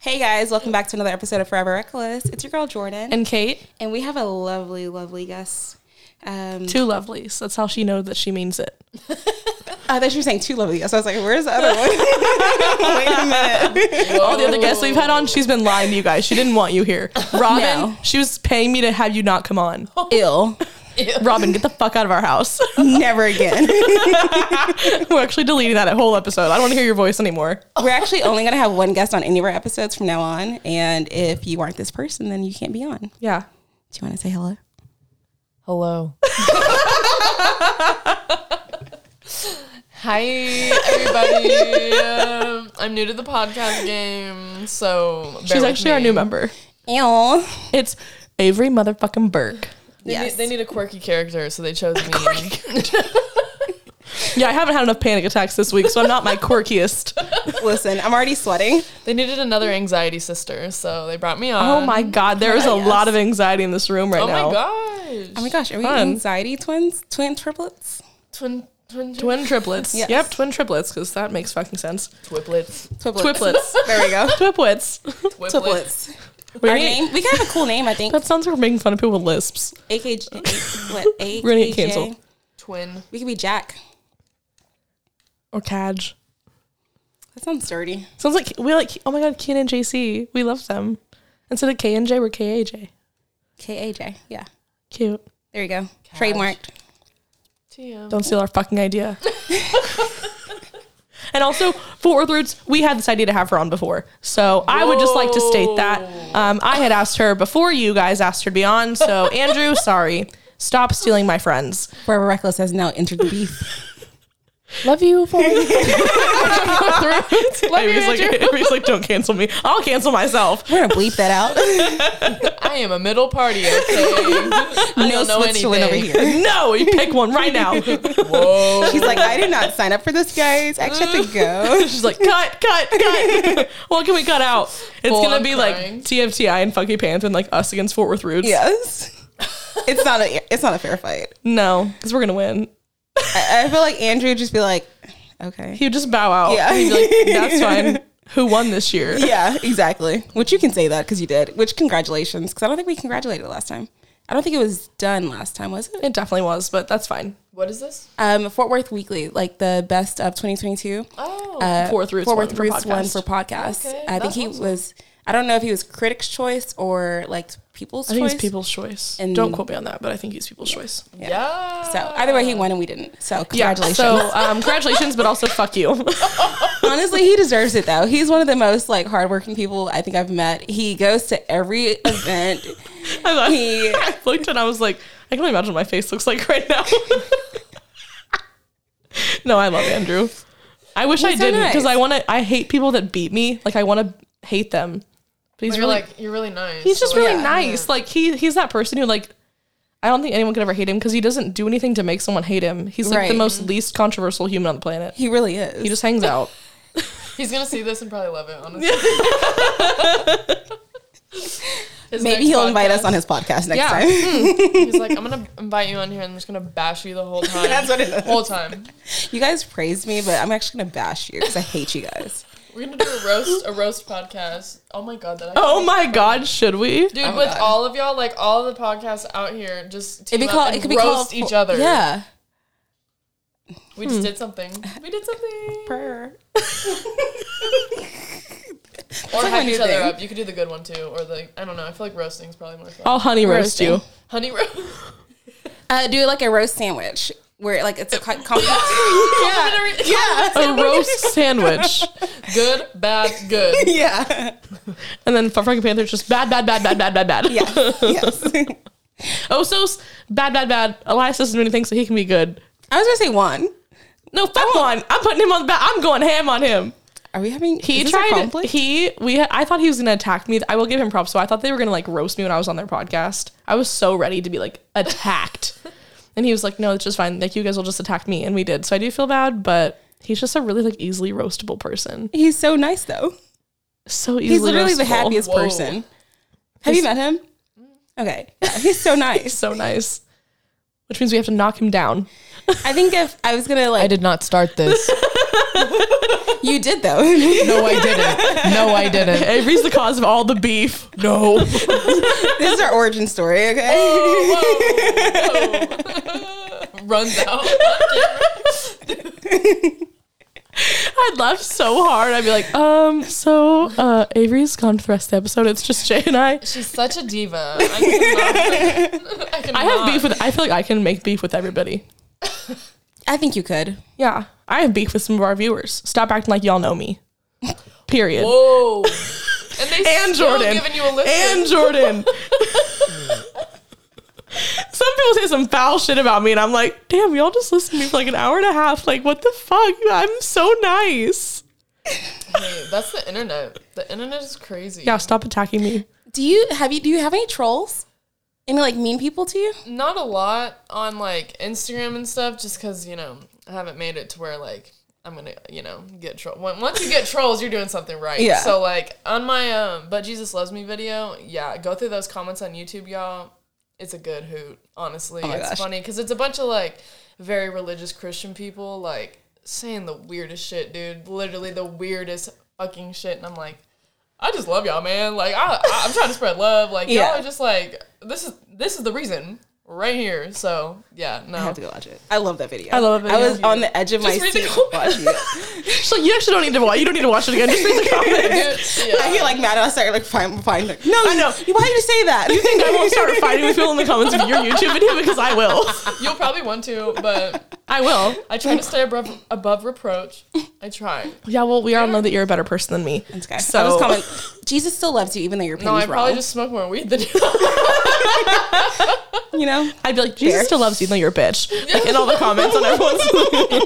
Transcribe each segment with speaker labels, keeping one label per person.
Speaker 1: Hey guys, welcome back to another episode of Forever Reckless. It's your girl Jordan, and,
Speaker 2: and Kate,
Speaker 1: we have a lovely, lovely guest. Um,
Speaker 2: two lovelies. That's how she knows that she means it.
Speaker 1: I thought you were saying two lovely guests. I was like, where's the other one? Wait a minute.
Speaker 2: All the other guests we've had on, she's been lying to you guys. She didn't want you here. Robin, she was paying me to have you not come on.
Speaker 1: Ill.
Speaker 2: Robin, get the fuck out of our house.
Speaker 1: Never again.
Speaker 2: We're actually deleting that whole episode. I don't want to hear your voice anymore.
Speaker 1: We're actually only going to have one guest on any of our episodes from now on. And if you aren't this person, then you can't be on. Do
Speaker 2: Yeah.
Speaker 1: you want to say hello?
Speaker 3: Hello. Hi, everybody. Um, I'm new to the podcast game, so bear
Speaker 2: She's
Speaker 3: with
Speaker 2: actually our
Speaker 3: me.
Speaker 2: new member.
Speaker 1: Ew.
Speaker 2: It's Avery motherfucking Burke.
Speaker 3: They,
Speaker 1: Yes.
Speaker 3: need, they need a quirky character, so they chose me.
Speaker 2: Yeah, I haven't had enough panic attacks this week, so I'm not my quirkiest.
Speaker 1: Listen, I'm already sweating.
Speaker 3: they needed another anxiety sister, so they brought me on.
Speaker 2: Oh my god, there is a
Speaker 1: Yes.
Speaker 2: lot of anxiety in this room right
Speaker 3: Oh
Speaker 2: now.
Speaker 3: my gosh!
Speaker 1: Oh my gosh, are we
Speaker 2: Fun.
Speaker 1: anxiety twins? Twin triplets?
Speaker 3: twin, twin, twin,
Speaker 2: Twin triplets.
Speaker 1: Yes.
Speaker 2: Yep, twin triplets, because that makes fucking sense.
Speaker 3: twiplets,
Speaker 1: Twiplets.
Speaker 2: Twiplets.
Speaker 1: There we go.
Speaker 2: Twiplets.
Speaker 3: twiplets.
Speaker 1: Twiplets.
Speaker 2: We're
Speaker 1: Our
Speaker 2: gonna-
Speaker 1: name? We could have a cool name, I think.
Speaker 2: That sounds like we're making fun of people with lisps.
Speaker 1: AKJ. What? AKJ.
Speaker 2: We're gonna get canceled.
Speaker 3: Twin.
Speaker 1: We could be Jack.
Speaker 2: Or Cadge.
Speaker 1: That sounds dirty.
Speaker 2: Sounds like we like oh my god, Keen and JC. We love them. Instead of K and J, we're K A J.
Speaker 1: KAJ. Yeah.
Speaker 2: Cute.
Speaker 1: There you go. Trademarked.
Speaker 3: TM.
Speaker 2: Don't steal our fucking idea. and also, Fort Worth Roots, we had this idea to have her on before. So I would just like to state that. Um, I had asked her before you guys asked her to be on. So, Andrew, sorry. Stop stealing my friends.
Speaker 1: Forever Reckless has now entered the beef.
Speaker 3: Love you. For-
Speaker 2: Love
Speaker 3: you,
Speaker 2: like, Amy's like, don't cancel me. I'll cancel myself.
Speaker 1: We're gonna bleep that out.
Speaker 3: I am a middle party. Okay. I
Speaker 1: no
Speaker 3: don't know
Speaker 1: Switzerland over
Speaker 3: anything.
Speaker 1: here.
Speaker 2: No, you pick one right now.
Speaker 3: Whoa.
Speaker 1: She's like, I did not sign up for this, guys. I actually have to go.
Speaker 2: She's like, cut, cut, cut. what can we cut out? It's
Speaker 3: Full
Speaker 2: gonna
Speaker 3: on
Speaker 2: be
Speaker 3: crying.
Speaker 2: like TFTI and Funky Pants and like us against Fort Worth Roots.
Speaker 1: Yes. It's not a it's not a fair fight.
Speaker 2: No, because we're gonna win.
Speaker 1: I, I feel like Andrew would just be like, okay.
Speaker 2: He would just bow out.
Speaker 1: Yeah.
Speaker 2: He'd be like, that's fine. Who won this year?
Speaker 1: Yeah, exactly. Which you can say that because you did. Which congratulations, because I don't think we congratulated last time. I don't think it was done last time, was it?
Speaker 2: It definitely was, but that's fine.
Speaker 3: What is this?
Speaker 1: Um, Fort Worth Weekly, like the best of 2022.
Speaker 3: Oh.
Speaker 1: uh,
Speaker 2: Fort Worth Roots
Speaker 1: Fort
Speaker 2: one
Speaker 1: Worth
Speaker 2: for
Speaker 1: Roots one
Speaker 2: podcast.
Speaker 1: for podcast.
Speaker 3: Okay,
Speaker 1: I think
Speaker 3: that's
Speaker 1: he
Speaker 3: awesome.
Speaker 1: was. I don't know if he was Critics' Choice or like People's
Speaker 2: I think
Speaker 1: Choice.
Speaker 2: it's people's choice.
Speaker 1: And-
Speaker 2: Don't quote me on that, but I think he's people's choice.
Speaker 3: yeah.
Speaker 1: So either way, he won and we didn't. So
Speaker 2: Yeah.
Speaker 1: congratulations.
Speaker 2: So um, congratulations, but also fuck you.
Speaker 1: Honestly, he deserves it though. He's one of the most like hardworking people I think I've met. He goes to every event.
Speaker 2: I, thought,
Speaker 1: He-
Speaker 2: I looked and I was like, I can only imagine what my face looks like right now. no, I love Andrew. I wish I
Speaker 1: He's so
Speaker 2: didn't because
Speaker 1: nice.
Speaker 2: I want to. I hate people that beat me. Like I want to hate them. But he's
Speaker 3: You're
Speaker 2: really,
Speaker 3: like you're really nice.
Speaker 2: he's just
Speaker 3: Like,
Speaker 2: really
Speaker 1: yeah.
Speaker 2: nice. Like he, he's that person who like. I don't think anyone could ever hate him because he doesn't do anything to make someone hate him. He's like
Speaker 1: Right.
Speaker 2: the most least controversial human on the planet.
Speaker 1: He really is.
Speaker 2: He just hangs out.
Speaker 3: He's gonna see this and probably love it. Honestly. His
Speaker 1: Maybe
Speaker 3: next
Speaker 1: he'll invite us
Speaker 3: podcast,
Speaker 1: on his podcast next
Speaker 2: Yeah.
Speaker 1: time.
Speaker 3: He's like, I'm gonna invite you on here, and I'm just gonna bash you the whole time.
Speaker 1: That's what it is.
Speaker 3: Whole time.
Speaker 1: You guys praised me, but I'm actually gonna bash you because I hate you guys.
Speaker 3: We're gonna do a roast, a roast podcast. Oh my god, that. I
Speaker 2: Oh my god, should we?
Speaker 3: Dude,
Speaker 1: Oh my
Speaker 3: with
Speaker 1: God.
Speaker 3: all of y'all, like all the podcasts out here, just team
Speaker 1: It'd be
Speaker 3: up
Speaker 1: called.
Speaker 3: and
Speaker 1: It could be
Speaker 3: roast
Speaker 1: called
Speaker 3: each other.
Speaker 1: Yeah. hmm.
Speaker 3: we just did something. We did something. Or
Speaker 1: like my
Speaker 3: hype
Speaker 1: new
Speaker 3: each other
Speaker 1: thing.
Speaker 3: up. You could do the good one too, or the I don't know. I feel like roasting's probably more fun.
Speaker 2: I'll honey roast you.
Speaker 3: Honey roast.
Speaker 1: Uh, do like a roast sandwich where like it's a co- complex.
Speaker 3: Complimentary-
Speaker 1: yeah.
Speaker 2: A roast sandwich.
Speaker 3: Good, bad, good.
Speaker 1: Yeah.
Speaker 2: And then Funky Panther's just bad, bad, bad, bad, bad, bad, bad.
Speaker 1: Yeah. Yes.
Speaker 2: Osos, bad, bad, bad. Elias doesn't do anything, so he can be good.
Speaker 1: I was gonna say one.
Speaker 2: No, fuck
Speaker 1: Oh.
Speaker 2: one. I'm putting him on the back. I'm going ham on him.
Speaker 1: Are we having?
Speaker 2: He
Speaker 1: is this a
Speaker 2: tried.
Speaker 1: conflict?
Speaker 2: He we. I thought he was gonna attack me. I will give him props. So I thought they were gonna like roast me when I was on their podcast. I was so ready to be like attacked, and he was like, "No, it's just fine. Like you guys will just attack me," and we did. So I do feel bad, but he's just a really like easily roastable person.
Speaker 1: He's so nice though.
Speaker 2: So easily.
Speaker 1: He's literally the
Speaker 2: roastable.
Speaker 1: happiest
Speaker 3: Whoa.
Speaker 1: person. Have you met him? Okay. Yeah, he's so nice.
Speaker 2: So nice. Which means we have to knock him down.
Speaker 1: I think if I was gonna like
Speaker 3: not start this.
Speaker 1: You did though.
Speaker 3: No, I didn't. No, I didn't.
Speaker 2: Avery's the cause of all the beef. No.
Speaker 1: this is our origin story, okay?
Speaker 3: Runs out.
Speaker 2: I'd laugh so hard. I'd be like, um, so uh, Avery's gone for the rest of the episode. It's just Jay and I.
Speaker 3: She's such a diva. I cannot. I,
Speaker 2: I have beef with. I feel like I can make beef with everybody.
Speaker 1: I think you could.
Speaker 2: Yeah, I have beef with some of our viewers. Stop acting like y'all know me. Period.
Speaker 3: Whoa. And they
Speaker 2: And
Speaker 3: still
Speaker 2: Jordan.
Speaker 3: giving you a listen.
Speaker 2: And Jordan. some people say some foul shit about me, and I'm like, damn, y'all just listened to me for like an hour and a half. Like, what the fuck? I'm so nice.
Speaker 3: Hey, that's the internet. The internet is crazy.
Speaker 2: Yeah, stop attacking me.
Speaker 1: Do you have you do you have any trolls? Any like mean people to you?
Speaker 3: Not a lot on like Instagram and stuff, just because you know I haven't made it to where like I'm gonna you know get troll. When- Once you get trolls, you're doing something right.
Speaker 1: Yeah.
Speaker 3: So like on my um, but Jesus loves me video, yeah, go through those comments on YouTube, y'all. It's a good hoot, honestly.
Speaker 1: Oh my
Speaker 3: it's
Speaker 1: gosh.
Speaker 3: funny because it's a bunch of like very religious Christian people like saying the weirdest shit, dude. Literally the weirdest fucking shit, and I'm like. I just love y'all, man. Like I, I I'm trying to spread love. Like
Speaker 1: Yeah.
Speaker 3: y'all are just like this is this is the reason right here. So yeah, no.
Speaker 1: I have to go watch it. I love that video.
Speaker 2: I love that
Speaker 1: I was
Speaker 2: video.
Speaker 1: on the edge of
Speaker 3: Just
Speaker 1: my
Speaker 3: read the
Speaker 1: seat
Speaker 3: comments.
Speaker 1: watching it.
Speaker 2: She's like, you actually don't need to watch. You don't need to watch it again. Just read the comments.
Speaker 3: Dude,
Speaker 1: I
Speaker 3: yeah.
Speaker 1: get like mad and I start like find find like no
Speaker 2: I
Speaker 1: I
Speaker 2: know.
Speaker 1: know you why did you say that? You
Speaker 2: think I won't start fighting with people in the comments of your YouTube video because I will.
Speaker 3: You'll probably want to, but
Speaker 2: I will.
Speaker 3: I try to stay above above reproach. I try.
Speaker 2: Yeah, well, we all know that you're a better person than me.
Speaker 1: Okay.
Speaker 2: So
Speaker 1: So I'll just comment Jesus still loves you even though your
Speaker 3: No, I
Speaker 1: opinion's
Speaker 3: probably
Speaker 1: wrong.
Speaker 3: just smoke more weed than you.
Speaker 1: you know?
Speaker 2: I'd be like, Jesus
Speaker 1: Fair.
Speaker 2: still loves you, though you're a bitch. Like, in all the comments on everyone's.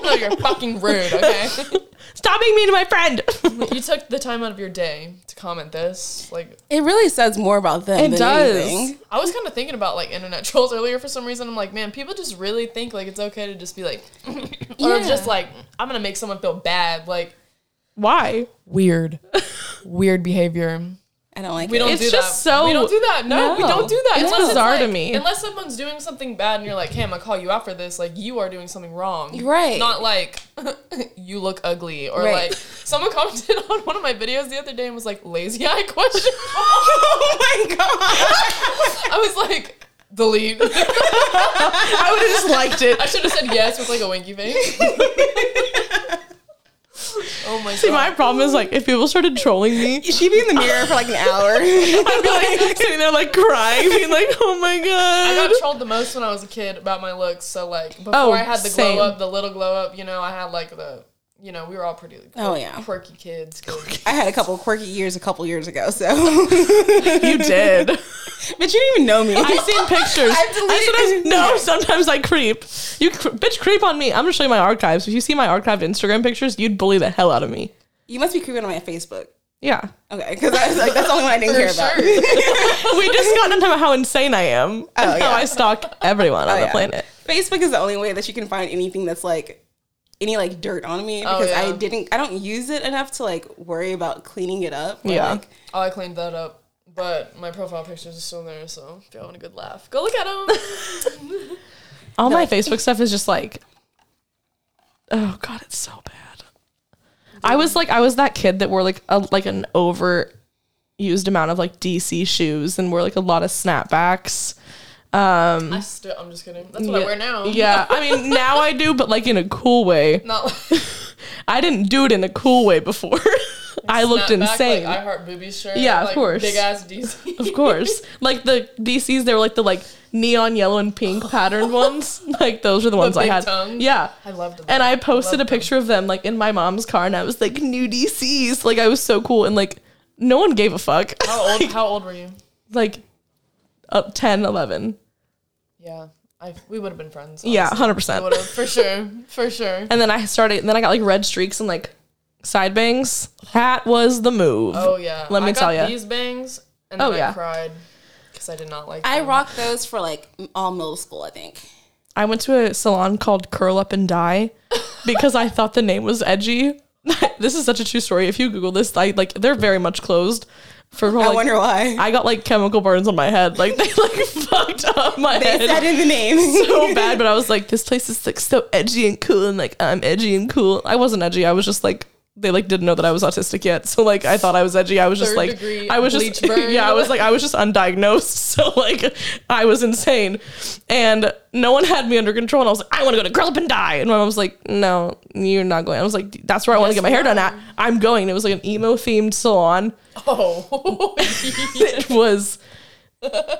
Speaker 3: no, you're fucking rude. Okay,
Speaker 2: Stop being mean to my friend.
Speaker 3: you took the time out of your day to comment this. Like
Speaker 1: It really says more about them.
Speaker 2: It
Speaker 1: than
Speaker 2: does.
Speaker 1: anything.
Speaker 3: I was kind of thinking about like internet trolls earlier for some reason. I'm like, man, people just really think like it's okay to just be like, or
Speaker 1: Yeah.
Speaker 3: just like I'm gonna make someone feel bad. Like
Speaker 2: Why?
Speaker 3: weird, weird behavior.
Speaker 1: I don't like
Speaker 3: We don't
Speaker 1: it.
Speaker 2: It's
Speaker 3: do
Speaker 2: just
Speaker 3: that.
Speaker 2: so-
Speaker 3: we don't do that. No, we
Speaker 2: No.
Speaker 3: don't do that.
Speaker 2: It's
Speaker 3: Unless
Speaker 2: bizarre
Speaker 3: like-
Speaker 2: to me.
Speaker 3: Unless someone's doing something bad and you're like, "Hey, I'm gonna call you out for this." Like you are doing something wrong,
Speaker 1: Right.
Speaker 3: Not like you look ugly or
Speaker 1: Right.
Speaker 3: like someone commented on one of my videos the other day and was like, "Lazy eye question."
Speaker 1: Oh my god.
Speaker 3: I was like, "Delete." I
Speaker 2: I would have just liked it.
Speaker 3: should have said yes with like a winky face. oh my
Speaker 2: See,
Speaker 3: god!
Speaker 2: my problem is like if people started trolling me,
Speaker 1: She'd be in the mirror for like an hour.
Speaker 2: I'd be like sitting there like crying, being like, "Oh my
Speaker 3: I
Speaker 2: god."
Speaker 3: got trolled the most when I was a kid about my looks. So like before
Speaker 2: Oh,
Speaker 3: I had the
Speaker 2: same.
Speaker 3: glow up, the little glow up, you know, I had like the you know, we were all pretty
Speaker 1: Oh, yeah.
Speaker 3: quirky kids. 'cause-
Speaker 1: I had a couple quirky years a couple years ago, so
Speaker 2: you did.
Speaker 1: But you didn't even know me.
Speaker 2: I've seen pictures.
Speaker 1: I've deleted-
Speaker 2: I sometimes, no, sometimes I creep. You cr- bitch creep on me. I'm gonna show you my archives. If you see my archived Instagram pictures, you'd bully the hell out of me.
Speaker 1: you must be creeping on my Facebook.
Speaker 2: Yeah.
Speaker 1: Okay, because I was like, that's the only one I didn't care about.
Speaker 3: Sure.
Speaker 2: We just got into talking about how insane I am and
Speaker 1: Oh,
Speaker 2: how
Speaker 1: yeah. Oh,
Speaker 2: I stalk everyone on the
Speaker 1: yeah.
Speaker 2: planet.
Speaker 1: Facebook is the only way that you can find anything that's like any like dirt on me
Speaker 2: Oh,
Speaker 1: because I
Speaker 3: yeah.
Speaker 1: didn't I don't use it enough to like worry about cleaning it up. or,
Speaker 2: Yeah.
Speaker 1: like-
Speaker 3: Oh, I cleaned that up. But my profile pictures are still there, so if y'all want a good laugh, go look at them.
Speaker 2: All my Facebook stuff is just like, oh god, it's so bad. I was like, I was that kid that wore like a like an overused amount of like DC shoes and wore like a lot of snapbacks.
Speaker 3: I still, I'm just kidding. That's what I wear now.
Speaker 2: Yeah, I mean now I do, but like in a cool way.
Speaker 3: Not like
Speaker 2: I didn't do it in a cool way before. I looked
Speaker 3: snapback,
Speaker 2: insane.
Speaker 3: Like, I heart boobies shirt.
Speaker 2: Yeah, of
Speaker 3: like,
Speaker 2: course.
Speaker 3: Big ass DC.
Speaker 2: of course, like the DCs, they were like the like neon yellow and pink patterned ones. Like those are the ones I
Speaker 3: big
Speaker 2: had.
Speaker 3: tongues?
Speaker 2: Yeah,
Speaker 3: I loved them.
Speaker 2: And I posted a
Speaker 3: Love them.
Speaker 2: picture of them like in my mom's car, and I was like, "New DCs!" Like I was so cool, and like no one gave a fuck.
Speaker 3: How old? How old were you?
Speaker 2: like uh, 10, 11.
Speaker 3: Yeah, I we would have been friends.
Speaker 2: Yeah,
Speaker 3: honestly.
Speaker 2: hundred
Speaker 3: I
Speaker 2: percent.
Speaker 3: would have for sure, for sure.
Speaker 2: And then I started. And then I got like red streaks and like side bangs. That was the move.
Speaker 3: Oh yeah.
Speaker 2: Let me
Speaker 3: I
Speaker 2: tell ya.
Speaker 3: got These bangs, and
Speaker 2: Oh,
Speaker 3: then
Speaker 2: yeah.
Speaker 3: I cried because I did not like.
Speaker 1: I
Speaker 3: them.
Speaker 1: rocked those for like all middle school, I think.
Speaker 2: I went to a salon called Curl Up and Die because I thought the name was edgy. this is such a true story. If you Google this, I like they're very much closed. For real,
Speaker 1: I
Speaker 2: like,
Speaker 1: wonder why.
Speaker 2: I got like chemical burns on my head. Like they like fucked up my
Speaker 1: They
Speaker 2: head
Speaker 1: said in the name.
Speaker 2: so bad. But I was like, this place is like so edgy and cool, and like I'm edgy and cool. I wasn't edgy. I was just like they like didn't know that I was autistic yet. So like I thought I was edgy. I was just
Speaker 3: Third
Speaker 2: like
Speaker 3: degree
Speaker 2: I was
Speaker 3: bleach
Speaker 2: just
Speaker 3: burn.
Speaker 2: yeah. I was like I was just undiagnosed. So like I was insane, and no one had me under control. And I was like, I want to go to Grillip and die. And my mom was like, No, you're not going. I was like, That's where I want to get
Speaker 3: Yes,
Speaker 2: my hair
Speaker 3: you
Speaker 2: done at. I'm going. It was like an emo themed salon.
Speaker 3: Oh,
Speaker 2: It was.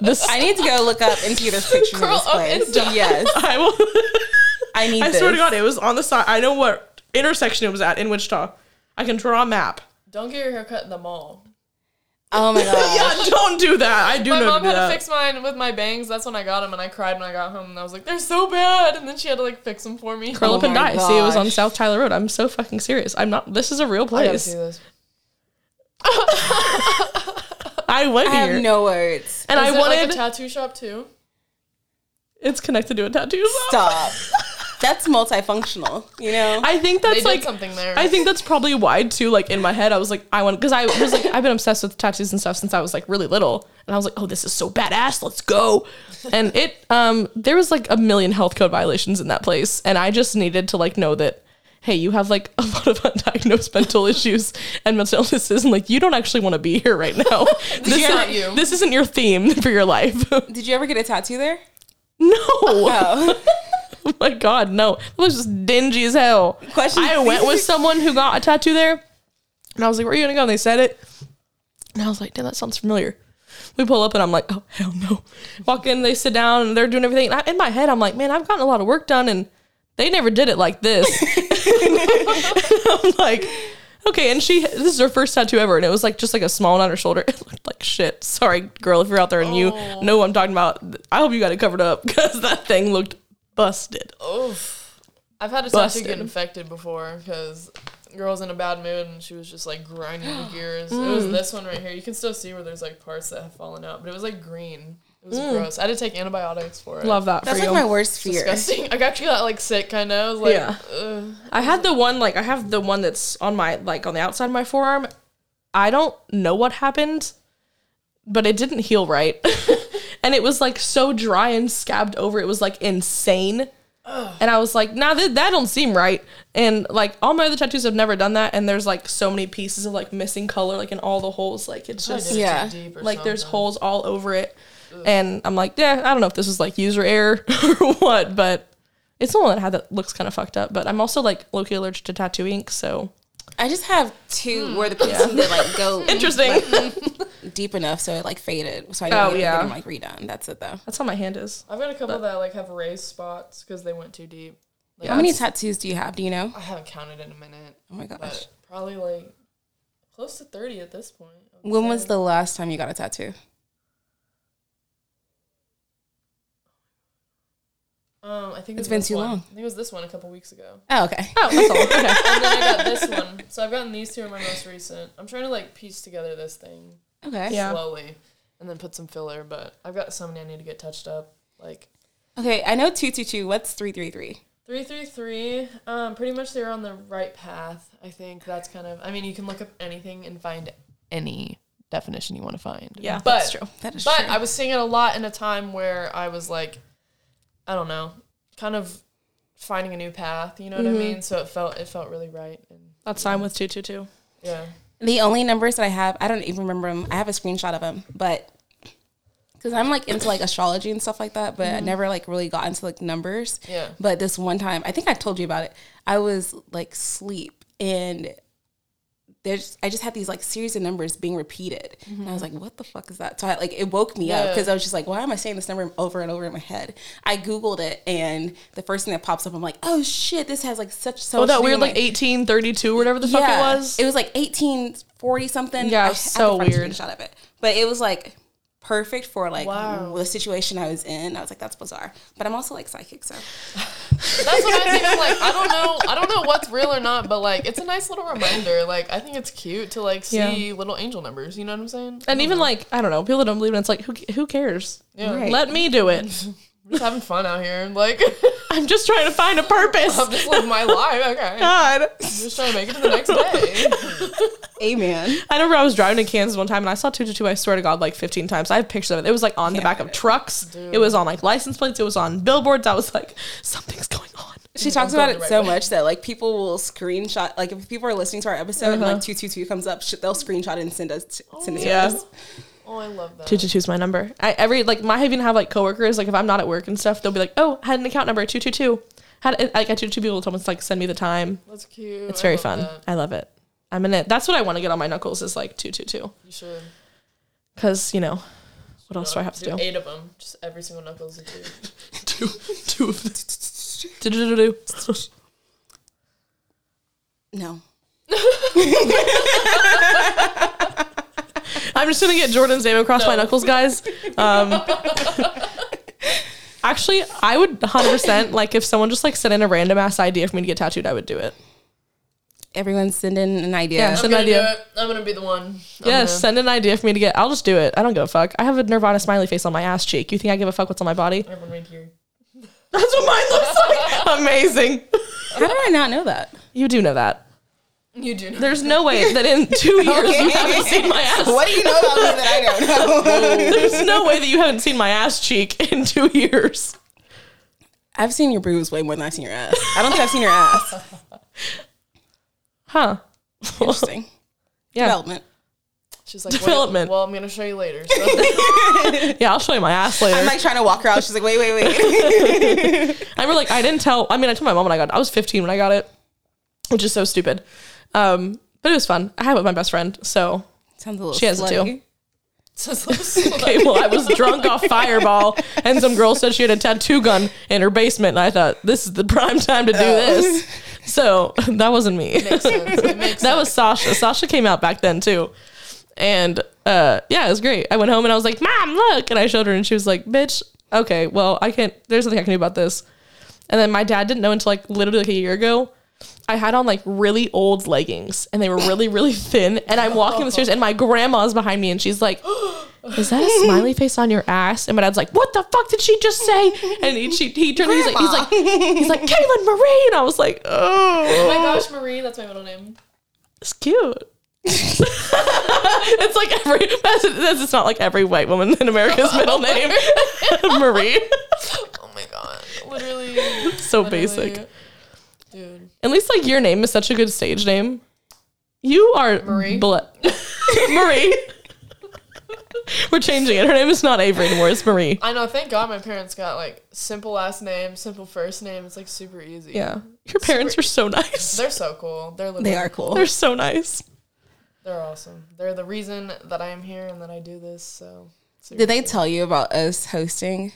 Speaker 2: This
Speaker 1: I need to go look up and see if there's pictures
Speaker 3: Curl
Speaker 1: of
Speaker 3: up and
Speaker 1: this place.
Speaker 3: die.
Speaker 1: Yes,
Speaker 2: I will.
Speaker 1: I need.
Speaker 2: oh, I
Speaker 1: this.
Speaker 2: swear to God, it was on the side. I know what intersection it was at in Wichita. I can draw a map.
Speaker 3: don't get your hair cut in the mall.
Speaker 1: Oh my god.
Speaker 2: Yeah, don't do that. I do
Speaker 3: My
Speaker 2: know
Speaker 3: mom
Speaker 2: to do
Speaker 3: had
Speaker 2: that.
Speaker 3: to fix mine with my bangs. That's when I got them, and I cried when I got home, and I was like, "They're so bad." And then she had to like fix them for me.
Speaker 2: Curl up
Speaker 1: Oh
Speaker 2: and
Speaker 1: my
Speaker 2: die. See, it was on
Speaker 1: gosh.
Speaker 2: South Tyler Road. I'm so fucking serious. I'm not. This is a real
Speaker 3: I gotta
Speaker 2: place.
Speaker 3: see this.
Speaker 2: I went
Speaker 1: I
Speaker 2: here,
Speaker 1: have no words.
Speaker 2: and I
Speaker 3: Is it,
Speaker 2: wanted.
Speaker 3: like a tattoo shop too.
Speaker 2: it's connected to a tattoo. shop.
Speaker 1: Stop. That's multifunctional. You know.
Speaker 2: I think
Speaker 3: They
Speaker 2: that's
Speaker 3: did
Speaker 2: like
Speaker 3: something there.
Speaker 2: I think that's probably why too. Like in my head, I was like, I want because I was like, I've been obsessed with tattoos and stuff since I was like really little, and I was like, oh, this is so badass. Let's go. And it, um, there was like a million health code violations in that place, and I just needed to like know that, hey, you have like a lot of undiagnosed mental issues and mental illnesses, and like you don't actually want to be here right now. this,
Speaker 1: you-
Speaker 2: isn't,
Speaker 3: you.
Speaker 2: this isn't your theme for your life. no.
Speaker 1: Did you ever get a tattoo there? Oh.
Speaker 2: Oh my god, no. It was just dingy as hell.
Speaker 1: Question-
Speaker 2: I went with someone who got a tattoo there and I was like, Where are you gonna go? And they said it. And I was like, damn, that sounds familiar. We pull up and I'm like, oh hell no. Walk in, they sit down and they're doing everything. And I, in my head, I'm like, man, I've gotten a lot of work done and they never did it like this. I'm like, okay. And she, this is her first tattoo ever, and it was like just like a small one on her shoulder. It looked like shit. Sorry, girl, if you're out there and you know what I'm talking about, I hope you got it covered up because that thing looked busted.
Speaker 3: Oof. I've had a
Speaker 2: Busted.
Speaker 3: tattoo get infected before because girl's in a bad mood and she was just like grinding the gears. It
Speaker 2: Mm.
Speaker 3: was this one right here. You can still see where there's like parts that have fallen out, but it was like green. It was gross. I had to take antibiotics for it.
Speaker 2: Mm. Love that
Speaker 1: That's
Speaker 2: for
Speaker 1: like
Speaker 2: you.
Speaker 1: my worst fear.
Speaker 3: Disgusting. I actually got like sick, kind of. I was like,
Speaker 2: Yeah.
Speaker 3: ugh.
Speaker 2: I had the one like I have the one that's on my like on the outside of my forearm. I don't know what happened, but it didn't heal right. and it was like so dry and scabbed over. It was like insane. And I was like, nah, that, that don't seem right. And like all my other tattoos have never done that. And there's like so many pieces of like missing color, like in all the holes. Like it's
Speaker 3: I did
Speaker 2: just
Speaker 3: it too
Speaker 1: Yeah.
Speaker 3: deep or
Speaker 2: like there's
Speaker 3: something.
Speaker 2: holes all over it. And I'm like, yeah, I don't know if this was like user error or what, but it's the one that I had that looks kind of fucked up. But I'm also like low key allergic to tattoo ink, so
Speaker 1: I just have two where the pieces that like go
Speaker 2: interesting.
Speaker 1: deep enough so it like faded. So I didn't
Speaker 2: Oh,
Speaker 1: need to
Speaker 2: yeah.
Speaker 1: get them like redone. That's it though.
Speaker 2: That's how my hand is.
Speaker 3: I've got a couple that like have raised spots because they went too deep. Like,
Speaker 1: How many tattoos do you have? Do you know?
Speaker 3: I haven't counted in a minute,
Speaker 1: Oh my gosh.
Speaker 3: but probably like close to thirty at this point.
Speaker 1: When was the last time you got a tattoo?
Speaker 3: Um, I think
Speaker 1: It's
Speaker 3: it was
Speaker 1: been
Speaker 3: this
Speaker 1: too
Speaker 3: one.
Speaker 1: long.
Speaker 3: I think it was this one a couple weeks ago.
Speaker 1: Oh, okay.
Speaker 2: Oh, that's all. Okay.
Speaker 3: And then I got this one. So I've gotten these two in my most recent. I'm trying to like piece together this thing
Speaker 1: Okay.
Speaker 2: Yeah.
Speaker 3: slowly and then put some filler, but I've got so many I need to get touched up. Like
Speaker 1: Okay. I know two two two. What's three three three?
Speaker 3: 333, um, pretty much they're on the right path. I think that's kind of, I mean, you can look up anything and find any definition you want to find.
Speaker 2: Yeah,
Speaker 3: but,
Speaker 2: that's true.
Speaker 1: That is
Speaker 3: But
Speaker 1: true.
Speaker 3: I was seeing it a lot in a time where I was like, I don't know, kind of finding a new path, you know
Speaker 2: Mm-hmm.
Speaker 3: what I mean? So it felt, it felt really right. And
Speaker 2: That's time with two two two.
Speaker 3: yeah.
Speaker 1: The only numbers that I have, I don't even remember them. I have a screenshot of them, but because I'm like into like astrology and stuff like that, but I never like really got into like numbers.
Speaker 3: Yeah.
Speaker 1: But this one time, I think I told you about it. I was like sleep and there's I just had these like series of numbers being repeated, and I was like, "What the fuck is that?" So I like it woke me up
Speaker 3: Yeah.
Speaker 1: because I was just like, "Why am I saying this number over and over in my head?" I googled it, and the first thing that pops up, I'm like, "Oh shit, this has like such so."
Speaker 2: Oh,
Speaker 1: much to
Speaker 2: that
Speaker 1: do
Speaker 2: weird
Speaker 1: with
Speaker 2: like
Speaker 1: my-
Speaker 2: eighteen thirty two, whatever the fuck it was.
Speaker 1: it was like 1840 something.
Speaker 2: Yeah,
Speaker 1: I-
Speaker 2: it
Speaker 1: I
Speaker 2: was
Speaker 1: have to
Speaker 2: so
Speaker 1: find a
Speaker 2: weird.
Speaker 1: Screenshot of it, but it was like perfect for like
Speaker 3: Wow.
Speaker 1: the situation I was in. I was like, that's bizarre, but I'm also like psychic, so
Speaker 3: That's what I think. I'm like, I don't know, I don't know what's real or not, but like, it's a nice little reminder. Like, I think it's cute to like see
Speaker 2: Yeah.
Speaker 3: little angel numbers. You know what I'm saying?
Speaker 2: and even like I don't know, people that don't believe in it, it's like who who cares?
Speaker 3: Yeah.
Speaker 1: Right.
Speaker 2: Let me do it.
Speaker 3: We're just having fun out here. Like,
Speaker 2: I'm just trying to find a purpose.
Speaker 3: I'm just living my life. Okay. I'm
Speaker 2: Oh God.
Speaker 3: just trying to make it to the next day.
Speaker 1: Amen.
Speaker 2: I remember I was driving to Kansas one time and I saw 222, I swear to God, like 15 times. I have pictures of it. It was like on the back of trucks, it was on like license plates, it was on billboards. I was like, something's Mm, going on.
Speaker 1: She talks about
Speaker 3: going
Speaker 1: it
Speaker 3: the right
Speaker 1: so
Speaker 3: way.
Speaker 1: much that like people will screenshot. Like if people are listening to our episode and like two two two comes up, sh- they'll screenshot and send us send it
Speaker 2: Uh-huh. yeah.
Speaker 1: to us.
Speaker 3: Oh, I love that.
Speaker 2: 222 is my number. I every like my I even have like coworkers like if I'm not at work and stuff, they'll be like, "Oh, I had an account number 222." Had I I got 222 people told me like send me the time.
Speaker 3: That's cute.
Speaker 2: It's
Speaker 3: I
Speaker 2: very
Speaker 3: love
Speaker 2: fun.
Speaker 3: that.
Speaker 2: I love it. I'm in it. That's what I want to get on my knuckles is like 222
Speaker 3: You should.
Speaker 2: cuz, you know, what else do I have to do?
Speaker 3: Eight of them. Just every single knuckles you do.
Speaker 2: two two of them. Do-do-do-do.
Speaker 1: No,
Speaker 2: I'm just gonna get Jordan's name across my knuckles, guys. Um, actually, I would 100 percent like if someone just like sent in a random ass idea for me to get tattooed, I would do it.
Speaker 1: everyone's sending an idea.
Speaker 2: Yeah,
Speaker 3: I'm
Speaker 2: Send
Speaker 3: gonna
Speaker 2: idea.
Speaker 3: do it. I'm gonna be the one. I'm
Speaker 2: Yes,
Speaker 3: gonna-
Speaker 2: send an idea for me to get. I'll just do it. I don't give a fuck. I have a Nirvana smiley face on my ass cheek. You think I give a fuck what's on my body?
Speaker 3: everyone right here.
Speaker 2: That's what mine looks like. Amazing.
Speaker 1: How did I not know that?
Speaker 2: You do know that.
Speaker 3: You do. Know.
Speaker 2: There's no way that in two years you haven't seen my ass.
Speaker 1: What do you know about me that I don't know?
Speaker 2: There's no way that you haven't seen my ass cheek in two years.
Speaker 1: I've seen your boobs way more than I've seen your ass. I don't think I've seen your ass.
Speaker 2: Huh?
Speaker 1: Interesting.
Speaker 2: Yeah.
Speaker 1: Development.
Speaker 3: She's like what-
Speaker 2: Development.
Speaker 3: well, I'm gonna show you later. So.
Speaker 2: Yeah, I'll show you my ass later.
Speaker 1: I'm like trying to walk her out. She's like, wait, wait, wait.
Speaker 2: I remember, like, I didn't tell. I mean, I told my mom when I got. I was 15 when I got it, which is so stupid. Um, but it was fun. I had it with my best friend. So
Speaker 1: Sounds a little.
Speaker 2: She has it
Speaker 1: slutty.
Speaker 3: So it's a little
Speaker 2: okay, well, I was drunk off Fireball, and some girl said she had a tattoo gun in her basement, and I thought this is the prime time to do this. So that wasn't me.
Speaker 3: slow. Makes
Speaker 2: that was Sasha. Sasha came out back then too, and uh, yeah, it was great. I went home and I was like, "Mom, look!" and I showed her, and she was like, "Bitch, okay, well, I can't. There's nothing I can do about this." And then my dad didn't know until like literally like a year ago. I had on like really old leggings and they were really, really thin. And I'm walking the stairs and my grandma's behind me and she's like, Is that a smiley face on your ass? And my dad's like, What the fuck did she just say? And he, she, he turned and he's like, he's like, he's like, Kaylin Marie. And I was like, Oh,
Speaker 3: Oh my gosh, Marie, that's my middle name.
Speaker 2: it's cute. it's like every that's, that's it's not like every white woman in America's middle name Marie.
Speaker 3: Oh my god, literally,
Speaker 2: so
Speaker 3: literally.
Speaker 2: basic.
Speaker 3: dude.
Speaker 2: At least like your name is such a good stage name. You are
Speaker 3: Marie.
Speaker 2: Bla- Marie. We're changing it. Her name is not Avery anymore. It's Marie.
Speaker 3: I know. Thank God my parents got like simple last name, simple first name. It's like super easy.
Speaker 2: Yeah. Your parents are so nice.
Speaker 3: they're so cool. They're
Speaker 1: They
Speaker 3: literally
Speaker 1: are cool.
Speaker 2: They're so nice.
Speaker 3: They're awesome. They're the reason that I am here and that I do this. So
Speaker 1: Did they tell you about us hosting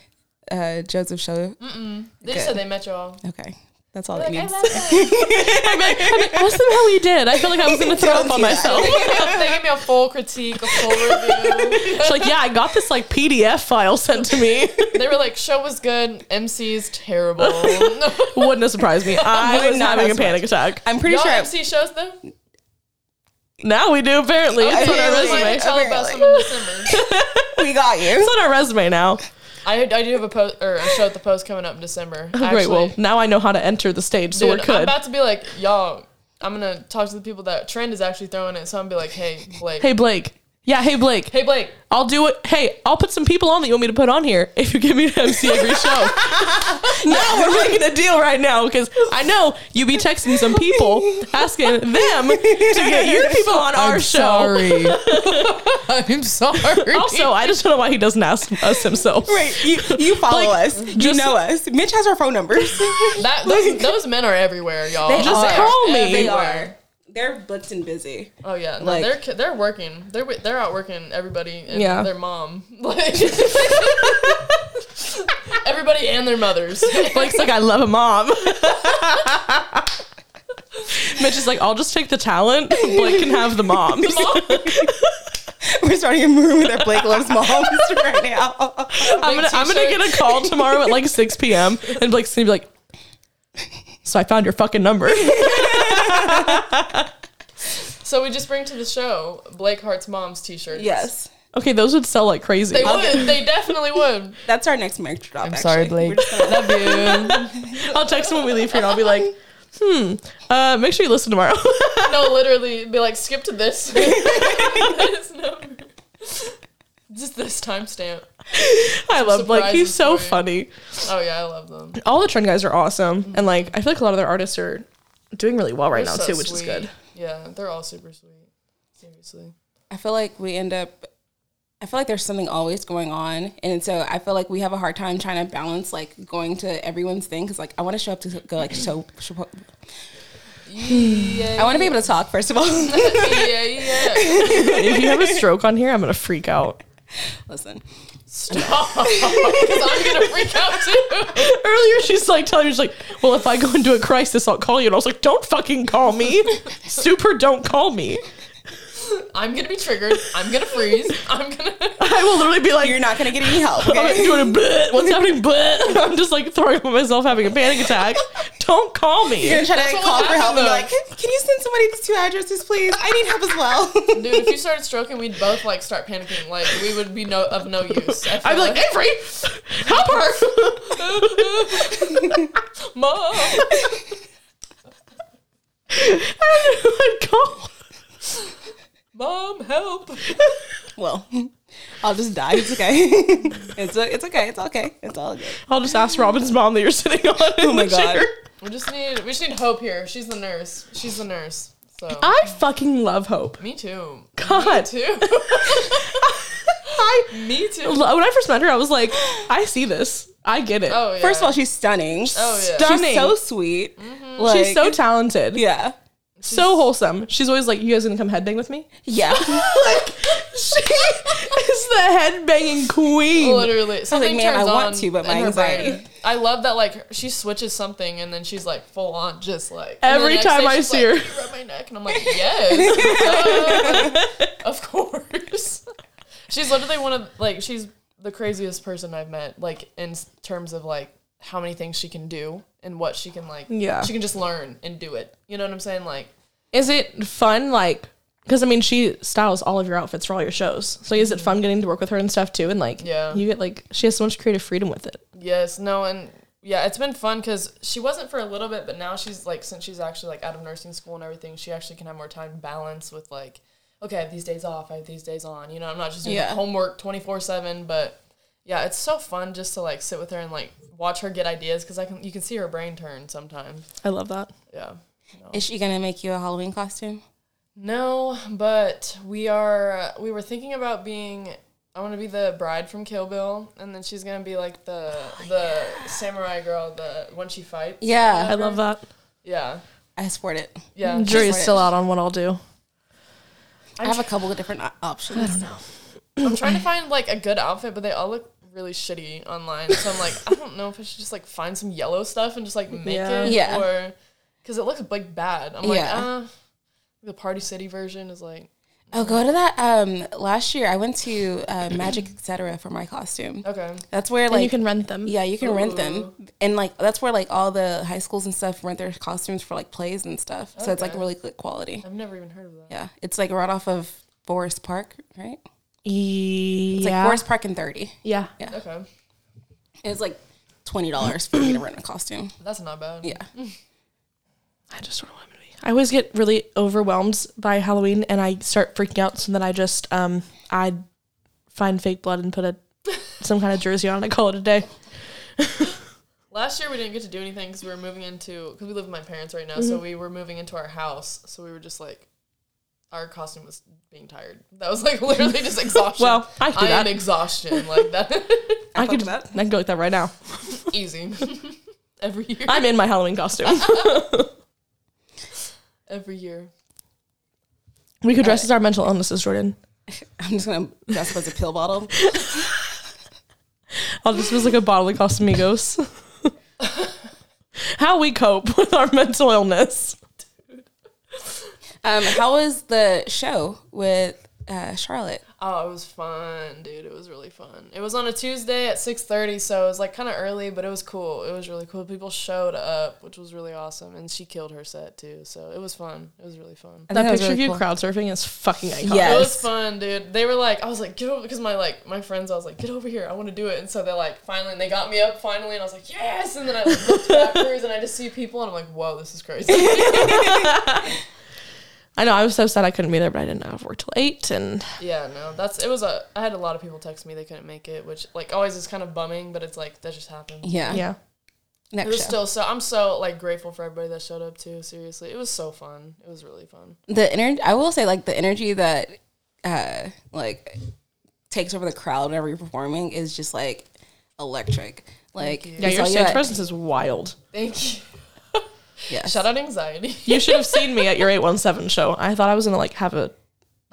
Speaker 1: uh, Joseph show?
Speaker 3: they just said they met y'all.
Speaker 1: Okay, that's all that
Speaker 3: Like, I
Speaker 1: needs.
Speaker 3: love it.
Speaker 2: I'm like, I'm like, ask them how we did. I feel like I was gonna throw up on myself.
Speaker 3: they gave me a full critique, a full review.
Speaker 2: She's like, yeah, I got this like PDF file sent to me.
Speaker 3: They were like, "Show was good, MC's terrible."
Speaker 2: Wouldn't have surprised me. I
Speaker 1: Would
Speaker 2: was
Speaker 1: not
Speaker 2: having a
Speaker 1: have
Speaker 2: panic attack.
Speaker 1: I'm pretty
Speaker 3: Y'all
Speaker 1: sure.
Speaker 3: MC shows though.
Speaker 2: Now we do apparently. It's, on our
Speaker 1: Apparently.
Speaker 2: resume.
Speaker 3: Tell
Speaker 1: Apparently.
Speaker 3: about some in December.
Speaker 1: we got you.
Speaker 2: it's on our resume now.
Speaker 3: I, I do have a post or a show at the post coming up in December.
Speaker 2: Oh, Great. Well, now I know how to enter the stage, so
Speaker 3: dude,
Speaker 2: we're
Speaker 3: I'm
Speaker 2: good.
Speaker 3: about to be like, y'all. I'm gonna talk to the people that Trend is actually throwing it. So I'm gonna be like, hey Blake,
Speaker 2: hey Blake. Yeah, hey Blake.
Speaker 3: Hey, Blake,
Speaker 2: I'll do it. Hey, I'll put some people on that you want me to put on here if you give me an MC every show. no, we're making a deal right now because I know you be texting some people asking them to get your people on our show.
Speaker 3: I'm sorry.
Speaker 2: Also, I just don't know why he doesn't ask us himself.
Speaker 1: Wait, you, you follow
Speaker 2: Like,
Speaker 1: us. You
Speaker 2: just-
Speaker 1: know us. Mitch has our phone numbers.
Speaker 3: that, those, those men are everywhere, y'all.
Speaker 1: They
Speaker 2: Just
Speaker 1: are.
Speaker 2: call me.
Speaker 1: they
Speaker 3: Everywhere.
Speaker 1: are. They're blitzed and busy.
Speaker 3: Oh yeah, no,
Speaker 1: Like-
Speaker 3: they're ki- they're working. They're wi- they're out working everybody and
Speaker 2: Yeah.
Speaker 3: their mom, like everybody and their mothers.
Speaker 2: Blake's like, I love a mom. Mitch is like, I'll just take the talent. Blake can have the moms.
Speaker 1: We're starting a movement that Blake loves moms right now.
Speaker 2: I'm gonna, I'm gonna
Speaker 3: t-shirt.
Speaker 2: get a call tomorrow at like 6 p.m. and Blake's gonna be like, so I found your fucking number.
Speaker 3: So we just bring to the show Blake Hart's mom's T-shirt.
Speaker 1: Yes.
Speaker 2: Okay, those would sell like crazy.
Speaker 3: They would. They definitely would.
Speaker 1: That's our next merch drop.
Speaker 4: I'm
Speaker 1: actually.
Speaker 4: sorry, Blake.
Speaker 1: We're just gonna-
Speaker 3: Love you.
Speaker 2: I'll text them when we leave here and I'll be like, hmm, uh, make sure you listen tomorrow.
Speaker 3: No, literally, be like, skip to this. There's no- Just this timestamp.
Speaker 2: I love like he's
Speaker 3: surprises
Speaker 2: so
Speaker 3: for you.
Speaker 2: funny.
Speaker 3: Oh yeah, I love them.
Speaker 2: All the trend guys are awesome, and like I feel like a lot of their artists are doing really well right
Speaker 3: They're
Speaker 2: now
Speaker 3: so
Speaker 2: too, which is
Speaker 3: sweet.
Speaker 2: good.
Speaker 3: Yeah, they're all super sweet. Seriously.
Speaker 1: I feel like we end up. I feel like there's something always going on, and so I feel like we have a hard time trying to balance like going to everyone's thing because like I want to show up to go like show. show I
Speaker 3: Yeah,
Speaker 1: want to be able to talk first of all.
Speaker 3: yeah, yeah.
Speaker 2: if you have a stroke on here, I'm gonna freak out.
Speaker 1: Listen,
Speaker 3: Stop, because I'm gonna freak out too.
Speaker 2: Earlier, she's like telling me, she's like, "Well, if I go into a crisis, I'll call you." And I was like, "Don't fucking call me, super. Don't call me.
Speaker 3: I'm gonna be triggered. I'm gonna freeze. I'm gonna.
Speaker 2: I will literally be like,
Speaker 1: you're not gonna get any help.
Speaker 2: I'm
Speaker 1: Okay?
Speaker 2: doing a bit. What's happening? Bit. I'm just like throwing up on myself, having a panic attack. Don't call me.
Speaker 1: You're gonna try
Speaker 3: That's
Speaker 1: to
Speaker 3: what
Speaker 1: call
Speaker 3: would
Speaker 1: for help and be like,
Speaker 3: happen,
Speaker 1: "Can you send somebody these two addresses, please? I need help as well."
Speaker 3: Dude, if you started stroking, we'd both like start panicking. Like we would be no of no use. I feel
Speaker 2: I'd be like, Avery, help her.
Speaker 3: mom.
Speaker 2: I don't know who I'd call.
Speaker 3: Mom, help!
Speaker 1: well, I'll just die. It's okay. it's it's okay. It's okay. It's all good.
Speaker 2: I'll just ask Robin's mom that you're sitting on. Oh
Speaker 1: my God.
Speaker 3: We just need we just need hope here. She's the nurse. She's the nurse. So
Speaker 2: I fucking love Hope.
Speaker 3: me too. Me
Speaker 2: God,
Speaker 3: too.
Speaker 2: I
Speaker 3: me too.
Speaker 2: when I first met her, I was like, I see this. I get it.
Speaker 3: Oh yeah.
Speaker 1: First of all, she's stunning.
Speaker 3: oh yeah.
Speaker 2: Stop. Stunning. Mm-hmm.
Speaker 1: She's so sweet.
Speaker 2: She's
Speaker 1: Like,
Speaker 2: so talented.
Speaker 1: yeah.
Speaker 2: So wholesome. She's always like, "You guys gonna come headbang with me?"
Speaker 1: Yeah.
Speaker 2: like she is the headbanging queen.
Speaker 3: Literally, something
Speaker 1: "Man, I
Speaker 3: turns
Speaker 1: want
Speaker 3: on
Speaker 1: to, but my
Speaker 3: in her brain."
Speaker 1: anxiety."
Speaker 3: I love that, like she switches something, and then she's like full on, just like and
Speaker 2: Every
Speaker 3: the next
Speaker 2: time
Speaker 3: day
Speaker 2: I
Speaker 3: she's
Speaker 2: see
Speaker 3: like,
Speaker 2: her.
Speaker 3: "Can you rub my neck, and I'm like, yes, Uh, of course. She's literally one of like she's the craziest person I've met, like in s- terms of like how many things she can do and what she can like.
Speaker 2: Yeah.
Speaker 3: she can just learn and do it. You know what I'm saying? Like,
Speaker 2: Is it fun? Like, because I mean, she styles all of your outfits for all your shows. So is it fun getting to work with her and stuff too? And like,
Speaker 3: Yeah.
Speaker 2: you get like she has so much creative freedom with it.
Speaker 3: Yes, no, and yeah, it's been fun because she wasn't for a little bit, but now she's like, since she's actually like out of nursing school and everything, she actually can have more time to balance with like, okay, I have these days off, I have these days on. You know, I'm not just doing
Speaker 1: Yeah.
Speaker 3: homework 24 seven, but yeah, it's so fun just to like sit with her and like watch her get ideas because I can you can see her brain turn sometimes.
Speaker 2: I love that.
Speaker 3: Yeah.
Speaker 1: Is she gonna make you a Halloween costume?
Speaker 3: No, but we are we were thinking about being I want to be the bride from Kill Bill, and then she's gonna be like the
Speaker 1: Oh,
Speaker 3: the samurai girl, the when she fights.
Speaker 1: Yeah.
Speaker 2: I love that.
Speaker 3: Yeah.
Speaker 1: I support it.
Speaker 3: Yeah.
Speaker 2: Jury's
Speaker 1: Just-
Speaker 2: still out on what I'll do.
Speaker 1: i Mm-hmm. have a couple of different o- options. I don't know.
Speaker 3: I'm trying to find like a good outfit, but they all look really shitty online. So I'm like, I don't know if I should just like find some yellow stuff and just like make
Speaker 2: Yeah.
Speaker 3: it
Speaker 1: Yeah.
Speaker 3: or because it looks like bad. I'm like,
Speaker 1: Yeah.
Speaker 3: uh, the Party City version is like
Speaker 1: Oh, go to that. Um, last year I went to uh, Magic Etc. for my costume.
Speaker 3: okay.
Speaker 1: That's where
Speaker 2: and you
Speaker 1: like
Speaker 2: can rent them.
Speaker 1: yeah, you can rent them, and like that's where like all the high schools and stuff rent their costumes for like plays and stuff. So it's like really good quality.
Speaker 3: I've never even heard of that.
Speaker 1: Yeah, it's like right off of Forest Park, right? It's
Speaker 2: Yeah.
Speaker 1: like Forest Park and Thirty.
Speaker 2: yeah.
Speaker 1: Yeah.
Speaker 3: Okay,
Speaker 1: And it's like twenty dollars for me to rent a costume.
Speaker 3: that's not bad.
Speaker 1: Yeah,
Speaker 2: I just don't know what I'm gonna be. I always get really overwhelmed by Halloween and I start freaking out. So then I just um I find fake blood and put a some kind of jersey on. and I call it a day.
Speaker 3: Last year we didn't get to do anything because we were moving into because we live with my parents right now,
Speaker 2: Mm-hmm.
Speaker 3: so we were moving into our house. So we were just like, our costume was being tired. That was like literally just exhaustion.
Speaker 2: Well, I could do
Speaker 3: I am
Speaker 2: that.
Speaker 3: exhaustion like that.
Speaker 2: I, could I can go like that right now.
Speaker 3: Easy. Every year.
Speaker 2: I'm in my Halloween costume.
Speaker 3: Every year.
Speaker 2: we could dress as our mental illnesses, Jordan.
Speaker 1: I'm just gonna dress up as a pill bottle.
Speaker 2: I'll just was Oh, like a bottle of Casamigos. How we cope with our mental illness.
Speaker 1: Um, how was the show with uh, Charlotte?
Speaker 3: Oh, it was fun, dude. It was really fun. It was on a Tuesday at 6:30, so it was like kind of early, but it was cool. It was really cool. People showed up, which was really awesome, and she killed her set too. So it was fun. It was really fun.
Speaker 2: That picture of you crowd surfing is fucking iconic.
Speaker 1: Yeah.
Speaker 3: It
Speaker 1: Yes.
Speaker 3: was fun, dude. They were like, I was like, get over because my like my friends, I was like, get over here, I want to do it. And so they like finally and they got me up finally, and I was like, yes. And then I like, looked backwards and I just see people, and I'm like, whoa, this is crazy.
Speaker 2: I know. I was so sad I couldn't be there, but I didn't have work till eight. And
Speaker 3: yeah, no, that's it was a. I had a lot of people text me they couldn't make it, which like always is kind of bumming, but it's like that just happened.
Speaker 1: Yeah.
Speaker 2: yeah,
Speaker 3: It
Speaker 1: Next
Speaker 3: was
Speaker 1: show.
Speaker 3: still so. I'm so like grateful for everybody that showed up too. Seriously, it was so fun. It was really fun.
Speaker 1: the energy i will say like the energy that uh like takes over the crowd whenever you're performing is just like electric like
Speaker 2: yeah.
Speaker 1: I
Speaker 2: Your
Speaker 1: saw you
Speaker 2: stage
Speaker 1: at-
Speaker 2: presence is wild.
Speaker 3: Thank you.
Speaker 1: yes.
Speaker 3: Shout out anxiety.
Speaker 2: You should have seen me at your eight one seven show. I thought I was gonna like have a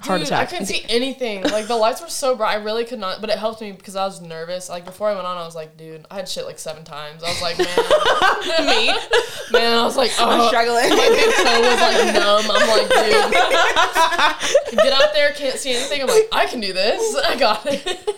Speaker 2: heart
Speaker 3: Dude, I
Speaker 2: attack.
Speaker 3: couldn't see anything. Like the lights were so bright, I really could not. But it helped me because I was nervous. Like before I went on, I was like, dude, I had shit like seven times. I was like, man, me, man. I was like,
Speaker 1: i'm
Speaker 3: oh,
Speaker 1: struggling
Speaker 3: my big toe was like numb. I'm like, dude, get out there, can't see anything. I'm like, I can do this. I got it.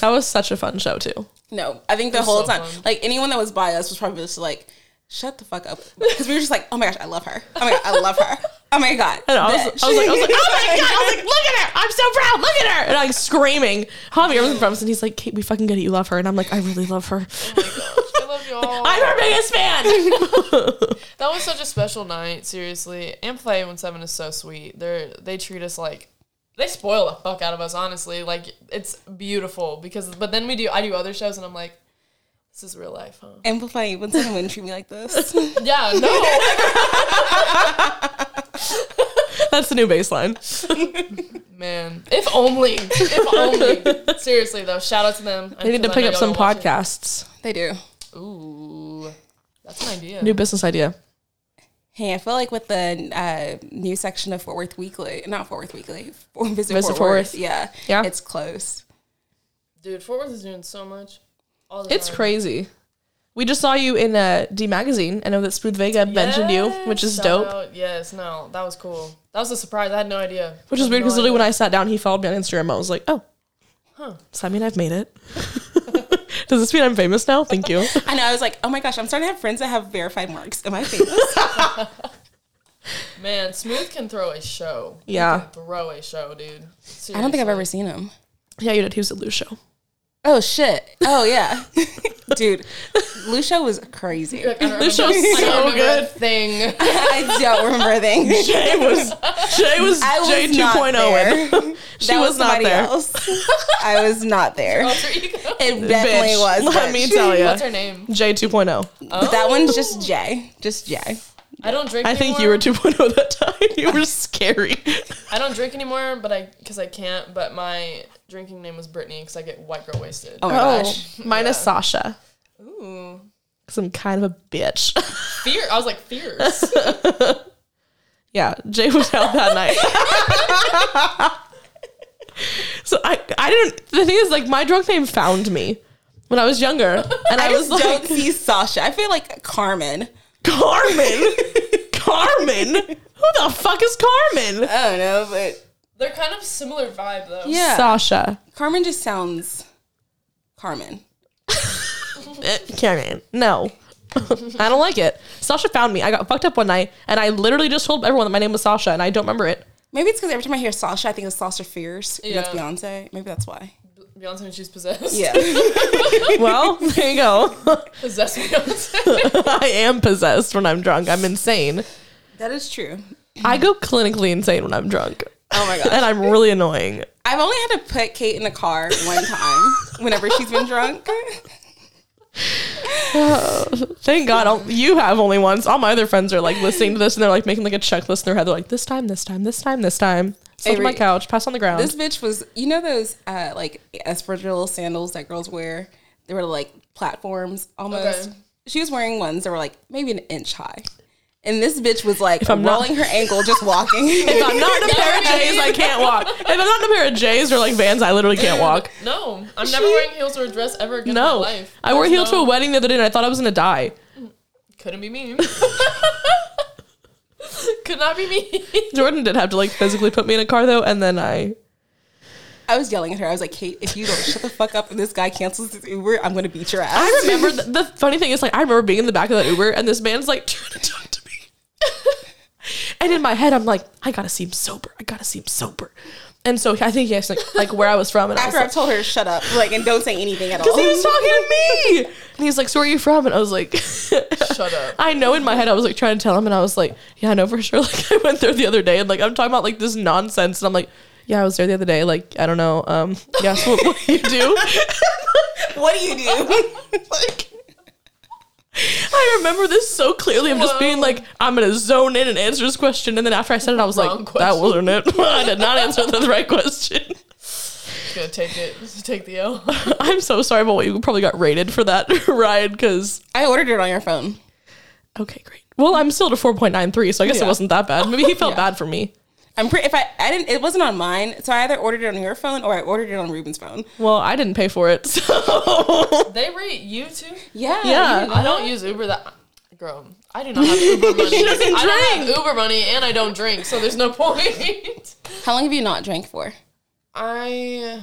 Speaker 2: That was such a fun show too.
Speaker 1: no i think the whole
Speaker 3: so
Speaker 1: time
Speaker 3: fun.
Speaker 1: like anyone that was by us was probably just like shut the fuck up because we were just like oh my gosh i love her oh my god i love her oh my god
Speaker 2: And I was, I was like, I was like, oh my god! I was like, look at her! I'm so proud! Look at her! And I'm like, screaming. Javier was in front of us, and he's like, Kate, we fucking get it. You love her, and I'm like, I really love her.
Speaker 3: I love y'all.
Speaker 2: I'm her biggest fan.
Speaker 3: That was such a special night, seriously. Amplify 817 is so sweet. They're they treat us like they spoil the fuck out of us, honestly. Like it's beautiful because but then we do I do other shows and I'm like, this is real life, huh?
Speaker 1: amplifying when someone wouldn't treat me like this
Speaker 3: Yeah, no.
Speaker 2: That's the new baseline.
Speaker 3: Man. If only. If only. Seriously though, shout out to them.
Speaker 2: They need to pick up some podcasts.
Speaker 1: they do
Speaker 3: Ooh. That's an idea.
Speaker 2: New business idea.
Speaker 1: Hey, I feel like with the uh, new section of Fort Worth Weekly, not Fort Worth Weekly, Fort- Visit,
Speaker 2: Visit
Speaker 1: Fort,
Speaker 2: Fort
Speaker 1: Worth,
Speaker 2: Worth.
Speaker 1: yeah,
Speaker 2: Yeah.
Speaker 1: it's close.
Speaker 3: Dude, Fort Worth is doing so much. All the
Speaker 2: It's
Speaker 3: time.
Speaker 2: crazy. We just saw you in a D magazine. I know that Smooth Vega mentioned you, which is
Speaker 3: Shout
Speaker 2: dope.
Speaker 3: out- Yes, no, that was cool. That was a surprise. I had no idea.
Speaker 2: Which is
Speaker 3: Had
Speaker 2: weird
Speaker 3: no
Speaker 2: because literally
Speaker 3: idea.
Speaker 2: when I sat down, he followed me on Instagram. I was like, oh, does that mean I've made it? does this mean I'm famous now? Thank you.
Speaker 1: I know. I was like, oh my gosh, I'm starting to have friends that have verified marks. Am I famous?
Speaker 3: Man, Smooth can throw a show. He
Speaker 2: Yeah.
Speaker 3: can throw a show, dude.
Speaker 1: I don't think I've ever seen him.
Speaker 2: Yeah, you did. He was at Lou's show.
Speaker 1: Oh shit. Oh yeah, dude. Lucia was crazy.
Speaker 3: This
Speaker 2: show's so good.
Speaker 3: Thing.
Speaker 1: I don't remember a thing.
Speaker 2: Jay was Jay was,
Speaker 1: I was
Speaker 2: Jay
Speaker 1: not
Speaker 2: 2.0.
Speaker 1: there.
Speaker 2: -ing. oh. she
Speaker 1: That
Speaker 2: was, not
Speaker 1: somebody
Speaker 2: there.
Speaker 1: Else. I was not there.
Speaker 3: Alter ego.
Speaker 1: It definitely
Speaker 2: Bitch.
Speaker 1: was.
Speaker 2: Let
Speaker 1: bitch.
Speaker 2: me tell
Speaker 3: What's
Speaker 2: you.
Speaker 3: her name?
Speaker 2: Jay 2.0.
Speaker 1: But that one's just Jay. Just Jay.
Speaker 3: I don't drink.
Speaker 2: I think you were 2.0 that time. You were scary.
Speaker 3: I don't drink anymore, but I because I can't. But my drinking name was Brittany because I get white girl wasted.
Speaker 1: Oh my
Speaker 2: Oh,
Speaker 1: gosh.
Speaker 2: minus Sasha.
Speaker 3: Ooh,
Speaker 2: Because I'm kind of a bitch.
Speaker 3: fear. I was like fierce.
Speaker 2: Yeah, Jay was out that night. so I, I didn't. The thing is, like, my drunk name found me when I was younger, and I,
Speaker 1: I
Speaker 2: was
Speaker 1: just don't
Speaker 2: like,
Speaker 1: see Sasha. I feel like Carmen.
Speaker 2: Carmen, Carmen, who the fuck is Carmen?
Speaker 1: I don't know, but
Speaker 3: They're kind of similar vibe though.
Speaker 1: yeah,
Speaker 2: Sasha,
Speaker 1: Carmen just sounds Carmen.
Speaker 2: Eh, Carmen. No, I don't like it. Sasha found me. I got fucked up one night, and I literally just told everyone that my name was Sasha, and I don't remember it.
Speaker 1: Maybe it's because every time I hear Sasha, I think of Sasha Fierce. and That's
Speaker 3: Yeah.
Speaker 1: Beyonce. Maybe that's why.
Speaker 3: Beyonce when she's possessed.
Speaker 1: Yeah.
Speaker 2: Well, there you go.
Speaker 3: Possessed Beyonce.
Speaker 2: I am possessed when I'm drunk. I'm insane.
Speaker 1: that is true.
Speaker 2: I go clinically insane when I'm drunk.
Speaker 1: Oh my gosh.
Speaker 2: and I'm really annoying.
Speaker 1: I've only had to put Kate in a car one time whenever she's been drunk.
Speaker 2: Thank God I'll- you have only once. All my other friends are like listening to this and they're like making like a checklist in their head. They're like, this time, this time, this time, this time. Slept on my
Speaker 1: Avery,
Speaker 2: couch, pass on the ground.
Speaker 1: This bitch was, you know, those uh, like espadrille sandals that girls wear? They were like platforms almost.
Speaker 3: Okay.
Speaker 1: She was wearing ones that were like maybe an inch high. And this bitch was like
Speaker 2: I'm not-
Speaker 1: rolling her ankle just walking.
Speaker 2: if I'm not in a pair of J's, I can't walk. If I'm not in a pair of J's or like Vans, I literally can't walk.
Speaker 3: No, I'm never wearing heels or a dress ever again in
Speaker 2: No,
Speaker 3: my life.
Speaker 2: I wore
Speaker 3: There's
Speaker 2: heels to a
Speaker 3: no-
Speaker 2: wedding the other day and I thought I was gonna die.
Speaker 3: Couldn't be me. Could not be me.
Speaker 2: Jordan did have to like physically put me in a car though, and then I
Speaker 1: I was yelling at her. I was like, Kate, if you don't shut the fuck up and this guy cancels this Uber, I'm gonna beat your ass.
Speaker 2: I remember the, the funny thing is like I remember being in the back of that Uber and this man's like trying to talk to me. and in my head I'm like, I gotta seem sober. I gotta seem sober. And so I think he asked like, like where I was from and I was
Speaker 1: After I've
Speaker 2: like,
Speaker 1: told her to shut up, like, and don't say anything at all.
Speaker 2: because he
Speaker 3: Oh.
Speaker 2: was talking to me. And he's like, So where are you from? And I was like
Speaker 3: Shut up.
Speaker 2: I know in my head I was like trying to tell him and I was like, Yeah, I know for sure. Like I went there the other day and like I'm talking about like this nonsense and I'm like, Yeah, I was there the other day, like I don't know, um, yeah, so what, what do you do?
Speaker 1: what do you do? like,
Speaker 2: I remember this so clearly. I'm just being like, I'm gonna zone in and answer this question, and then after I said it, I was
Speaker 3: Wrong
Speaker 2: like, that wasn't it. I did not answer the right question.
Speaker 3: Gonna take it. Take the L.
Speaker 2: I'm so sorry, but we probably got rated for that ride because
Speaker 1: I ordered it on your phone.
Speaker 2: okay, great. Well, I'm still at a 4.93, so I guess
Speaker 1: Yeah.
Speaker 2: it wasn't that bad. Maybe he felt
Speaker 1: Yeah.
Speaker 2: bad for me.
Speaker 1: I'm pretty. If I, I didn't, it wasn't on mine. So I either ordered it on your phone or I ordered it on Ruben's phone.
Speaker 2: Well, I didn't pay for it, so
Speaker 3: They rate you too.
Speaker 1: Yeah.
Speaker 2: Yeah.
Speaker 1: you didn't-
Speaker 3: I don't use Uber that. Girl, I do not have Uber money.
Speaker 2: doesn't
Speaker 3: I don't
Speaker 2: drink.
Speaker 3: have Uber money, and I don't drink, so there's no point.
Speaker 1: How long have you not drank for?
Speaker 3: I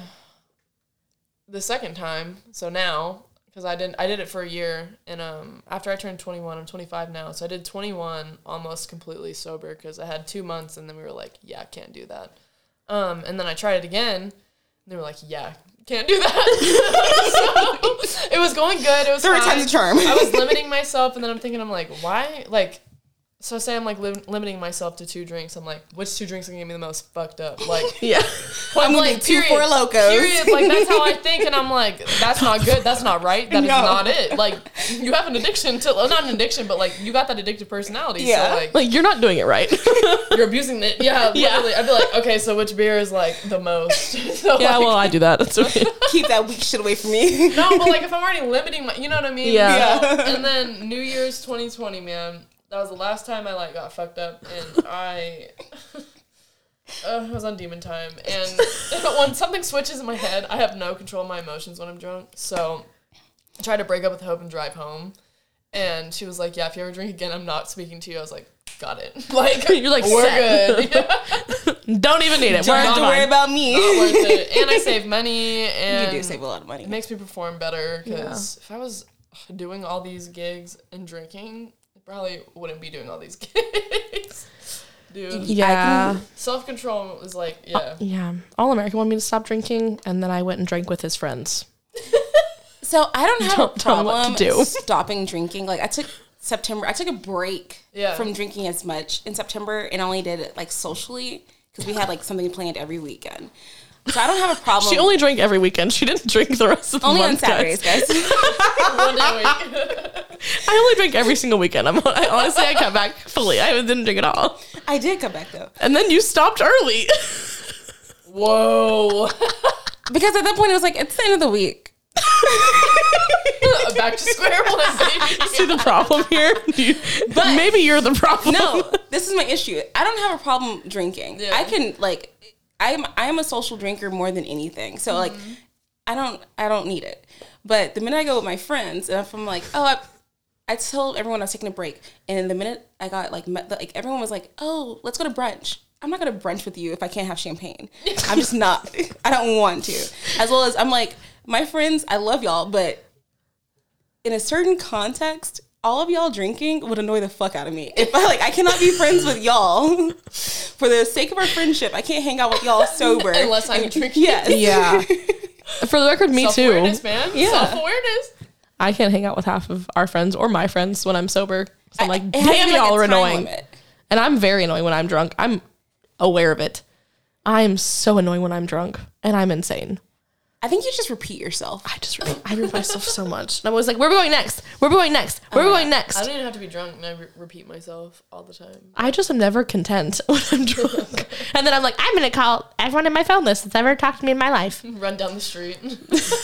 Speaker 3: the second time, so now because I didn't, I did it for a year, and um, after I turned 21, I'm 25 now, so I did 21 almost completely sober because I had two months, and then we were like, yeah, I can't do that, um, and then I tried it again, and they were like, yeah, can't do that. so, it was going good. It was
Speaker 1: Third
Speaker 3: fine.
Speaker 1: time's a charm.
Speaker 3: I was limiting myself, and then I'm thinking, I'm like, why? Like, so say I'm like lim- limiting myself to two drinks. I'm like, which two drinks are gonna get me the most fucked up? Like,
Speaker 2: yeah.
Speaker 1: I'm
Speaker 3: like,
Speaker 1: gonna do two
Speaker 3: period.
Speaker 1: four locos.
Speaker 3: Period. Like that's how I think, and I'm like, that's not good. That's not right. That is
Speaker 1: No.
Speaker 3: not it. Like you have an addiction to well, not an addiction, but like you got that addictive personality.
Speaker 1: Yeah.
Speaker 3: So like,
Speaker 2: Like you're not doing it right.
Speaker 3: you're abusing it. Yeah,
Speaker 2: Yeah.
Speaker 3: literally. I'd be like, okay, so which beer is like the most? So
Speaker 2: yeah,
Speaker 3: like,
Speaker 2: well, I do that. That's okay.
Speaker 1: Keep that weak shit away from me.
Speaker 3: no, but like if I'm already limiting my, you know what I mean?
Speaker 2: Yeah.
Speaker 3: So- and then New Year's 2020, man. That was the last time I like got fucked up, and I. Uh, I was on demon time, and when something switches in my head, I have no control of my emotions when I'm drunk. So I tried to break up with Hope and drive home, and she was like, "Yeah, if you ever drink again, I'm not speaking to you." I was like, "Got it." Like
Speaker 2: You're like,
Speaker 3: we're
Speaker 2: set.
Speaker 3: good. Yeah.
Speaker 2: Don't even need it. We're
Speaker 1: Don't have to worry
Speaker 2: fine.
Speaker 1: about me.
Speaker 3: Not worth it. And I save money,
Speaker 1: You
Speaker 3: and
Speaker 1: do save a lot of money.
Speaker 3: it makes me perform better because if I was doing all these gigs and drinking, I probably wouldn't be doing all these gigs. Dude,
Speaker 2: Yeah.
Speaker 3: self control is like, yeah.
Speaker 2: Yeah. All American wanted me to stop drinking, and then I went and drank with his friends.
Speaker 1: So I don't have
Speaker 2: Don't
Speaker 1: a
Speaker 2: tell me what
Speaker 1: problem
Speaker 2: to do.
Speaker 1: stopping drinking. Like I took September, I took a break
Speaker 3: Yeah.
Speaker 1: from drinking as much in September, and I only did it like socially because we had like something planned every weekend. So I don't have a problem.
Speaker 2: She only drank every weekend. She didn't drink the rest of the
Speaker 1: Only on
Speaker 2: month, guys.
Speaker 1: Saturdays, guys.
Speaker 3: One day a week.
Speaker 2: I only drank every single weekend. I'm, I, honestly, I cut back fully. I didn't drink at all.
Speaker 1: I did come back though
Speaker 2: And then you stopped early.
Speaker 3: Whoa.
Speaker 1: because at that point it was like it's the end of the week.
Speaker 3: Back to square one,
Speaker 2: See
Speaker 3: baby.
Speaker 2: the problem here? You-
Speaker 1: But-
Speaker 2: maybe you're the problem.
Speaker 1: No, this is my issue. I don't have a problem drinking.
Speaker 3: Yeah.
Speaker 1: I can like, I'm I am a social drinker more than anything. So like, I don't I don't need it. But the minute I go with my friends, and if I'm like, oh, I, I told everyone I was taking a break, and the minute I got like, met, like everyone was like, oh, let's go to brunch. I'm not gonna brunch with you if I can't have champagne. I'm just not. I don't want to. As well as I'm like, my friends, I love y'all, but in a certain context, all of y'all drinking would annoy the fuck out of me. If I like, I cannot be friends with y'all for the sake of our friendship. I can't hang out with y'all sober.
Speaker 3: Unless I'm drinking.
Speaker 1: yes,
Speaker 2: Yeah. For the record, me too.
Speaker 3: Self-awareness, man.
Speaker 1: Yeah.
Speaker 3: Self-awareness.
Speaker 2: I can't hang out with half of our friends or my friends when I'm sober. So I'm
Speaker 1: I-
Speaker 2: like,
Speaker 1: it has to
Speaker 2: damn,
Speaker 1: be, like,
Speaker 2: y'all
Speaker 1: a
Speaker 2: are
Speaker 1: time
Speaker 2: annoying.
Speaker 1: limit.
Speaker 2: And I'm very annoying when I'm drunk. I'm aware of it. I'm so annoying when I'm drunk and I'm insane.
Speaker 1: I think you just repeat yourself.
Speaker 2: I just re- I read myself so much. And I was like, where are we going next? Where are we going next? Where are
Speaker 1: Oh
Speaker 2: we going
Speaker 3: I
Speaker 2: next?
Speaker 3: don't even have to be drunk, and I re- repeat myself all the time.
Speaker 2: I just am never content when I'm drunk. and then I'm like, I'm gonna call everyone in my phone list that's ever talked to me in my life.
Speaker 3: Run down the street.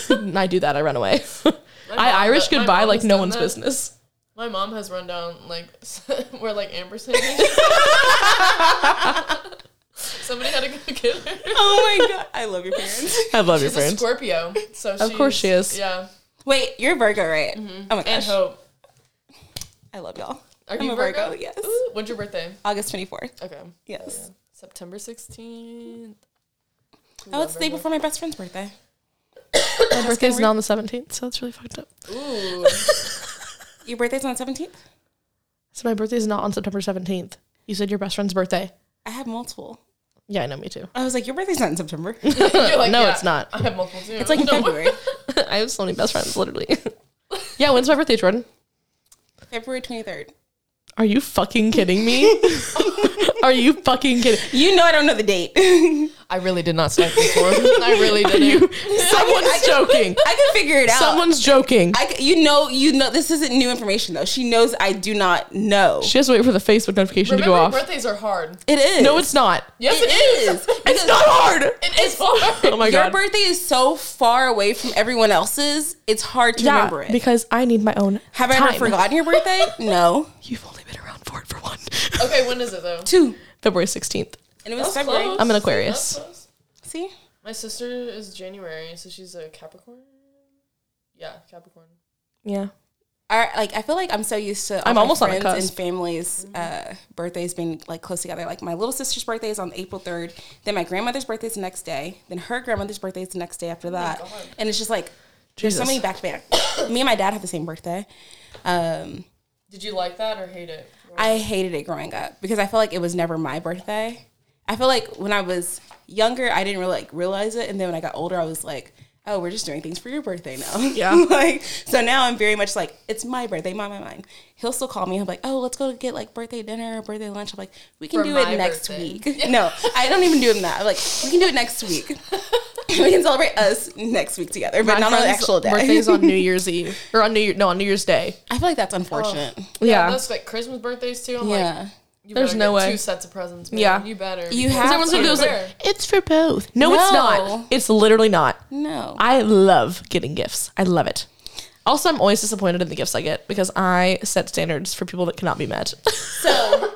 Speaker 2: and I do that, I run away. I
Speaker 3: mom-
Speaker 2: Irish
Speaker 3: my
Speaker 2: goodbye
Speaker 3: mom
Speaker 2: like
Speaker 3: has
Speaker 2: no
Speaker 3: done
Speaker 2: one's
Speaker 3: that.
Speaker 2: business.
Speaker 3: My mom has run down like where like Amber's hanging. Somebody had to go get her.
Speaker 1: Oh my god, I love your parents.
Speaker 2: I love your
Speaker 3: She's a
Speaker 2: friends.
Speaker 3: Scorpio, so
Speaker 2: Of course she
Speaker 3: she's-
Speaker 2: is.
Speaker 3: Yeah,
Speaker 1: Wait, you're a Virgo, right? Oh my
Speaker 3: and
Speaker 1: gosh,
Speaker 3: Hope.
Speaker 1: I love y'all.
Speaker 3: Are
Speaker 1: I'm
Speaker 3: you
Speaker 1: a
Speaker 3: Virgo?
Speaker 1: Virgo, yes.
Speaker 3: Ooh, when's your birthday?
Speaker 1: August 24th.
Speaker 3: Okay,
Speaker 1: Yes.
Speaker 3: September sixteenth.
Speaker 1: I would stay before my best friend's birthday.
Speaker 2: My birthday's not on the 17th, so it's really fucked up.
Speaker 3: Ooh.
Speaker 1: Your birthday's on the seventeenth.
Speaker 2: So my birthday's not on September 17th. You said your best friend's birthday.
Speaker 1: I have multiple.
Speaker 2: Yeah, I know, me too.
Speaker 1: I was like, your birthday's not in September.
Speaker 3: You're like,
Speaker 2: No,
Speaker 3: yeah,
Speaker 2: it's not.
Speaker 3: I have multiple too.
Speaker 1: It's like in February,
Speaker 2: I have so many best friends, literally. yeah, when's my birthday, Jordan?
Speaker 1: February twenty third.
Speaker 2: Are you fucking kidding me? Are you fucking kidding?
Speaker 1: You know I don't know the date.
Speaker 3: I really did not study this one. I really didn't.
Speaker 2: You, someone's joking.
Speaker 1: I can figure it out.
Speaker 2: Someone's joking.
Speaker 1: I c- you know, you know, this isn't new information though. She knows I do not know.
Speaker 2: She has to wait for the Facebook notification
Speaker 3: Remember,
Speaker 2: to go off.
Speaker 3: birthdays are hard.
Speaker 1: It is.
Speaker 2: No, it's not.
Speaker 3: Yes,
Speaker 1: it is.
Speaker 2: It's not hard.
Speaker 3: It is hard.
Speaker 2: Oh my
Speaker 1: Your
Speaker 2: god.
Speaker 1: birthday is so far away from everyone else's. It's hard to remember it.
Speaker 2: because I need my own.
Speaker 1: Have I
Speaker 2: time.
Speaker 1: ever forgotten your birthday? No.
Speaker 2: You've only been around for it for one.
Speaker 3: Okay, when is it though?
Speaker 1: Two.
Speaker 2: February 16th.
Speaker 1: And it was February. Um,
Speaker 3: Close.
Speaker 2: I'm an Aquarius.
Speaker 3: That's close.
Speaker 1: See?
Speaker 3: My sister is January, so she's a Capricorn. Yeah, Capricorn.
Speaker 2: Yeah.
Speaker 1: Our, like I feel like I'm so used to all
Speaker 2: I'm
Speaker 1: my
Speaker 2: almost on the
Speaker 1: friends and
Speaker 2: cusp.
Speaker 1: families' uh, birthdays being like close together. Like my little sister's birthday is on April 3rd, then my grandmother's birthday is the next day, then her grandmother's birthday is the next day after that, and it's just like there's so
Speaker 2: Jesus.
Speaker 1: many back to back. Me and my dad have the same birthday. Um,
Speaker 3: Did you like that or hate it?
Speaker 1: I hated it growing up because I felt like it was never my birthday. I feel like when I was younger, I didn't really like realize it, and then when I got older, I was like, "Oh, we're just doing things for your birthday now."
Speaker 2: Yeah.
Speaker 1: like so now I'm very much like, "It's my birthday, mine, mine, mine." He'll still call me. I'm like, "Oh, let's go get like birthday dinner or birthday lunch." I'm like, "We can
Speaker 3: For
Speaker 1: do
Speaker 3: my
Speaker 1: it next
Speaker 3: birthday.
Speaker 1: week." no, I don't even do him that. I'm like, "We can do it next week. we can celebrate us next week together, but not on the
Speaker 2: friend's
Speaker 1: actual day."
Speaker 2: Birthday's on New Year's Eve or on New Year, no on New Year's Day.
Speaker 1: I feel like that's unfortunate.
Speaker 2: Yeah.
Speaker 3: That's like Christmas birthdays too. Oh, I'm like,
Speaker 1: yeah.
Speaker 3: you
Speaker 2: There's
Speaker 3: better
Speaker 2: no
Speaker 3: get
Speaker 2: way.
Speaker 3: Two sets of presents. Man.
Speaker 2: Yeah.
Speaker 3: you better.
Speaker 1: You
Speaker 3: because
Speaker 1: have
Speaker 2: Everyone's gonna
Speaker 1: to.
Speaker 2: do is
Speaker 3: Fair.
Speaker 2: like it's for both. No, it's not.
Speaker 1: No.
Speaker 2: It's literally not.
Speaker 1: no.
Speaker 2: I love getting gifts. I love it. Also, I'm always disappointed in the gifts I get because I set standards for people that cannot be met.
Speaker 1: So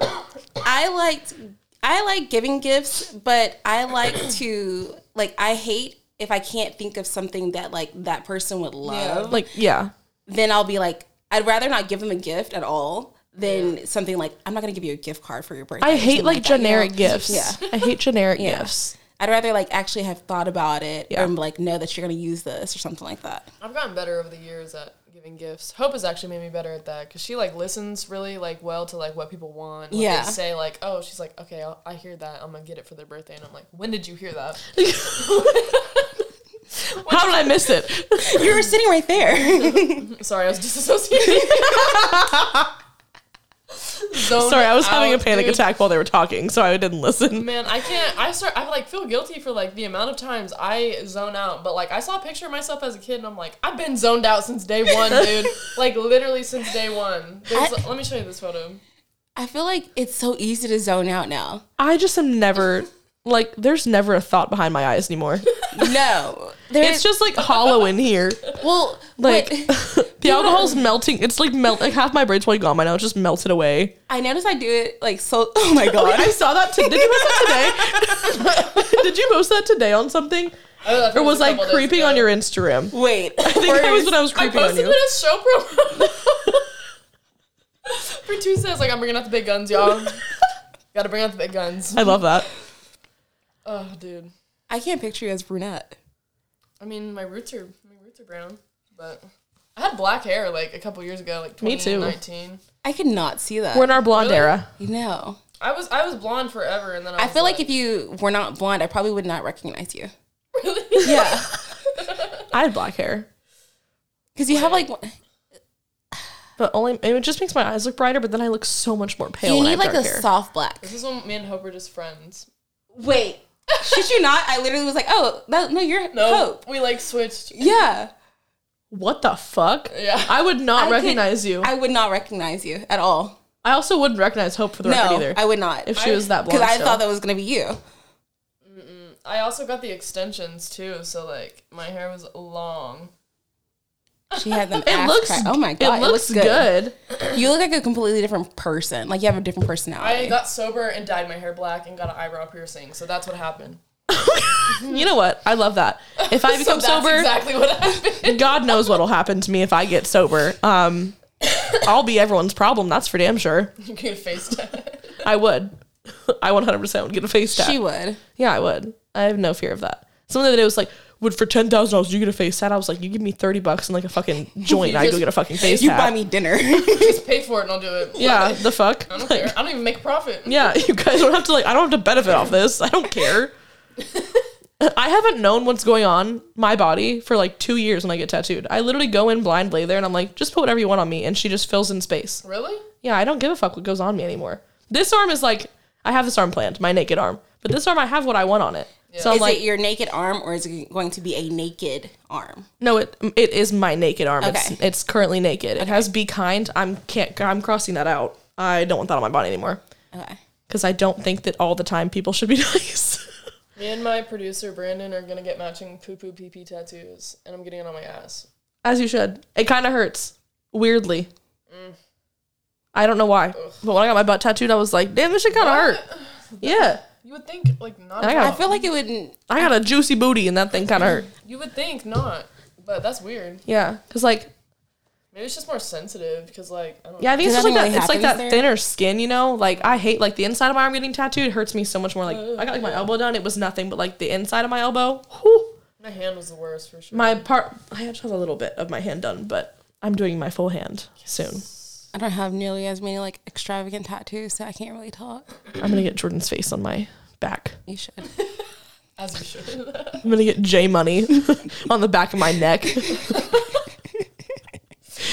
Speaker 1: I liked I like giving gifts, but I like to like I hate if I can't think of something that like that person would love.
Speaker 2: like, yeah.
Speaker 1: Then I'll be like, I'd rather not give them a gift at all than something like I'm not gonna give you a gift card for your birthday.
Speaker 2: I
Speaker 1: or
Speaker 2: hate
Speaker 1: something
Speaker 2: like
Speaker 1: that, you know?
Speaker 2: generic gifts.
Speaker 1: Yeah.
Speaker 2: I hate generic gifts.
Speaker 1: I'd rather like actually have thought about it
Speaker 2: Yeah.
Speaker 1: and like know that you're gonna use this or something like that.
Speaker 3: I've gotten better over the years at giving gifts. Hope has actually made me better at that because she like listens really like well to like what people want. What
Speaker 1: Yeah.
Speaker 3: They say like, oh, she's like, okay, I'll, I hear that. I'm gonna get it for their birthday, and I'm like, when did you hear that?
Speaker 2: How did I miss it?
Speaker 1: you were sitting right there.
Speaker 3: Sorry, I was disassociating. Zoned
Speaker 2: Sorry, I was having a
Speaker 3: out,
Speaker 2: panic
Speaker 3: dude.
Speaker 2: attack while they were talking, so I didn't listen.
Speaker 3: Man, I can't. I start. I like feel guilty for like the amount of times I zone out. But like, I saw a picture of myself as a kid, and I'm like, I've been zoned out since day one, dude. like literally since day one. There's, let me show you this photo.
Speaker 1: I feel like it's so easy to zone out now.
Speaker 2: I just am never like there's never a thought behind my eyes anymore.
Speaker 1: No. There's
Speaker 2: It's just like hollow in here.
Speaker 1: well
Speaker 2: Like
Speaker 1: but-
Speaker 2: the alcohol's melting. It's like melt like half my brain's probably gone by now. It's just melted away.
Speaker 1: I noticed I do it like so. Oh my god!
Speaker 2: I saw that. T- did you post that today? did you post that today on something,
Speaker 3: Oh, that
Speaker 2: or was
Speaker 3: a
Speaker 2: I
Speaker 3: couple days
Speaker 2: creeping
Speaker 3: ago.
Speaker 2: on your Instagram?
Speaker 1: Wait, I
Speaker 2: I think that was when I was
Speaker 3: I
Speaker 2: creeping on
Speaker 3: posted
Speaker 2: you.
Speaker 3: it as show promo. For two says like I'm bringing out the big guns, y'all. Gotta bring out the big guns.
Speaker 2: I love that.
Speaker 3: Oh, dude.
Speaker 1: I can't picture you as brunette.
Speaker 3: I mean, my roots are my roots are brown, but I had black hair like a couple years ago, like
Speaker 2: Me too.
Speaker 3: 2019.
Speaker 1: I could not see that.
Speaker 2: We're Oh, in our blonde era.
Speaker 1: you know,
Speaker 3: I was I was blonde forever, and then I,
Speaker 1: I
Speaker 3: was
Speaker 1: feel like if you were not blonde, I probably would not recognize you.
Speaker 3: really
Speaker 1: Yeah,
Speaker 2: I had black hair,
Speaker 1: because you have like
Speaker 2: but only it just makes my eyes look brighter. But then I look so much more pale.
Speaker 1: you
Speaker 2: when I
Speaker 1: need
Speaker 2: have
Speaker 1: like a
Speaker 2: dark hair.
Speaker 1: soft black.
Speaker 3: this is when me and Hope were just friends.
Speaker 1: Wait, should you not? I literally was like, oh that, no, you're
Speaker 3: No,
Speaker 1: Hope.
Speaker 3: we like switched.
Speaker 1: Yeah,
Speaker 2: what the fuck?
Speaker 3: Yeah.
Speaker 2: I would not
Speaker 1: I could-
Speaker 2: recognize you. I,
Speaker 1: I would not recognize you at all.
Speaker 2: also wouldn't recognize Hope for the record
Speaker 1: No,
Speaker 2: either.
Speaker 1: I would not.
Speaker 2: if she was that blonde,
Speaker 1: Because I
Speaker 2: still.
Speaker 1: thought that was gonna be you.
Speaker 3: I also got the extensions too, so like my hair was long.
Speaker 1: She had them.
Speaker 2: it
Speaker 1: ass
Speaker 2: looks.
Speaker 1: crack- Oh my god,
Speaker 2: it looks, good.
Speaker 1: You look like a completely different person. Like you have a different personality.
Speaker 3: I got sober and dyed my hair black and got an eyebrow piercing, so that's what happened.
Speaker 1: Mm-hmm.
Speaker 2: You know what? I love that. If I become
Speaker 3: that's
Speaker 2: sober,
Speaker 3: exactly what happened.
Speaker 2: God knows what'll happen to me if I get sober. Um, I'll be everyone's problem. That's for damn sure.
Speaker 3: you can face tat.
Speaker 2: I would. I 100% would get a face tat.
Speaker 1: She would.
Speaker 2: yeah, I would. I have no fear of that. Someone the other day was like, "Would for ten thousand dollars you get a face tat?" I was like, "You give me thirty bucks and like a fucking joint, I go
Speaker 3: just-
Speaker 2: get a fucking face
Speaker 1: You
Speaker 2: tat."
Speaker 1: buy me dinner.
Speaker 3: Just pay for it and I'll do it.
Speaker 2: yeah, the fuck.
Speaker 3: I don't
Speaker 2: Like,
Speaker 3: care. I don't even make a profit.
Speaker 2: yeah, you guys don't have to like. I don't have to benefit off this. I don't care. I haven't known what's going on my body for like two years when I get tattooed. I literally go in blindly there, and I'm like, just put whatever you want on me, and she just fills in space.
Speaker 3: Really?
Speaker 2: Yeah, I don't give a fuck what goes on me anymore. This arm is like I have this arm planned, my naked arm, but this arm I have what I want on it. So I'm
Speaker 1: is
Speaker 2: like,
Speaker 1: it your naked arm or is it going to be a naked arm?
Speaker 2: no, it it is my naked arm. It's
Speaker 1: Okay.
Speaker 2: it's currently naked. It has be kind. I'm can't. I'm crossing that out. I don't want that on my body anymore
Speaker 1: Okay.
Speaker 2: because I don't think that all the time people should be nice.
Speaker 3: Me and my producer Brandon are gonna get matching poo poo pee pee tattoos, and I'm getting it on my ass.
Speaker 2: As you should. It kind of hurts, weirdly. I don't know why, but when I got my butt tattooed, I was like, "Damn, this shit kind of hurt." Yeah,
Speaker 3: You would think like not.
Speaker 2: I got,
Speaker 1: I feel like it wouldn't.
Speaker 2: I got a juicy booty, and that thing kind of hurt.
Speaker 3: You would think not, but that's weird.
Speaker 2: Yeah, because like,
Speaker 3: Maybe it's just more sensitive because like I don't.
Speaker 2: yeah, I think it's
Speaker 1: Does
Speaker 2: just like that.
Speaker 1: nothing really
Speaker 2: it's like that
Speaker 1: happens there?
Speaker 2: thinner skin, you know. Like I hate like the inside of my arm getting tattooed It hurts me so much more. Like I got like my elbow done, it was nothing, but like the inside of my elbow, whew,
Speaker 3: My hand was the worst for sure.
Speaker 2: my part. I have to have a little bit of my hand done, but I'm doing my full hand soon.
Speaker 1: I don't have nearly as many like extravagant tattoos, so I can't really talk.
Speaker 2: I'm gonna get Jordan's face on my back.
Speaker 1: You should.
Speaker 3: As you should.
Speaker 2: I'm gonna get J money on the back of my neck.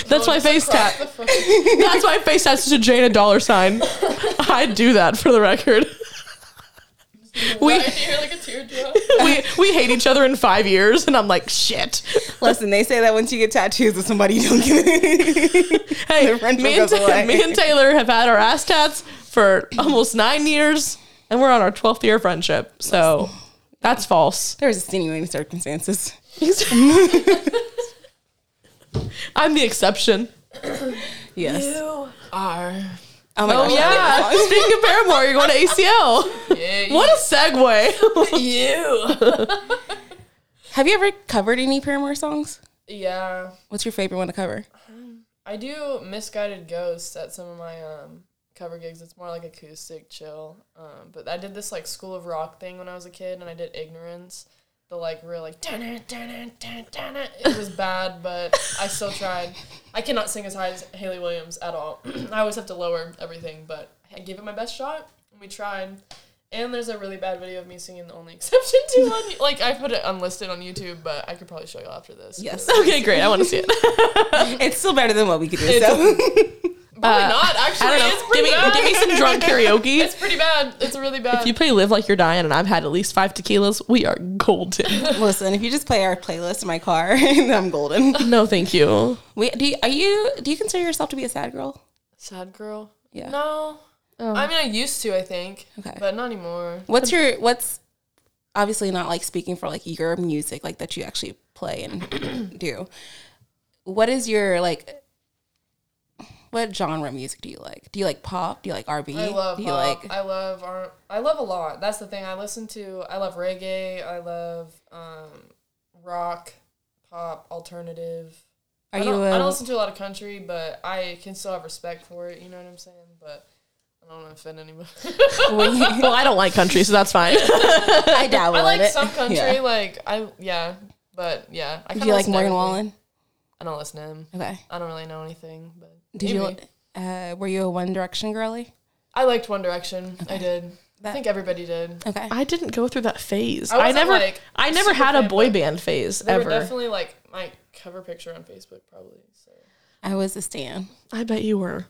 Speaker 2: That's my face tat. That's my face tat. It's just a J and a dollar sign. I do that for the record.
Speaker 3: we
Speaker 2: We
Speaker 3: did you hear like a teardrop?
Speaker 2: we we hate each other in five years, and I'm like shit.
Speaker 1: Listen, they say that once you get tattoos of somebody, you don't get
Speaker 2: Hey,
Speaker 1: The wrinkle
Speaker 2: me and,
Speaker 1: goes away.
Speaker 2: me and Taylor have had our ass tats for almost nine years, and we're on our twelfth year friendship. So that's false.
Speaker 1: There's extenuating circumstances.
Speaker 2: I'm the exception.
Speaker 1: Yes.
Speaker 3: You are.
Speaker 1: Oh my
Speaker 2: Oh
Speaker 1: gosh.
Speaker 2: yeah. Speaking of Paramore, you're going to ACL.
Speaker 3: Yeah,
Speaker 2: What a segue.
Speaker 3: you?
Speaker 1: Have you ever covered any Paramore songs?
Speaker 3: yeah,
Speaker 1: What's your favorite one to cover?
Speaker 3: I do misguided ghosts at some of my um cover gigs. It's more like acoustic chill. Um, but I did this like school of rock thing when I was a kid, and I did ignorance. The like real like dun dun dun dun dun. dun. It was bad, but I still tried. I cannot sing as high as Haley Williams at all. I always have to lower everything, but I gave it my best shot. and We tried. And there's a really bad video of me singing the only exception to on like I put it unlisted on YouTube, but I could probably show you after this.
Speaker 1: Yes.
Speaker 2: Okay, great. I want to see it.
Speaker 1: It's still better than what we could do. So.
Speaker 3: Probably not actually.
Speaker 2: I don't
Speaker 3: It's
Speaker 2: know. Give
Speaker 3: pretty
Speaker 2: me,
Speaker 3: bad.
Speaker 2: give me some drunk karaoke.
Speaker 3: It's pretty bad. It's really bad.
Speaker 2: If you play Live Like You're Dying and I've had at least five tequilas, we are golden.
Speaker 1: Listen, if you just play our playlist in my car, then I'm golden.
Speaker 2: No, thank you.
Speaker 1: Wait, do you, are you do you consider yourself to be a sad girl?
Speaker 3: Sad girl.
Speaker 1: Yeah.
Speaker 3: No. I mean, I used to. I think.
Speaker 1: Okay.
Speaker 3: But not anymore.
Speaker 1: What's your what's obviously not like speaking for like your music like that you actually play and do. What is your like what genre of music do you like? Do you like pop? Do you like R&B?
Speaker 3: I love
Speaker 1: do you
Speaker 3: pop.
Speaker 1: like
Speaker 3: I love R- I love a lot. That's the thing. I listen to. I love reggae. I love um, rock, pop, alternative.
Speaker 1: Are
Speaker 3: I
Speaker 1: you
Speaker 3: don't, I
Speaker 1: a-
Speaker 3: don't listen to a lot of country, but I can still have respect for it. You know what I'm saying? But I don't want to offend anybody.
Speaker 2: Well, I don't like country, so that's fine.
Speaker 1: I dabble
Speaker 3: I like
Speaker 1: in it.
Speaker 3: some country.
Speaker 1: Yeah.
Speaker 3: Like I yeah, but yeah. I
Speaker 1: Do
Speaker 3: kinda
Speaker 1: you like
Speaker 3: listen to
Speaker 1: Morgan
Speaker 3: everything.
Speaker 1: Wallen?
Speaker 3: I don't listen to him.
Speaker 1: Okay.
Speaker 3: I don't really know anything, but
Speaker 1: Did
Speaker 3: maybe.
Speaker 1: you uh were you a One Direction girly?
Speaker 3: I liked One Direction. I did. I
Speaker 1: That-
Speaker 3: think everybody did.
Speaker 1: Okay.
Speaker 2: I didn't go through that phase.
Speaker 3: I
Speaker 2: I,
Speaker 3: wasn't,
Speaker 2: never,
Speaker 3: like,
Speaker 2: I never
Speaker 3: super
Speaker 2: had a
Speaker 3: fan,
Speaker 2: boy
Speaker 3: but
Speaker 2: band phase
Speaker 3: They were
Speaker 2: ever.
Speaker 3: definitely like my cover picture on Facebook, probably. So
Speaker 1: I was a stan.
Speaker 2: I bet you were.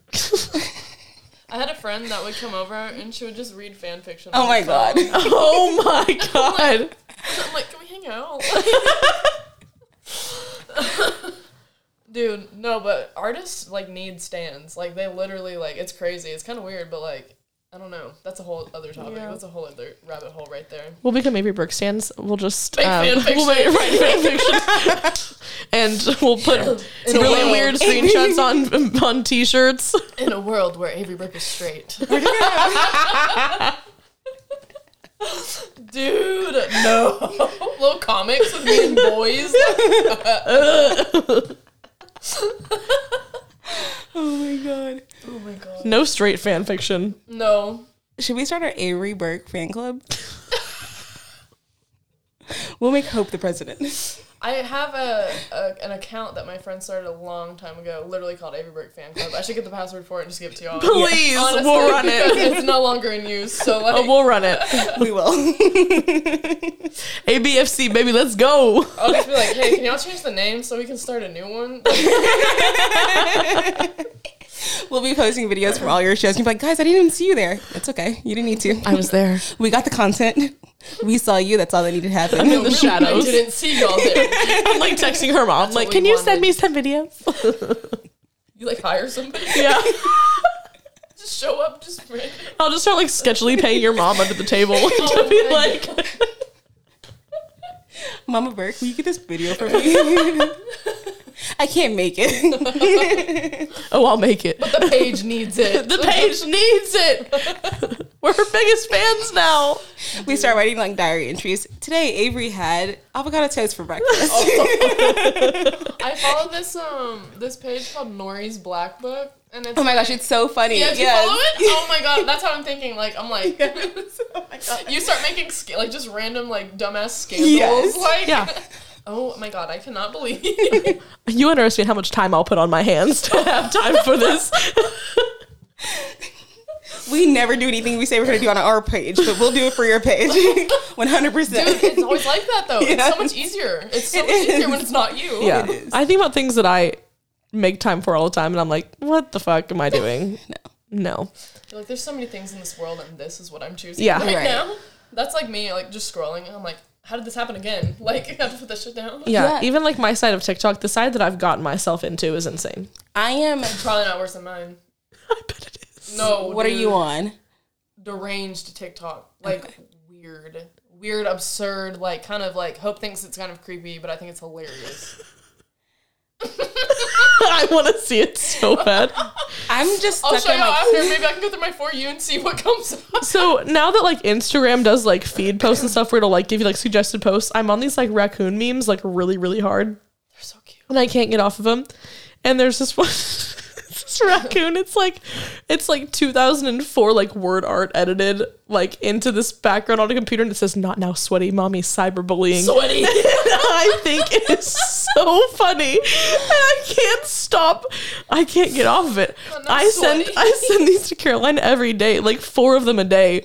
Speaker 3: I had a friend that would come over and she would just read fan fiction.
Speaker 1: Oh
Speaker 3: on
Speaker 1: my
Speaker 3: her
Speaker 1: god.
Speaker 3: phone.
Speaker 2: oh my god.
Speaker 3: I'm like, can we hang out? Dude, no, but artists like need stands. Like they literally like it's crazy. It's kind of weird, but like I don't know. That's a whole other topic. That's a whole other rabbit hole right there.
Speaker 2: We'll become Avery Brooks stands. We'll just
Speaker 3: Make
Speaker 2: um,
Speaker 3: fan
Speaker 2: we'll make, write fan fiction. and we'll put really
Speaker 3: will.
Speaker 2: weird screenshots on on t-shirts.
Speaker 3: In a world where Avery Brooke is straight. Dude, no. Little comics with me and boys.
Speaker 1: oh my god.
Speaker 3: Oh my god.
Speaker 2: No straight fan fiction.
Speaker 3: No.
Speaker 1: Should we start our Avery Burke fan club? We'll make Hope the president.
Speaker 3: I have a, a an account that my friend started a long time ago, literally called Avery Brick Fan Club. I should get the password for it and just give it to y'all.
Speaker 2: Please,
Speaker 3: Honestly,
Speaker 2: we'll run
Speaker 3: because
Speaker 2: it.
Speaker 3: It's no longer in use, so like,
Speaker 2: Oh, we'll run it.
Speaker 1: we will.
Speaker 2: ABFC, baby, let's go.
Speaker 3: I'll just be like, "Hey, can y'all change the name so we can start a new one?"
Speaker 1: We'll be posting videos from all your shows. You'll be like, guys, I didn't even see you there. That's okay. You didn't need to.
Speaker 2: I was there.
Speaker 1: we got the content. We saw you. That's all that needed to happen.
Speaker 2: In the shadows.
Speaker 3: I didn't see y'all there.
Speaker 2: I'm like texting her mom, like,
Speaker 3: what
Speaker 2: can
Speaker 3: we
Speaker 2: you send
Speaker 3: wanted."
Speaker 2: me some videos?
Speaker 3: You like hire somebody,
Speaker 2: Yeah.
Speaker 3: just show up, just randomly.
Speaker 2: I'll just start like sketchily paying your mom under the table to be
Speaker 3: my
Speaker 2: like,
Speaker 1: Mama Burke, will you get this video for me? I can't make it.
Speaker 2: oh, I'll make it.
Speaker 3: the page needs it.
Speaker 2: The page needs it. We're her biggest fans now.
Speaker 1: we start writing like diary entries. Today, Avery had avocado toast for breakfast.
Speaker 3: I follow this um this page called Nori's Black Book, and it's
Speaker 1: Oh my gosh,
Speaker 3: like-
Speaker 1: it's so funny.
Speaker 3: yeah, do
Speaker 1: Yes.
Speaker 3: you follow it? Oh my god, that's how I'm thinking. Like I'm like,
Speaker 1: Yes. Oh my god.
Speaker 3: you start making sca- like just random like dumbass scandals.
Speaker 1: Yes.
Speaker 3: Like,
Speaker 2: Yeah.
Speaker 3: Oh my god, I cannot believe.
Speaker 2: You underestimate how much time I'll put on my hands to have time for this.
Speaker 1: We never do anything we say we're gonna do on our page, but we'll do it for your page. 100%.
Speaker 3: Dude, it's always like that though. It's
Speaker 1: Yes.
Speaker 3: so much easier. It's so
Speaker 1: It
Speaker 3: much easier when
Speaker 1: is.
Speaker 3: it's not you.
Speaker 2: Yeah.
Speaker 1: It is.
Speaker 2: I think about things that I make time for all the time and I'm like, what the fuck am I doing? No.
Speaker 3: You're like there's so many things in this world, and this is what I'm choosing.
Speaker 2: Yeah.
Speaker 3: right,
Speaker 1: Right.
Speaker 3: now. That's like me, like just scrolling. And I'm like, how did this happen again? Like, I have to put this shit down.
Speaker 1: Yeah.
Speaker 2: Yeah. Even like my side of TikTok, the side that I've gotten myself into is insane.
Speaker 1: I am.
Speaker 3: Probably not worse than mine.
Speaker 2: I bet it is.
Speaker 3: No.
Speaker 1: What are
Speaker 3: Oh, dude.
Speaker 1: you on?
Speaker 3: deranged TikTok. Like weird, weird, absurd, like kind of like Hope thinks it's kind of creepy, but I think it's hilarious.
Speaker 2: I want to see it so bad.
Speaker 1: I'm just
Speaker 3: I'll
Speaker 1: stuck
Speaker 3: show
Speaker 1: on
Speaker 3: you
Speaker 1: my
Speaker 3: after. Maybe I can go through my for you and see what comes up.
Speaker 2: So now that like Instagram does like feed posts and stuff where it'll like give you like suggested posts, I'm on these like raccoon memes like really, really hard.
Speaker 3: They're so cute.
Speaker 2: and I can't get off of them. And there's this one, this raccoon. It's like, it's like 2004, like word art edited like into this background on a computer, and it says "Not now, sweaty mommy, cyberbullying."
Speaker 3: Sweaty.
Speaker 2: I think it is so funny, and I can't stop. I can't get off of it.
Speaker 3: now,
Speaker 2: I send
Speaker 3: sweaty.
Speaker 2: I send these to Caroline every day, like four of them a day,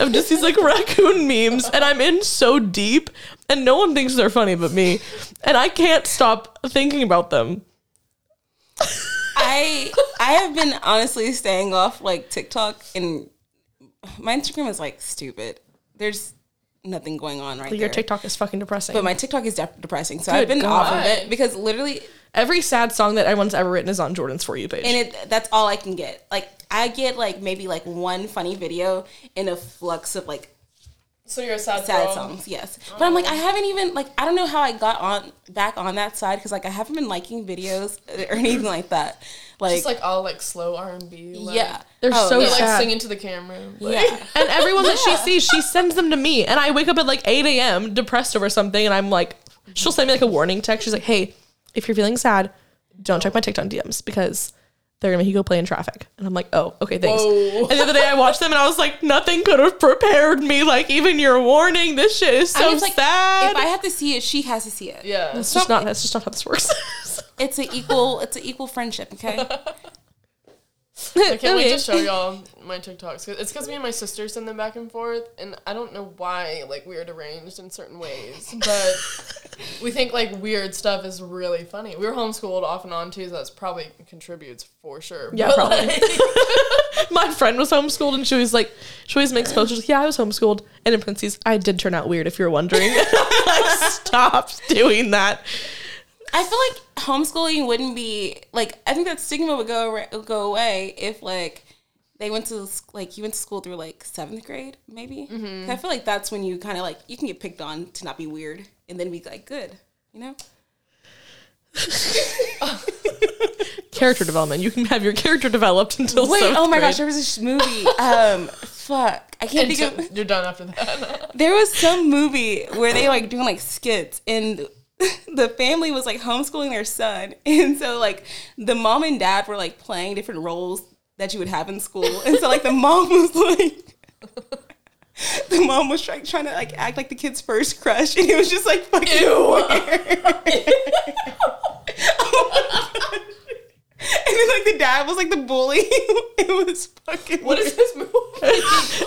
Speaker 2: of just these like raccoon memes, and I'm in so deep, and no one thinks they're funny but me, and I can't stop thinking about them.
Speaker 1: I I have been honestly staying off like TikTok and my Instagram is like stupid. There's nothing going on right
Speaker 2: Your
Speaker 1: there.
Speaker 2: TikTok is fucking depressing.
Speaker 1: but my TikTok is dep depressing, so I've
Speaker 2: Good
Speaker 1: been off of
Speaker 3: God.
Speaker 1: it because literally,
Speaker 2: every sad song that anyone's ever written is on Jordan's for you page.
Speaker 1: and it that's all I can get. Like I get like maybe like one funny video in a flux of like
Speaker 3: So you're a sad,
Speaker 1: sad
Speaker 3: girl.
Speaker 1: songs, yes. But I'm like I haven't even like I don't know how I got on back on that side because like I haven't been liking videos or anything like that. Like,
Speaker 3: Just like all like slow R and B. Like,
Speaker 1: yeah,
Speaker 2: They're so
Speaker 3: They're like
Speaker 2: Sad.
Speaker 3: singing to the camera. Like,
Speaker 1: yeah.
Speaker 2: And everyone that she sees, she sends them to me. And I wake up at like 8 a.m. depressed over something. And I'm like, she'll send me like a warning text. She's like, hey, if you're feeling sad, don't check my TikTok DMs because they're going to make you go play in traffic. And I'm like, oh, okay, thanks.
Speaker 3: Whoa.
Speaker 2: And the other day I watched them and I was like, nothing could have prepared me. Like, even your warning, this shit is
Speaker 1: I
Speaker 2: so
Speaker 1: was like,
Speaker 2: sad.
Speaker 1: if I have to see it, she has to see it.
Speaker 3: Yeah.
Speaker 2: that's, just not, that's just not how this works.
Speaker 1: It's an equal. It's an equal friendship. Okay.
Speaker 3: I can't wait to show y'all my TikToks. 'Cause- It's because me and my sister send them back and forth, and I don't know why. Like we are deranged in certain ways, but we think like weird stuff is really funny. We were homeschooled off and on too, so that's probably contributes for sure.
Speaker 2: Yeah,
Speaker 3: But,
Speaker 2: probably.
Speaker 3: like,
Speaker 2: my friend was homeschooled and she was like, she always makes posts. She's like, yeah, I was homeschooled. And in parentheses, I did turn out weird if you're wondering. I stopped doing that.
Speaker 1: I feel like homeschooling wouldn't be like. I think that stigma would go ar- would go away if like they went to s- like you went to school through like seventh grade maybe.
Speaker 2: Mm-hmm.
Speaker 1: 'Cause I feel like that's when you kind of like you can get picked on to not be weird and then be like good. You know.
Speaker 2: Character development. You can have your character developed until
Speaker 1: Wait.
Speaker 2: seventh
Speaker 1: oh my
Speaker 2: grade.
Speaker 1: gosh. There was this movie. Um. fuck. I can't
Speaker 3: and
Speaker 1: think of.
Speaker 3: so- you're done after that.
Speaker 1: There was some movie where they like doing like skits and the family was like homeschooling their son. And so like the mom and dad were like playing different roles that you would have in school. And so like the mom was like the mom was like trying to like act like the kid's first crush, and it was just like fucking weird. Oh my gosh. and then like the dad was like the bully. it was fucking.
Speaker 3: What is this movie?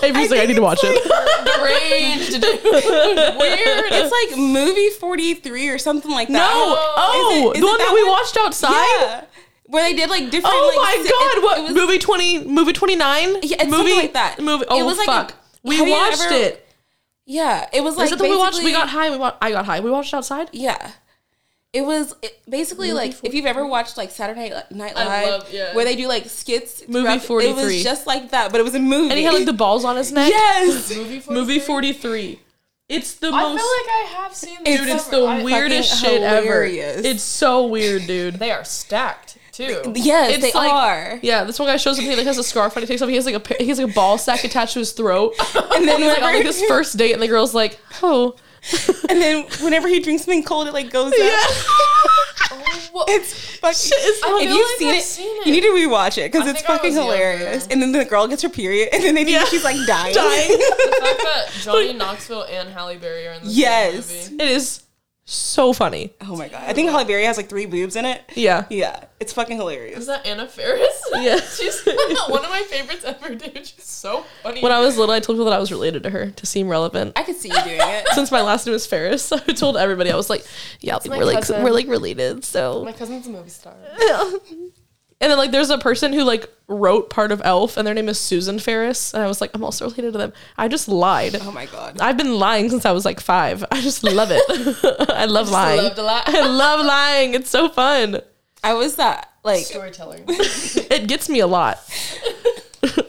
Speaker 2: Avery's like, I need to watch it.
Speaker 3: the range to do.
Speaker 1: weird? It's like movie forty three or something like that.
Speaker 2: No,
Speaker 1: Is it-
Speaker 2: oh,
Speaker 1: is
Speaker 2: the
Speaker 1: it
Speaker 2: one that,
Speaker 1: that
Speaker 2: we
Speaker 1: one?
Speaker 2: watched outside.
Speaker 1: Yeah. Where they did like different.
Speaker 2: Oh
Speaker 1: like,
Speaker 2: my
Speaker 1: si-
Speaker 2: god!
Speaker 1: it-
Speaker 2: what
Speaker 1: it was-
Speaker 2: movie twenty? Movie twenty nine?
Speaker 1: Yeah, it's something
Speaker 2: movie
Speaker 1: like that.
Speaker 2: Movie.
Speaker 1: It
Speaker 2: Oh
Speaker 1: was like a-
Speaker 2: fuck!
Speaker 1: have
Speaker 2: we
Speaker 1: you
Speaker 2: watched
Speaker 1: ever-
Speaker 2: it.
Speaker 1: Yeah, it was like
Speaker 2: Is it that we watched? We
Speaker 1: basically-
Speaker 2: got high. We wa- I got high. We watched outside.
Speaker 1: Yeah. It was it, basically like if you've ever watched like Saturday Night Live,
Speaker 3: I love- yeah.
Speaker 1: where they do like skits. throughout
Speaker 2: Movie
Speaker 1: the- It
Speaker 2: 43.
Speaker 1: was just like that, but it was a movie.
Speaker 2: And he had like the balls on his neck.
Speaker 1: yes,
Speaker 2: Movie forty three. It's the
Speaker 3: I feel
Speaker 2: most.
Speaker 3: like I have seen
Speaker 2: Dude, it's the
Speaker 3: I-
Speaker 2: weirdest
Speaker 1: fucking
Speaker 2: shit
Speaker 1: hilarious.
Speaker 2: ever. It's so weird, dude.
Speaker 3: They are stacked too.
Speaker 1: yes, they
Speaker 2: It's like-
Speaker 1: are.
Speaker 2: Yeah, this one guy shows up. He like has a scarf on. He takes off. He has like a pa- he has like a ball sack attached to his throat.
Speaker 1: And then
Speaker 2: He's like on
Speaker 1: whenever,
Speaker 2: like this first date, and the girl's like, "Oh,
Speaker 1: and then whenever he drinks something cold, it like goes
Speaker 2: yeah."
Speaker 1: up.
Speaker 3: What-
Speaker 1: It's fucking.
Speaker 2: is- I
Speaker 1: if
Speaker 3: feel
Speaker 1: you've
Speaker 3: like
Speaker 1: seen,
Speaker 3: I've
Speaker 1: it,
Speaker 3: seen it.
Speaker 1: you need to rewatch it because
Speaker 3: I
Speaker 1: it's
Speaker 3: think I
Speaker 1: fucking
Speaker 3: was younger.
Speaker 1: hilarious. And then the girl gets her period, and then they think
Speaker 2: Yeah.
Speaker 1: she's like dying.
Speaker 2: Dying.
Speaker 3: the fact that Johnny Knoxville and Halle Berry are in this
Speaker 1: Yes.
Speaker 3: movie.
Speaker 2: It is so funny.
Speaker 1: Oh my god! I think Halle Berry has like three boobs in it.
Speaker 2: Yeah.
Speaker 1: Yeah, it's fucking hilarious.
Speaker 3: Is that Anna Faris?
Speaker 2: Yeah.
Speaker 3: She's one of my favorites ever, dude. She's so funny.
Speaker 2: When I was little, I told people that I was related to her to seem relevant.
Speaker 1: I could see you doing it.
Speaker 2: Since my last name is Ferris, I told everybody I was like, "Yeah, like,
Speaker 3: my
Speaker 2: we're like
Speaker 3: cousin.
Speaker 2: we're like related." So,
Speaker 3: my cousin's a movie star.
Speaker 2: and then like there's a person who like wrote part of Elf, and their name is Susan Ferris, and I was like, "I'm also related to them." I just lied.
Speaker 1: Oh my god!
Speaker 2: I've been lying since I was like five. I just love it. I love lying.
Speaker 3: loved a lot.
Speaker 2: I love lying. It's so fun.
Speaker 1: I was that like
Speaker 3: Storyteller.
Speaker 2: It gets me a lot.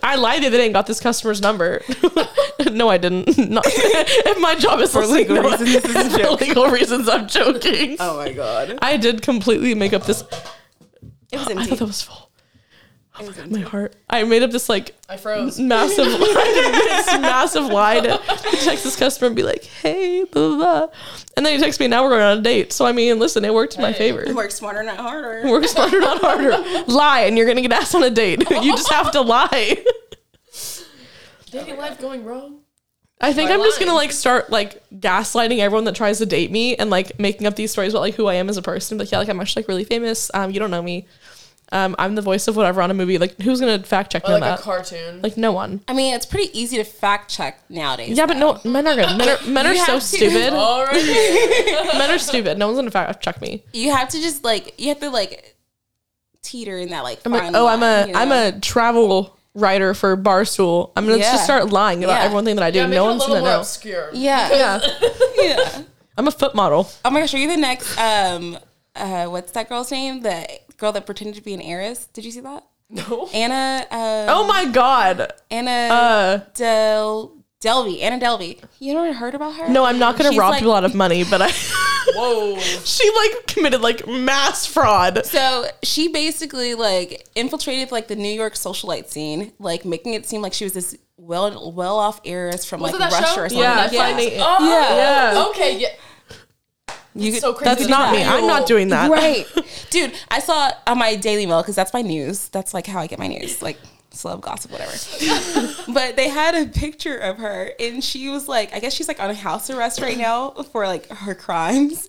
Speaker 2: I lied that they didn't got this customer's number. no, I didn't. Not, if my job is for
Speaker 1: legal reasons, this is a joke.
Speaker 2: For legal reasons, I'm joking.
Speaker 1: Oh my god!
Speaker 2: I did completely make up this.
Speaker 1: It was
Speaker 2: I
Speaker 1: empty.
Speaker 2: thought that was full.
Speaker 1: It was empty.
Speaker 2: My heart. I made up this like
Speaker 3: I froze.
Speaker 2: massive, this massive lie to text this customer and be like, "Hey, blah blah,", blah. and then he texts me. Now we're going on a date. So I mean, listen, it worked in my
Speaker 3: Hey.
Speaker 2: favor.
Speaker 1: Work smarter, not harder.
Speaker 2: Work smarter, not harder. Lie, and you're gonna get asked on a date. You just have to lie.
Speaker 3: Dating life going wrong?
Speaker 2: I think
Speaker 3: By
Speaker 2: I'm just gonna
Speaker 3: lying.
Speaker 2: like start like gaslighting everyone that tries to date me and like making up these stories about like who I am as a person. Like yeah, like I'm actually like really famous. Um, you don't know me. Um, I'm the voice of whatever on a movie. Like who's gonna fact check me
Speaker 3: Or
Speaker 2: on
Speaker 3: Oh, like a
Speaker 2: that?
Speaker 3: cartoon.
Speaker 2: like no one.
Speaker 1: I mean, it's pretty easy to fact check nowadays.
Speaker 2: Yeah, but no, men are gonna, men are, men are
Speaker 1: You
Speaker 2: so
Speaker 1: have to.
Speaker 3: Oh,
Speaker 2: stupid.
Speaker 3: Alright.
Speaker 2: men are stupid. No one's gonna fact check me.
Speaker 1: you have to just like you have to like teeter in that like.
Speaker 2: I'm like,
Speaker 1: fine
Speaker 2: oh, I'm
Speaker 1: line,
Speaker 2: a
Speaker 1: you know?
Speaker 2: am a travel writer for Barstool. I'm gonna
Speaker 1: Yeah.
Speaker 2: just start lying about
Speaker 1: Yeah.
Speaker 2: everything that I do.
Speaker 3: yeah, make
Speaker 2: no
Speaker 3: it a
Speaker 2: one's
Speaker 3: little
Speaker 2: gonna
Speaker 3: more
Speaker 2: know.
Speaker 3: obscure.
Speaker 1: yeah
Speaker 2: Yeah,
Speaker 1: yeah.
Speaker 2: I'm a foot model.
Speaker 1: Oh my gosh, are you the next? Um, uh, what's that girl's name? The girl that pretended to be an heiress. Did you see that?
Speaker 3: No.
Speaker 1: Anna. Uh,
Speaker 2: Oh my god.
Speaker 1: Anna
Speaker 2: Uh,
Speaker 1: Del Delvey. Anna Delvey. You never heard about her?
Speaker 2: no, I'm not gonna
Speaker 1: She's
Speaker 2: rob
Speaker 1: like-
Speaker 2: people out of money, but I.
Speaker 3: Whoa.
Speaker 2: she like committed like mass fraud.
Speaker 1: So she basically like infiltrated like the New York socialite scene, like making it seem like she was this well well off heiress from
Speaker 3: it
Speaker 1: like
Speaker 3: that
Speaker 1: Russia
Speaker 3: show?
Speaker 1: or something.
Speaker 2: Yeah,
Speaker 1: Yeah.
Speaker 2: finding-
Speaker 3: Oh,
Speaker 2: Yeah.
Speaker 3: yeah. Okay, yeah.
Speaker 1: You could-
Speaker 3: So crazy.
Speaker 2: That's
Speaker 3: that
Speaker 2: not
Speaker 3: it's
Speaker 2: me. I'm not
Speaker 3: real.
Speaker 2: doing that.
Speaker 1: right, dude. I saw on my Daily Mail because that's my news. That's like how I get my news, like celeb gossip, whatever. but they had a picture of her, and she was like, I guess she's like on house arrest right now for like her crimes,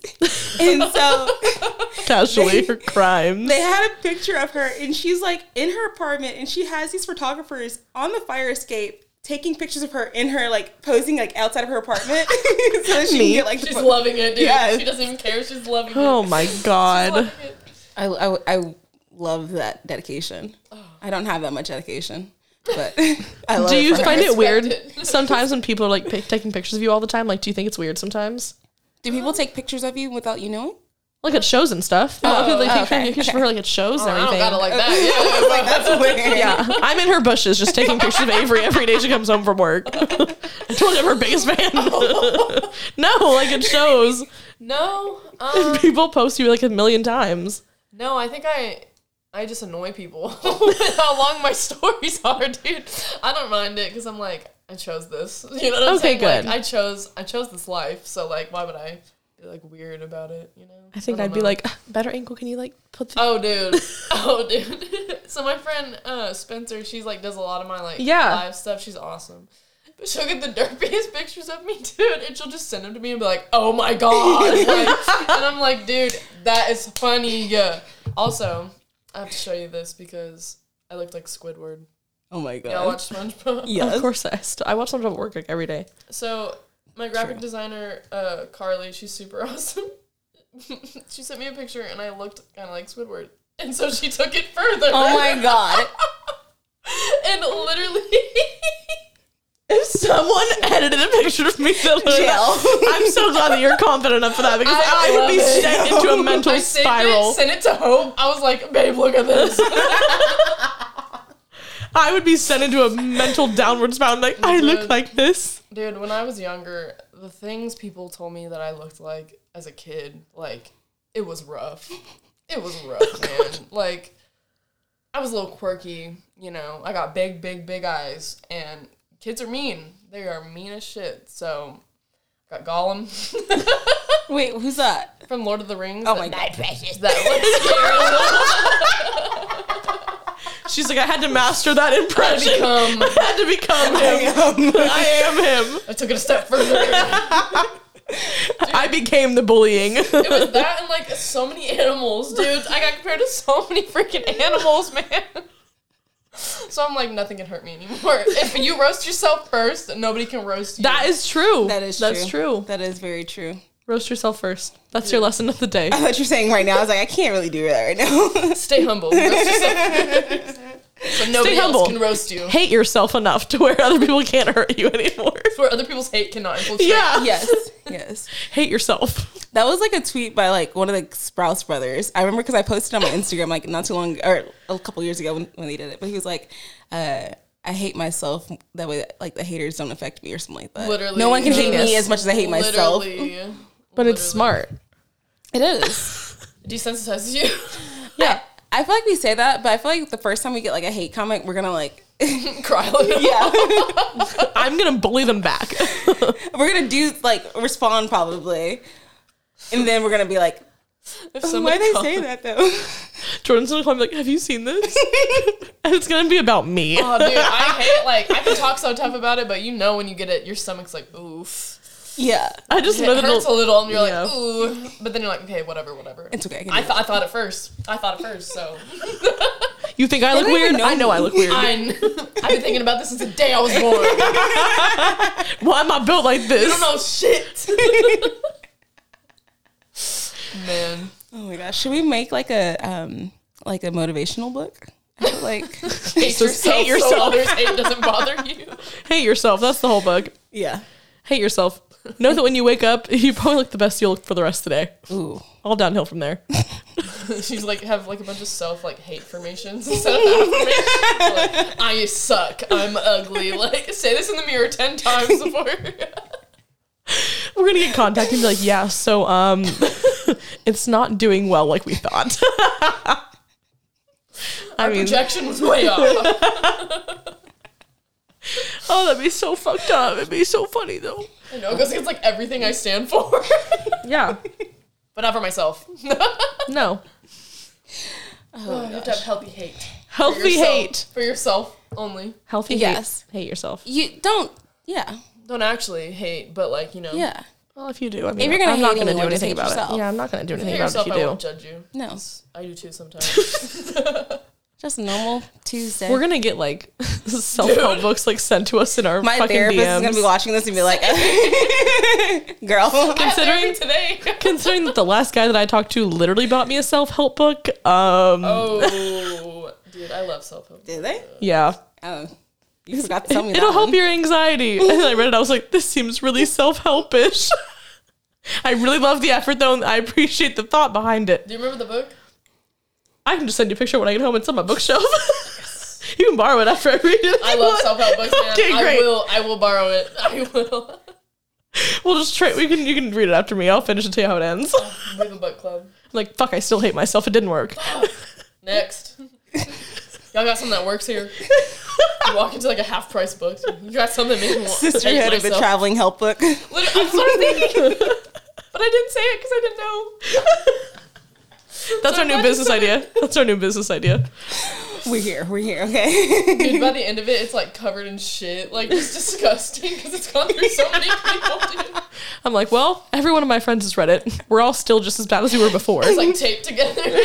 Speaker 1: and so.
Speaker 2: Casually her crimes.
Speaker 1: they had a picture of her and she's like in her apartment and she has these photographers on the fire escape taking pictures of her in her like posing like outside of her apartment so that she
Speaker 2: Me?
Speaker 1: can get like the
Speaker 3: She's
Speaker 1: pho-
Speaker 3: loving it, dude.
Speaker 1: Yes.
Speaker 3: She doesn't even care. She's loving it.
Speaker 2: oh my god.
Speaker 3: Loving it.
Speaker 1: I, I, I love that dedication i don't have that much dedication but i love
Speaker 2: Do you
Speaker 1: for her.
Speaker 2: find it
Speaker 3: respect
Speaker 2: weird
Speaker 3: it.
Speaker 2: sometimes when people are like pic- taking pictures of you all the time? Like, do you think it's weird sometimes?
Speaker 1: do people take pictures of you without you knowing
Speaker 2: Like at shows and stuff. Oh, like,
Speaker 1: okay,
Speaker 2: taking pictures of her like at shows and
Speaker 3: Oh, I don't
Speaker 2: everything.
Speaker 3: gotta like that. Yeah.
Speaker 1: like that's weird
Speaker 2: yeah, I'm in her bushes just taking pictures of Avery every day she comes home from work. I told you I'm her biggest fan. no, like it shows.
Speaker 3: No. Um,
Speaker 2: People post you like a million times.
Speaker 3: No, I think I I just annoy people with how long my stories are, dude. I don't mind it because I'm like, I chose this. You know what I'm
Speaker 2: Okay,
Speaker 3: saying? Like,
Speaker 2: good.
Speaker 3: I chose I chose this life, so like, why would I be like weird about it? You know?
Speaker 2: I think
Speaker 3: don't
Speaker 2: I'd be
Speaker 3: know.
Speaker 2: like, "Ugh, better ankle. Can you like put the
Speaker 3: Oh, dude. Oh, dude. so my friend uh, Spencer, she's like does a lot of my like
Speaker 2: Yeah.
Speaker 3: live stuff. She's awesome. But she'll get the derpiest pictures of me, dude, and she'll just send them to me and be like, "Oh my god!" Like, and I'm like, "Dude, that is funny." Yeah. Also, I have to show you this because I looked like Squidward.
Speaker 1: Oh my god.
Speaker 3: Y'all watch SpongeBob?
Speaker 2: Of course, I still I watch SpongeBob at work like every day.
Speaker 3: So my graphic designer, uh, Carly, she's super awesome. she sent me a picture, and I looked kind of like Squidward, and so she took it further.
Speaker 1: Oh my god.
Speaker 3: and literally,
Speaker 2: If someone edited a picture of me, that looked-
Speaker 1: Jail.
Speaker 2: I'm so glad that you're confident enough for that because
Speaker 3: I
Speaker 2: I, would be
Speaker 3: love it.
Speaker 2: sent into a mental
Speaker 3: I saved
Speaker 2: spiral.
Speaker 3: It, sent it to Hope. I was like, "Babe, look at this."
Speaker 2: I would be sent into a mental downward spiral. Like I look
Speaker 3: Mhm.
Speaker 2: like this.
Speaker 3: Dude, when I was younger, the things people told me that I looked like as a kid, like, it was rough. It was rough, man. Like, I was a little quirky, you know. I got big, big, big eyes, and kids are mean. They are mean as shit. So, got Gollum
Speaker 1: Wait, who's that?
Speaker 3: from Lord of the Rings.
Speaker 1: Oh my god. precious.
Speaker 2: She's like I had to master that impression.
Speaker 3: Become,
Speaker 2: I had to become him. I am him.
Speaker 3: I took it a step further.
Speaker 2: I became the bullying.
Speaker 3: It was that and like so many animals, dude. I got compared to so many freaking animals, man. So I'm like, nothing can hurt me anymore. If you roast yourself first, nobody can roast you.
Speaker 2: that is true.
Speaker 1: That is
Speaker 2: That's true.
Speaker 1: That is very true.
Speaker 2: Roast yourself first. That's your lesson of the day.
Speaker 1: I thought you were saying right now. I was like, I can't really do that right now.
Speaker 3: stay humble. Roast yourself. so nobody
Speaker 2: humble.
Speaker 3: else can roast you.
Speaker 2: Hate yourself enough to where other people can't hurt you anymore.
Speaker 3: Where other people's hate cannot infiltrate.
Speaker 2: Yeah.
Speaker 1: yes. Yes.
Speaker 2: Hate yourself.
Speaker 1: That was like a tweet by like one of the Sprouse brothers. I remember because I posted on my Instagram like not too long or a couple years ago when, when they did it. But he was like, uh, "I hate myself that way. Like the haters don't affect me or something like that.
Speaker 3: Literally.
Speaker 1: no one can hate me
Speaker 2: Genius.
Speaker 1: as much as I hate myself.
Speaker 3: Literally.
Speaker 2: But it's smart.
Speaker 1: It is.
Speaker 3: Desensitizes you.
Speaker 1: yeah, I, feel like we say that, but I feel like the first time we get like a hate comment, we're gonna like,
Speaker 3: Cry. a little.
Speaker 1: yeah,
Speaker 2: I'm gonna bully them back.
Speaker 1: we're gonna do like respond probably, and then we're gonna be like,
Speaker 3: If
Speaker 1: why
Speaker 3: somebody
Speaker 1: they
Speaker 3: calls-
Speaker 1: say that though?
Speaker 2: Jordan's gonna call me like, have you seen this? and it's gonna be about me.
Speaker 3: Oh, dude, I hate like I can talk so tough about it, but you know when you get it, your stomach's like oof.
Speaker 1: yeah,
Speaker 2: I just know
Speaker 3: It
Speaker 2: that
Speaker 3: hurts a
Speaker 2: it'll-
Speaker 3: little, and you're
Speaker 2: Yeah.
Speaker 3: like ooh, but then you're like okay, whatever, whatever.
Speaker 1: it's okay. I can
Speaker 3: I,
Speaker 1: do
Speaker 3: th- I thought it first. I thought it first, so
Speaker 2: you think I look
Speaker 1: don't even
Speaker 2: weird.
Speaker 1: know
Speaker 2: I know I
Speaker 1: me.
Speaker 2: look weird.
Speaker 3: I kn- I've been thinking about this since the day I was born. I
Speaker 2: Why am I built like this?
Speaker 3: don't know shit. Man,
Speaker 1: Oh my gosh! Should we make like a um like a motivational book? I feel like
Speaker 3: hate yourself.
Speaker 2: hate
Speaker 3: Hate
Speaker 2: yourself.
Speaker 3: So others hate doesn't bother you.
Speaker 2: Hate yourself. That's the whole book.
Speaker 1: yeah.
Speaker 2: Hate yourself. Know that when you wake up, you probably look the best you'll look for the rest of the day.
Speaker 1: Ooh.
Speaker 2: All downhill from there.
Speaker 3: She's like have like a bunch of self like hate formations instead of affirmations. Like, I suck. I'm ugly. Like say this in the mirror ten times before.
Speaker 2: We're gonna get contact and be like, yeah, so um it's not doing well like we thought. I
Speaker 3: Our
Speaker 2: mean
Speaker 3: projection was way off.
Speaker 2: Oh, that'd be so fucked up. It'd be so funny though.
Speaker 3: I know because it's like everything I stand for,
Speaker 2: Yeah.
Speaker 3: but not for myself.
Speaker 2: No.
Speaker 3: Oh, you have to have healthy hate. For
Speaker 2: Healthy
Speaker 3: yourself-
Speaker 2: hate.
Speaker 3: for yourself only.
Speaker 2: Healthy
Speaker 1: Yes.
Speaker 2: hate. Hate yourself.
Speaker 1: You don't. Yeah.
Speaker 3: Don't actually hate, but like you know,
Speaker 1: Yeah.
Speaker 2: Well, if you do, I mean,
Speaker 1: you're gonna
Speaker 2: I'm not
Speaker 1: hate
Speaker 2: gonna do
Speaker 1: anyone, just
Speaker 2: anything
Speaker 1: hate
Speaker 2: about it.
Speaker 1: yourself.
Speaker 2: Yeah, I'm not gonna do anything
Speaker 3: hate
Speaker 2: about it if
Speaker 3: yourself.
Speaker 2: you
Speaker 3: I won't
Speaker 2: do.
Speaker 3: judge you.
Speaker 1: No.
Speaker 3: I do too sometimes.
Speaker 1: Just a normal Tuesday.
Speaker 2: We're gonna get like self-help books like sent to us in our
Speaker 1: My
Speaker 2: fucking
Speaker 1: therapist
Speaker 2: DMs.
Speaker 1: is gonna be watching this and be like, "Girl,
Speaker 2: Considering-
Speaker 3: Considering today,
Speaker 2: Considering that the last guy that I talked to literally bought me a self-help book, um,
Speaker 3: oh, dude, I love self help.
Speaker 1: did they?
Speaker 2: yeah,
Speaker 1: Oh, you forgot to tell me.
Speaker 2: it'll
Speaker 1: that
Speaker 2: help
Speaker 1: one.
Speaker 2: your anxiety. And then I read it, I was like, this seems really self-helpish. I really love the effort though, and I appreciate the thought behind it.
Speaker 3: Do you remember the book?
Speaker 2: I can just send you a picture when I get home. It's on my bookshelf. you can borrow it after I read it.
Speaker 3: I love self help books, man.
Speaker 2: Okay,
Speaker 3: I
Speaker 2: great.
Speaker 3: will, I will borrow it. I will.
Speaker 2: We'll just try. We can. You can read it after me. I'll finish and tell you how it ends.
Speaker 3: We have a book club
Speaker 2: like fuck, I still hate myself. It didn't work.
Speaker 3: next. Y'all got something that works here. You walk into like a half price book. You got something that makes me want
Speaker 1: sisterhood
Speaker 3: hate
Speaker 1: of the
Speaker 3: myself.
Speaker 1: traveling help book.
Speaker 3: Literally, I'm sorry, but I didn't say it because I didn't know.
Speaker 2: That's our
Speaker 3: I'm
Speaker 2: new
Speaker 3: glad you
Speaker 2: business
Speaker 3: said it.
Speaker 2: idea. That's our new business idea.
Speaker 1: We're here. We're here. Okay.
Speaker 3: Dude, by the end of it, it's like covered in shit. Like it's disgusting because it's gone through so many people. Dude.
Speaker 2: I'm like, well, every one of my friends has read it. We're all still just as bad as we were before.
Speaker 3: It's like taped together.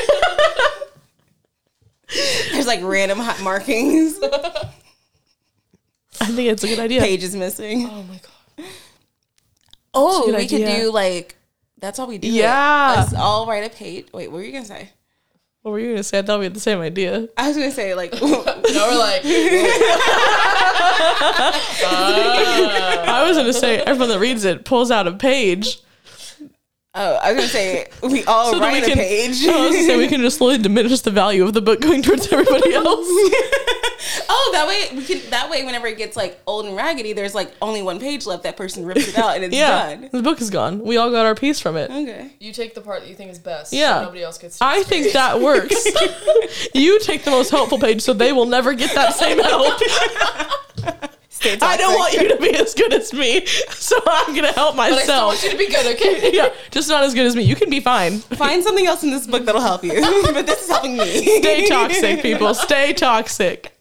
Speaker 1: There's like random hot markings.
Speaker 2: I think it's a good idea.
Speaker 1: Pages missing.
Speaker 3: oh my god.
Speaker 1: Oh,
Speaker 2: good
Speaker 1: we could
Speaker 2: idea.
Speaker 1: do like that's all we do. it.
Speaker 2: Yeah.
Speaker 1: Let's all write a page. Wait, what were you gonna say?
Speaker 2: What were you gonna say? I thought we had the same idea.
Speaker 1: I was gonna say like
Speaker 3: Now we're like, Uh,
Speaker 2: I was gonna say everyone that reads it pulls out a page.
Speaker 1: oh, I was gonna say we all
Speaker 2: So that we
Speaker 1: write a
Speaker 2: can-
Speaker 1: page.
Speaker 2: Oh, I was gonna say we can just slowly diminish the value of the book going towards everybody else.
Speaker 1: oh, that way we can. That way, whenever it gets like old and raggedy, there's like only one page left. That person rips it out and it's
Speaker 2: Yeah,
Speaker 1: done.
Speaker 2: the book is gone. We all got our piece from it.
Speaker 1: Okay.
Speaker 3: you take the part that you think is best.
Speaker 2: Yeah.
Speaker 3: So nobody else gets. To
Speaker 2: I think that works. you take the most helpful page, so they will never get that same help.
Speaker 1: Stay
Speaker 2: I don't want you to be as good as me, so I'm gonna help
Speaker 3: But I still
Speaker 2: myself.
Speaker 3: want you to be good, okay?
Speaker 2: Yeah, just not as good as me. You can be fine.
Speaker 1: Find something else in this book that'll help you. but this is helping me.
Speaker 2: Stay toxic, people. Stay toxic.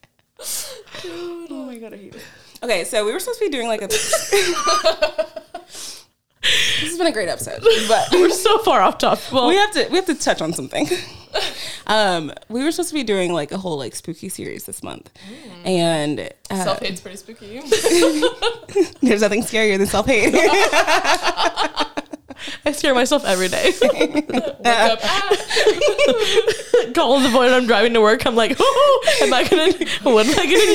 Speaker 1: Oh my god, I hate it. Okay, so we were supposed to be doing like a. this has been a great episode, but
Speaker 2: We're so far off top. Well,
Speaker 1: we have to we have to touch on something. Um, we were supposed to be doing like a whole like spooky series this month, and uh,
Speaker 3: Self hate's pretty spooky.
Speaker 1: there's nothing scarier than self hate.
Speaker 2: I scare myself every day.
Speaker 3: Yep. Ah,
Speaker 2: Calling the boy when I'm driving to work. I'm like, oh, am I gonna? What am I gonna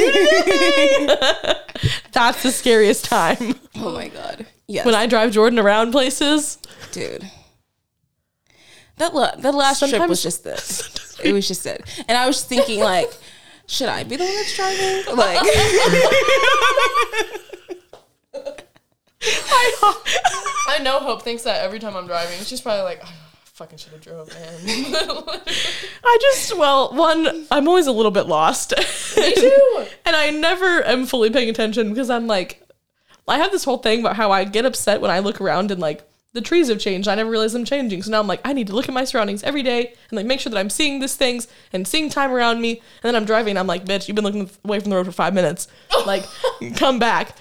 Speaker 2: do? today?" That's the scariest time
Speaker 1: oh my god, yes,
Speaker 2: when I drive Jordan around places.
Speaker 1: dude. That la- that last trip was
Speaker 2: Sometimes-
Speaker 1: just this. It was just it, and I was thinking like, should I be the one that's driving? Like.
Speaker 3: I know Hope thinks that every time I'm driving. She's probably like, oh, I fucking should have drove, man.
Speaker 2: I just, well, one, I'm always a little bit lost. Me
Speaker 3: too.
Speaker 2: and I never am fully paying attention because I'm like, I have this whole thing about how I get upset when I look around and like the trees have changed. I never realized them changing. So now I'm like, I need to look at my surroundings every day and like make sure that I'm seeing these things and seeing time around me. And then I'm driving. I'm like, bitch, you've been looking away from the road for five minutes. Like, come back.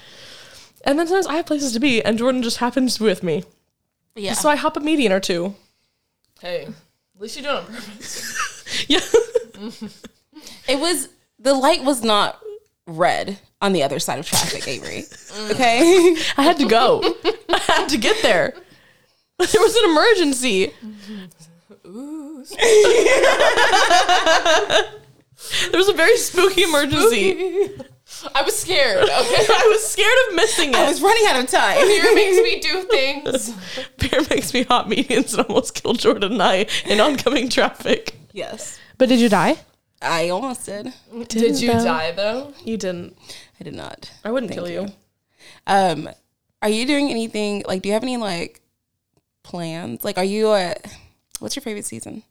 Speaker 2: And then sometimes I have places to be, and Jordan just happens to be with me.
Speaker 1: Yeah.
Speaker 2: So I hop a median or two.
Speaker 3: hey, at least you do it on purpose.
Speaker 2: Yeah.
Speaker 1: It was the light was not red on the other side of traffic, Avery. Okay.
Speaker 2: I had to go. I had to get there. There was an emergency. there was a very spooky emergency.
Speaker 3: I was scared, okay?
Speaker 2: I was scared of missing it.
Speaker 1: I was running out of time.
Speaker 3: Fear makes me do things.
Speaker 2: Beer makes me hot medians and almost killed Jordan and I in oncoming traffic.
Speaker 1: Yes.
Speaker 2: But did you die?
Speaker 1: I almost did.
Speaker 3: Did you
Speaker 2: though.
Speaker 3: die though?
Speaker 2: You didn't.
Speaker 1: I did not.
Speaker 2: I wouldn't
Speaker 1: Thank
Speaker 2: kill you.
Speaker 1: Um, are you doing anything like do you have any like plans? Like are you a what's your favorite season?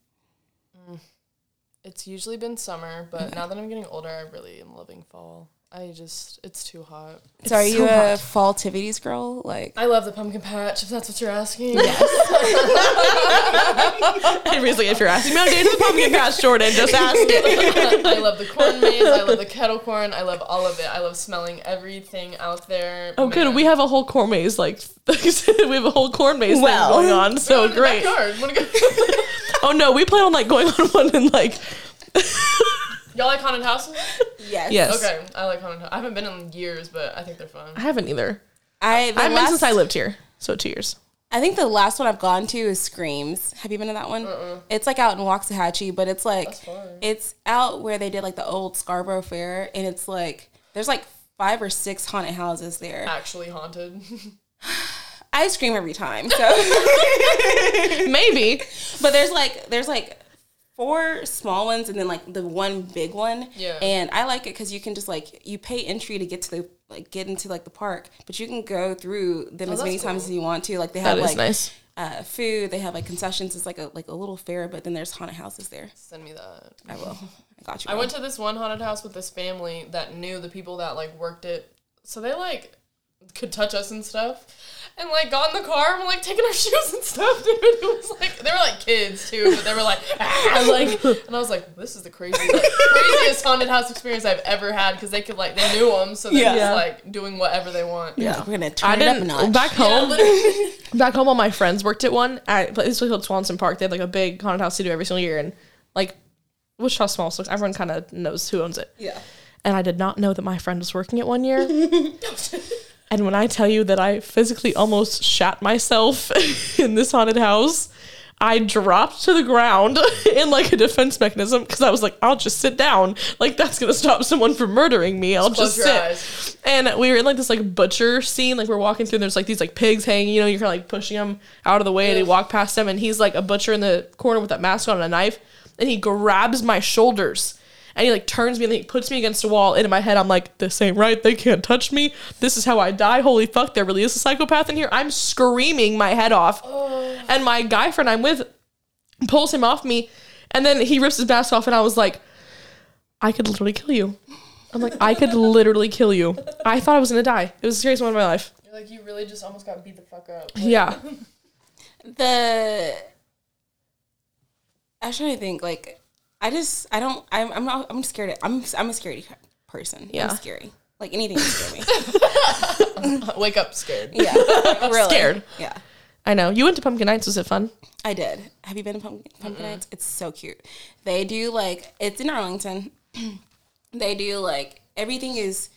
Speaker 3: It's usually been summer,
Speaker 2: Mm-hmm.
Speaker 3: but now that I'm getting older, I really am loving fall. I just, it's too hot.
Speaker 1: so are you
Speaker 2: so
Speaker 1: a fall tivities girl? Like
Speaker 3: I love the pumpkin patch, if that's what you're asking.
Speaker 2: And Reesley, if you're asking me, I'm dating the pumpkin patch, Jordan. Just ask it.
Speaker 3: I love the corn maze, I love the kettle corn, I love all of it. I love smelling everything out there.
Speaker 2: Oh, good.
Speaker 3: Man.
Speaker 2: We have a whole corn maze. Like we have a whole corn maze
Speaker 1: Well.
Speaker 2: thing going on. So
Speaker 3: In the
Speaker 2: great.
Speaker 3: backyard. Wanna go-
Speaker 2: Oh no, we plan on like going on one and like
Speaker 3: Y'all like haunted houses?
Speaker 1: yes.
Speaker 2: yes.
Speaker 3: Okay, I like haunted houses. I haven't been in years, but I think they're fun.
Speaker 2: I haven't either.
Speaker 1: I the
Speaker 2: I've been
Speaker 1: last,
Speaker 2: since I lived here, so two years.
Speaker 1: I think the last one I've gone to is Screams. Have you been to that one? It's like out in Waxahachie, but it's like
Speaker 3: far.
Speaker 1: it's out where they did like the old Scarborough Fair, and it's like there's like five or six haunted houses there.
Speaker 3: Actually haunted.
Speaker 1: I scream every time. So,
Speaker 2: Maybe
Speaker 1: but there's like there's like four small ones and then like the one big one.
Speaker 3: Yeah.
Speaker 1: And I like it because you can just like you pay entry to get to the like get into like the park, but you can go through them as
Speaker 3: Oh, that's
Speaker 1: many times as
Speaker 3: cool.
Speaker 1: you want to. Like they
Speaker 2: that
Speaker 1: have
Speaker 2: is
Speaker 1: like
Speaker 2: nice.
Speaker 1: uh, food. They have like concessions. It's like a like a little fair, but then there's haunted houses there.
Speaker 3: Send me that.
Speaker 1: I will. I got you.
Speaker 3: I
Speaker 1: girl.
Speaker 3: went to this one haunted house with this family that knew the people that like worked it. So they like could touch us and stuff. And like got in the car and were like taking our shoes and stuff, dude. It was like they were like kids too, but they were like, ah, like, and I was like, this is the craziest, like, craziest haunted house experience I've ever had because they could like they knew them, so they're
Speaker 1: Yeah.
Speaker 3: just
Speaker 2: Yeah.
Speaker 3: like doing whatever they want.
Speaker 1: Yeah. We're gonna turn
Speaker 2: I
Speaker 1: it up a
Speaker 2: didn't
Speaker 1: notch.
Speaker 2: back home.
Speaker 3: Literally.
Speaker 2: back home all my friends worked at one at this place called Swanson Park. They had like a big haunted house to do every single year and like Wichita Small Sticks, everyone kinda knows who owns it.
Speaker 1: yeah.
Speaker 2: And I did not know that my friend was working at one year. and when I tell you that I physically almost shat myself in this haunted house, I dropped to the ground in like a defense mechanism because I was like, I'll just sit down. Like that's gonna stop someone from murdering me. I'll just
Speaker 3: close your
Speaker 2: sit.
Speaker 3: eyes.
Speaker 2: And we were in like this like butcher scene. Like we're walking through, and there's like these like pigs hanging. You know, you're kind of like pushing them out of the way, and you walk past them, and he's like a butcher in the corner with that mask on and a knife, and he grabs my shoulders. And he like turns me and he puts me against a wall. And in my head, I'm like, this ain't right. They can't touch me. This is how I die. Holy fuck, there really is a psychopath in here. I'm screaming my head off. And my guy friend I'm with pulls him off me. And then he rips his mask off. And I was like, I could literally kill you. I'm like, I could literally kill you. I thought I was gonna die. It was the scariest moment of my life.
Speaker 3: You're like, you really just almost got beat the fuck up.
Speaker 2: Yeah.
Speaker 1: the I was trying to think like I just I don't I'm I'm not, I'm scared of, I'm I'm a scaredy person.
Speaker 2: Yeah.
Speaker 1: I'm scary. Like anything can scare me.
Speaker 3: Wake up scared.
Speaker 1: yeah. like, really.
Speaker 2: Scared.
Speaker 1: Yeah.
Speaker 2: I know. You went to pumpkin nights. Was it fun?
Speaker 1: I did. Have you been to Pumpkin, Pumpkin Nights? It's so cute. They do like it's in Arlington. they do like everything is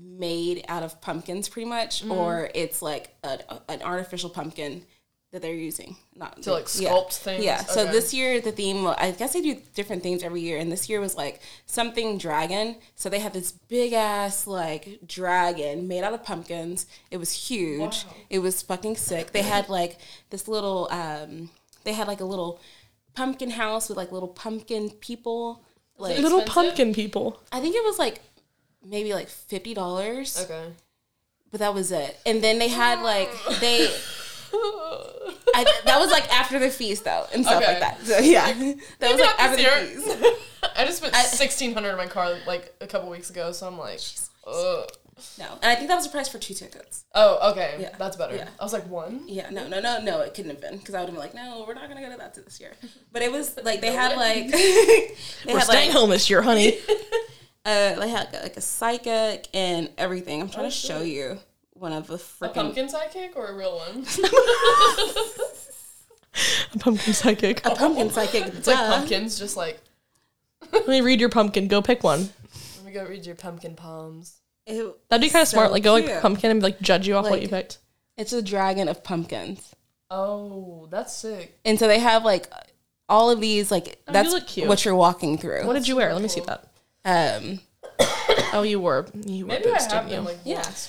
Speaker 1: made out of pumpkins pretty much
Speaker 3: Mm-hmm.
Speaker 1: or it's like an, an artificial pumpkin that they're using not
Speaker 3: To, like,
Speaker 1: yeah.
Speaker 3: sculpt things?
Speaker 1: yeah so
Speaker 3: Okay.
Speaker 1: this year the theme i guess they do different themes every year and this year was like something dragon so they had this big ass like dragon made out of pumpkins it was huge it was fucking sick they had like this little um they had like a little pumpkin house with like little pumpkin people like
Speaker 2: Little
Speaker 3: Expensive?
Speaker 2: pumpkin people.
Speaker 1: i think it was like maybe like $50
Speaker 3: Okay.
Speaker 1: but that was it. And then they had like they. I, that was like after the feast though, and stuff like
Speaker 3: Okay.
Speaker 1: that. So, yeah, that was like
Speaker 3: Not
Speaker 1: after
Speaker 3: this
Speaker 1: the
Speaker 3: year.
Speaker 1: feast.
Speaker 3: I just spent sixteen hundred in my car like a couple weeks ago, so I'm like, Ugh.
Speaker 1: No, and I think that was the price for two tickets.
Speaker 3: oh, okay,
Speaker 1: Yeah.
Speaker 3: that's better.
Speaker 1: Yeah.
Speaker 3: I was like one.
Speaker 1: Yeah, no, no, no, no, it couldn't have been because I would have been like, no, we're not gonna go to that this year. But it was like they had like they
Speaker 2: We're
Speaker 1: had
Speaker 2: staying
Speaker 1: like
Speaker 2: home this year, honey.
Speaker 1: uh, they had like a psychic and everything. I'm trying to show you one of the
Speaker 3: Oh, A
Speaker 1: freaking
Speaker 3: pumpkin sidekick or a real one?
Speaker 2: A pumpkin psychic.
Speaker 1: a pumpkin psychic.
Speaker 3: It's like
Speaker 1: duh.
Speaker 3: pumpkins, just like
Speaker 2: Let me read your pumpkin. Go pick one.
Speaker 3: let me go read your pumpkin palms.
Speaker 1: It-
Speaker 2: That'd be kind of
Speaker 1: So
Speaker 2: smart. Like go like
Speaker 1: cute.
Speaker 2: pumpkin and like judge you off what
Speaker 1: Like-
Speaker 2: you picked.
Speaker 1: it's a dragon of pumpkins.
Speaker 3: Oh, that's sick.
Speaker 1: and so they have like all of these like
Speaker 2: Oh, you
Speaker 1: that's
Speaker 2: look cute.
Speaker 1: what you're walking through.
Speaker 2: What did you wear? Let me see that.
Speaker 1: um,
Speaker 2: Oh, you wore you wore
Speaker 3: Maybe I
Speaker 2: boots, didn't
Speaker 3: have
Speaker 2: you?
Speaker 3: them like
Speaker 1: Yeah.
Speaker 3: once.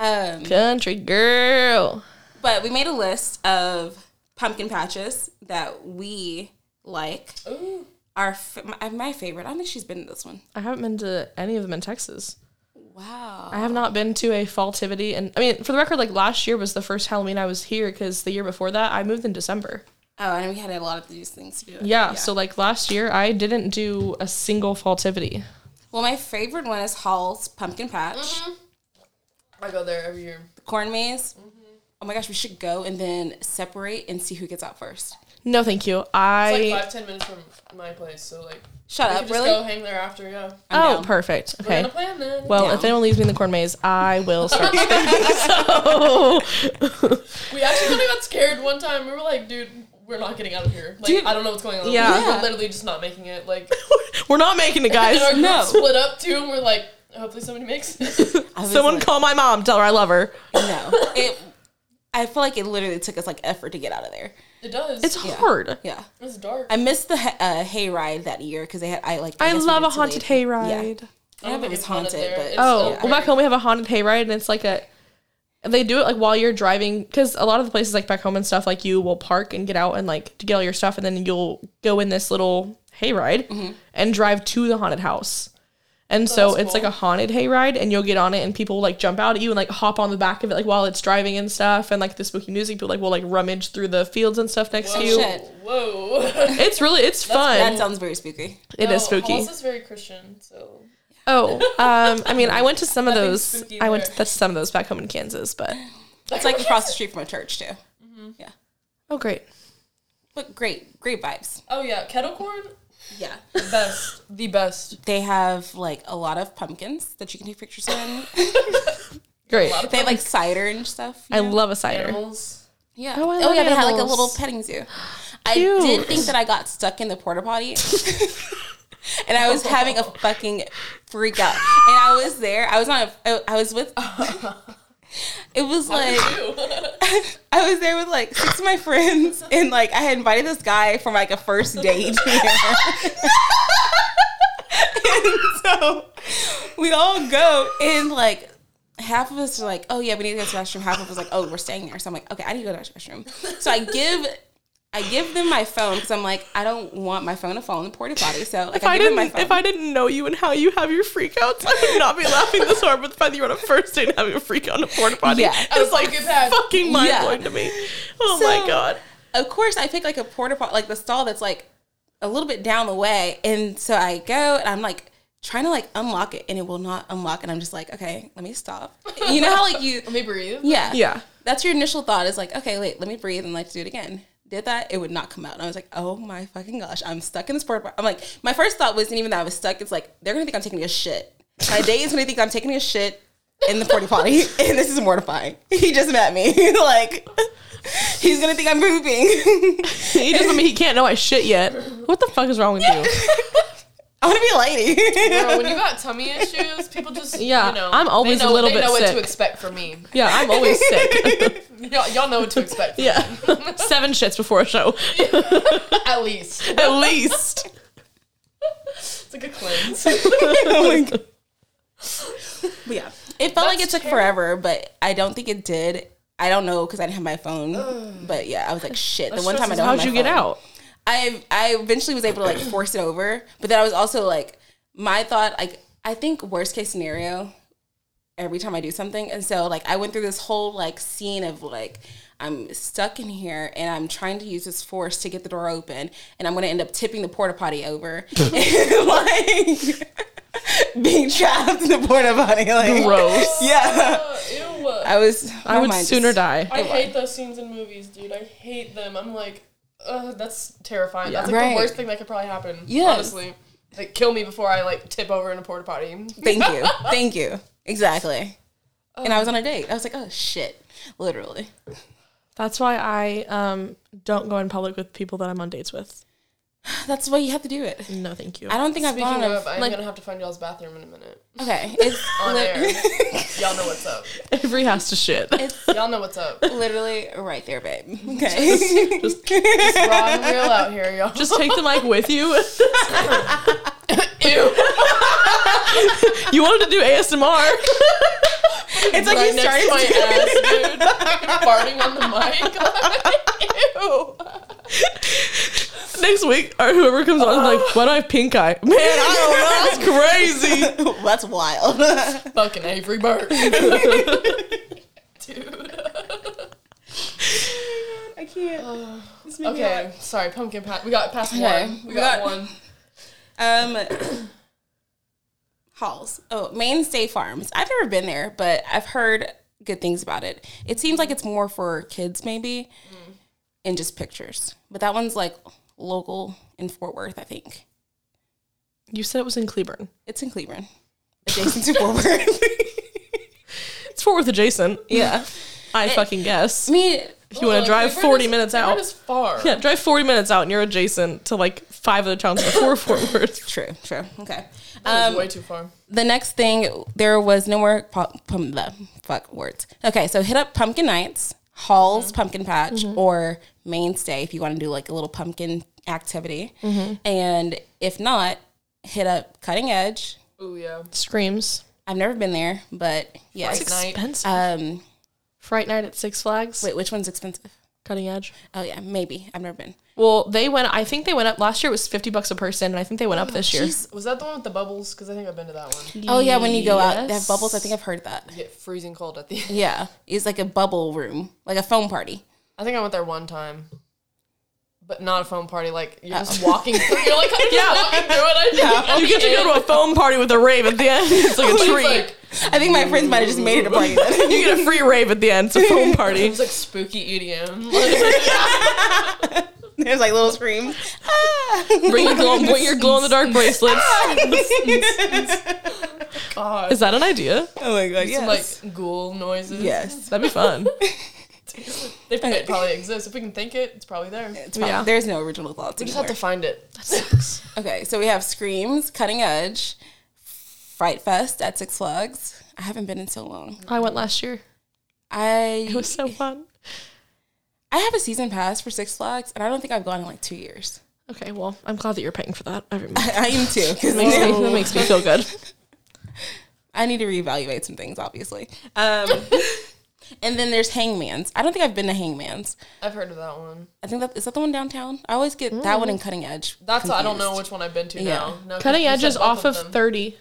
Speaker 1: um,
Speaker 2: Country girl.
Speaker 1: but we made a list of pumpkin patches that we like.
Speaker 3: Ooh.
Speaker 1: Our f- my, my favorite. I don't think she's been to this one.
Speaker 2: I haven't been to any of them in Texas.
Speaker 1: Wow.
Speaker 2: I have not been to a faltivity, and I mean, for the record, like last year was the first Halloween I was here because the year before that I moved in December.
Speaker 1: Oh, and we had a lot of these things to do.
Speaker 2: Yeah, so like last year I didn't do a single faltivity.
Speaker 1: Well, my favorite one is Hall's pumpkin patch,
Speaker 3: I go there every year.
Speaker 1: corn maze. Oh my gosh, we should go and then separate and see who gets out first.
Speaker 2: No, thank you.
Speaker 3: It's
Speaker 2: I
Speaker 3: like five ten minutes from my place, so like
Speaker 1: Shut
Speaker 3: we could
Speaker 1: up,
Speaker 3: just
Speaker 1: really?
Speaker 3: go hang there after. Yeah,
Speaker 2: oh
Speaker 1: down.
Speaker 2: perfect.
Speaker 3: we're
Speaker 2: Okay.
Speaker 3: gonna plan then.
Speaker 2: Well,
Speaker 1: down.
Speaker 2: if anyone leaves me in the corn maze, I will start.
Speaker 3: We actually kind of got scared one time. We were like, dude, we're not getting out of here. Like,
Speaker 1: Dude.
Speaker 3: I don't know what's going on.
Speaker 2: Yeah.
Speaker 1: Yeah.
Speaker 3: We're literally just not making it. Like,
Speaker 2: We're not making it,
Speaker 3: and
Speaker 2: guys.
Speaker 3: our group
Speaker 1: No.
Speaker 3: split up too, and we're like, hopefully somebody makes it.
Speaker 1: I was
Speaker 2: Someone
Speaker 1: like-
Speaker 2: call my mom. Tell her I love her.
Speaker 1: No, it. I feel like it literally took us like effort to get out of there.
Speaker 3: it does.
Speaker 2: It's
Speaker 3: It's,
Speaker 2: hard.
Speaker 1: Yeah.
Speaker 3: dark.
Speaker 1: I missed the ha- uh, hayride that year because they had I like.
Speaker 2: I
Speaker 1: guess we
Speaker 2: love
Speaker 1: did
Speaker 2: a
Speaker 1: too
Speaker 2: haunted
Speaker 1: late.
Speaker 2: hayride.
Speaker 1: I don't know if it was haunted,
Speaker 3: there.
Speaker 1: but
Speaker 3: It's
Speaker 2: Oh,
Speaker 3: so
Speaker 2: well, back
Speaker 3: great.
Speaker 2: home we have a haunted hayride, and it's like a. They do it like while you're driving, because a lot of the places like back home and stuff, like you will park and get out and like to get all your stuff, and then you'll go in this little hayride and drive to the haunted house. And so
Speaker 3: Mm-hmm. Oh, that's
Speaker 2: it's like a haunted hayride, and you'll get on it, and people will, like jump out at you and like hop on the back of it, like while it's driving and stuff, and like the spooky music, but like will like rummage through the fields and stuff next to you.
Speaker 1: shit.
Speaker 3: Oh, Whoa.
Speaker 2: It's really it's fun.
Speaker 1: that sounds very spooky.
Speaker 2: It is
Speaker 3: No,
Speaker 2: spooky.
Speaker 3: Halls is very Christian, so
Speaker 2: Oh, um, I mean, I went to some of those.
Speaker 3: spooky
Speaker 2: I went
Speaker 3: there.
Speaker 2: to that's some of those back home in Kansas, but
Speaker 1: It's like across the street from a church too. Yeah,
Speaker 2: oh, great.
Speaker 1: but great, great vibes.
Speaker 3: Oh yeah, kettle corn,
Speaker 1: Yeah,
Speaker 3: best, the best.
Speaker 1: they have like a lot of pumpkins that you can take pictures in.
Speaker 2: Great.
Speaker 1: they have like cider and stuff.
Speaker 2: I love a cider.
Speaker 3: Animals.
Speaker 1: Yeah.
Speaker 2: Oh,
Speaker 1: Oh,
Speaker 2: I
Speaker 1: yeah, they
Speaker 2: love
Speaker 1: had like a
Speaker 2: animals.
Speaker 1: little petting zoo. I
Speaker 2: Cute.
Speaker 1: did think that I got stuck in the porta potty. and I was having a fucking freak out. And I was there. I was on a, I, I was with It was like I was there with like six of my friends and like I had invited this guy for like a first date. and so we all go and like half of us are like, oh yeah, we need to go to the restroom. Half of us like, oh, we're staying there. So I'm like, okay, I need to go to the restroom. So I give. I give them my phone because I'm like I don't want my phone to fall in the porta potty. So like
Speaker 2: If I
Speaker 1: give them my
Speaker 2: didn't,
Speaker 1: phone.
Speaker 2: if I didn't know you and how you have your freakouts, I would not be laughing this hard. But the fact that you're on a first date and having a freak out in a porta potty,
Speaker 1: Yeah.
Speaker 2: yeah, it's like
Speaker 3: Fucking bad.
Speaker 2: fucking mind
Speaker 1: Yeah.
Speaker 2: blowing to me. Oh
Speaker 1: So-
Speaker 2: my god.
Speaker 1: of course I pick like a porta pot like the stall that's like a little bit down the way. And so I go and I'm like trying to like unlock it and it will not unlock and I'm just like, okay, let me stop. You know how like you
Speaker 3: Let me breathe.
Speaker 1: Yeah.
Speaker 2: Yeah.
Speaker 1: That's your initial thought is like, okay, wait, let me breathe and let's do it again. Did that, it would not come out. And I was like, oh my fucking gosh, I'm stuck in this porta potty. I'm like, my first thought wasn't even that I was stuck. It's like, they're gonna think I'm taking a shit. My day is gonna think I'm taking a shit in the porta potty. And this is mortifying. He just met me. like, he's gonna think I'm pooping.
Speaker 2: He doesn't mean he can't know I shit yet. What the fuck is wrong with you?
Speaker 1: I wanna be a lady.
Speaker 3: Bro, when you got tummy issues, people just
Speaker 2: Yeah,
Speaker 3: You know,
Speaker 2: I'm always
Speaker 3: they know,
Speaker 2: a little
Speaker 3: they
Speaker 2: bit
Speaker 3: know what
Speaker 2: sick.
Speaker 3: to expect from me.
Speaker 2: Yeah, I'm always sick.
Speaker 3: Y'all, y'all know what to expect.
Speaker 2: Yeah. Seven shits before a show.
Speaker 3: At least
Speaker 2: At least.
Speaker 3: it's like a cleanse.
Speaker 1: But yeah, it felt like it took
Speaker 3: That's
Speaker 1: forever, but I don't think it did. I don't know because I didn't have my phone. But yeah, I was like, shit. The one time I
Speaker 3: stresses
Speaker 1: don't have
Speaker 2: How'd
Speaker 1: my
Speaker 2: you get
Speaker 1: phone.
Speaker 2: out?
Speaker 1: I I eventually was able to like force it over, but then I was also like, my thought like I think worst case scenario, every time I do something, and so like I went through this whole like scene of like I'm stuck in here and I'm trying to use this force to get the door open, and I'm gonna end up tipping the porta potty over, and, like being trapped in the porta potty. Like
Speaker 2: Gross.
Speaker 1: yeah,
Speaker 3: Ew. uh,
Speaker 1: I was.
Speaker 2: I would sooner die.
Speaker 3: I hate those scenes in movies, dude. I hate them. I'm like, ugh, that's terrifying. That's like
Speaker 1: Yeah. Right.
Speaker 3: the worst thing that could probably happen.
Speaker 1: Yes.
Speaker 3: Honestly. Like kill me before I like tip over in a porta potty.
Speaker 1: Thank you, thank you. Exactly. And I was on
Speaker 3: Um,
Speaker 1: a date. I was like, oh shit, literally.
Speaker 2: That's why I um, don't go in public with people that I'm on dates with.
Speaker 1: That's why you have to do it.
Speaker 2: No, thank you.
Speaker 1: I don't think I've
Speaker 3: Speaking
Speaker 1: gone on a-
Speaker 3: of, I'm
Speaker 1: like
Speaker 3: gonna have to find y'all's bathroom in a minute.
Speaker 1: okay. It's
Speaker 3: On
Speaker 1: li-
Speaker 3: air. Y'all know what's up.
Speaker 2: Avery has to shit.
Speaker 1: it's
Speaker 3: Y'all know what's up.
Speaker 1: literally right there, babe. Okay.
Speaker 3: It's raw and real out here, y'all.
Speaker 2: Just take the mic with you.
Speaker 3: ew.
Speaker 2: You wanted to do ASMR.
Speaker 1: it's like
Speaker 3: right
Speaker 1: you started.
Speaker 3: next to my ass, dude. Farting on the mic.
Speaker 2: Next week, or whoever comes on, is like, why do I have pink eye? Man, I don't know. Oh. That's crazy.
Speaker 1: That's wild.
Speaker 3: ew. Fucking Avery Burke. dude.
Speaker 1: I can't. This made me
Speaker 3: Okay, sorry, pumpkin patch. We got past
Speaker 1: Okay,
Speaker 3: one. We,
Speaker 1: we
Speaker 3: got,
Speaker 1: got-
Speaker 3: one.
Speaker 1: hot. Um. Halls. Oh, Maine State Farms. I've never been there, but I've heard good things about it. It seems like it's more for kids, maybe, and just pictures. But that one's like local in Fort Worth, I think.
Speaker 2: You said it was in Cleburne.
Speaker 1: It's in Cleveland, adjacent to Fort Worth.
Speaker 2: It's Fort Worth adjacent.
Speaker 1: yeah.
Speaker 2: I fucking guess.
Speaker 1: I mean,
Speaker 2: If you want to drive 40 minutes out.
Speaker 3: Is far.
Speaker 2: Yeah, drive 40 minutes out and you're adjacent to like five other towns before Fort Worth.
Speaker 1: True, true. Okay.
Speaker 3: That
Speaker 1: Um,
Speaker 3: was way too far.
Speaker 1: the next thing, there was no more pu- pum, the fuck words. Okay, so hit up Pumpkin Nights, Hall's Pumpkin Patch, or Mainstay if you want to do like a little pumpkin activity. And if not, hit up Cutting Edge.
Speaker 3: Ooh, yeah.
Speaker 2: Screams.
Speaker 1: I've never been there, but
Speaker 3: Fright
Speaker 1: yes.
Speaker 3: Night.
Speaker 2: Expensive.
Speaker 1: Um,
Speaker 2: Fright Night at Six Flags.
Speaker 1: wait, which one's expensive?
Speaker 2: Cutting Edge.
Speaker 1: Oh yeah, maybe I've never been.
Speaker 2: Well, they went, I think they went up last year, it was 50 bucks a person, and I think they went up this year.
Speaker 3: Was that the one with the bubbles? Because I think I've been to that one.
Speaker 1: Oh yeah, when you go out, they
Speaker 2: Yes.
Speaker 1: have bubbles. I think I've heard that.
Speaker 3: Get freezing cold at the end.
Speaker 1: Yeah, it's like a bubble room, like a foam party.
Speaker 3: I think I went there one time. but not a phone party. Like you're just walking through. You're like, I'm just walking through it. I just, I'll
Speaker 2: You
Speaker 3: be
Speaker 2: get to go
Speaker 3: in.
Speaker 2: to a foam party with a rave at the end. It's like a
Speaker 3: It's
Speaker 2: treat.
Speaker 3: like,
Speaker 1: I think my friends might have just made it a party. then.
Speaker 2: you get a free rave at the end. It's a foam party.
Speaker 3: it's like spooky EDM. Like,
Speaker 1: There's like little screams. Ah!
Speaker 2: Bring your glow, bring your glow in the dark bracelets.
Speaker 3: God.
Speaker 2: Is that an idea?
Speaker 1: Oh my god!
Speaker 3: Some
Speaker 1: Yes.
Speaker 3: like ghoul noises.
Speaker 1: yes.
Speaker 2: That'd be fun.
Speaker 3: They it probably exists. If we can think it, it's probably there. We
Speaker 1: It's fine.
Speaker 2: Yeah.
Speaker 1: There's no original thoughts.
Speaker 3: just have to
Speaker 1: anymore.
Speaker 3: find it.
Speaker 1: okay, so we have Screams, Cutting Edge, Fright Fest at Six Flags. I haven't been in so long.
Speaker 2: I went last year.
Speaker 1: I
Speaker 2: It was so fun.
Speaker 1: I have a season pass for Six Flags, and I don't think I've gone in like two years.
Speaker 2: Okay, well, I'm glad that you're paying for that every month.
Speaker 1: I am too, because
Speaker 2: Makes me- that makes me feel good.
Speaker 1: I need to reevaluate some things, obviously. Um, and then there's Hangman's. I don't think I've been to Hangman's.
Speaker 3: I've heard of that one.
Speaker 1: I think that is that the one downtown. I always get that one and Cutting Edge.
Speaker 3: That's I don't know
Speaker 1: confused.
Speaker 3: which one I've been to
Speaker 1: Yeah.
Speaker 3: now. No, 'cause
Speaker 2: Cutting
Speaker 3: you
Speaker 2: edge
Speaker 3: said
Speaker 2: is
Speaker 3: both
Speaker 2: off of
Speaker 3: them.
Speaker 2: thirty.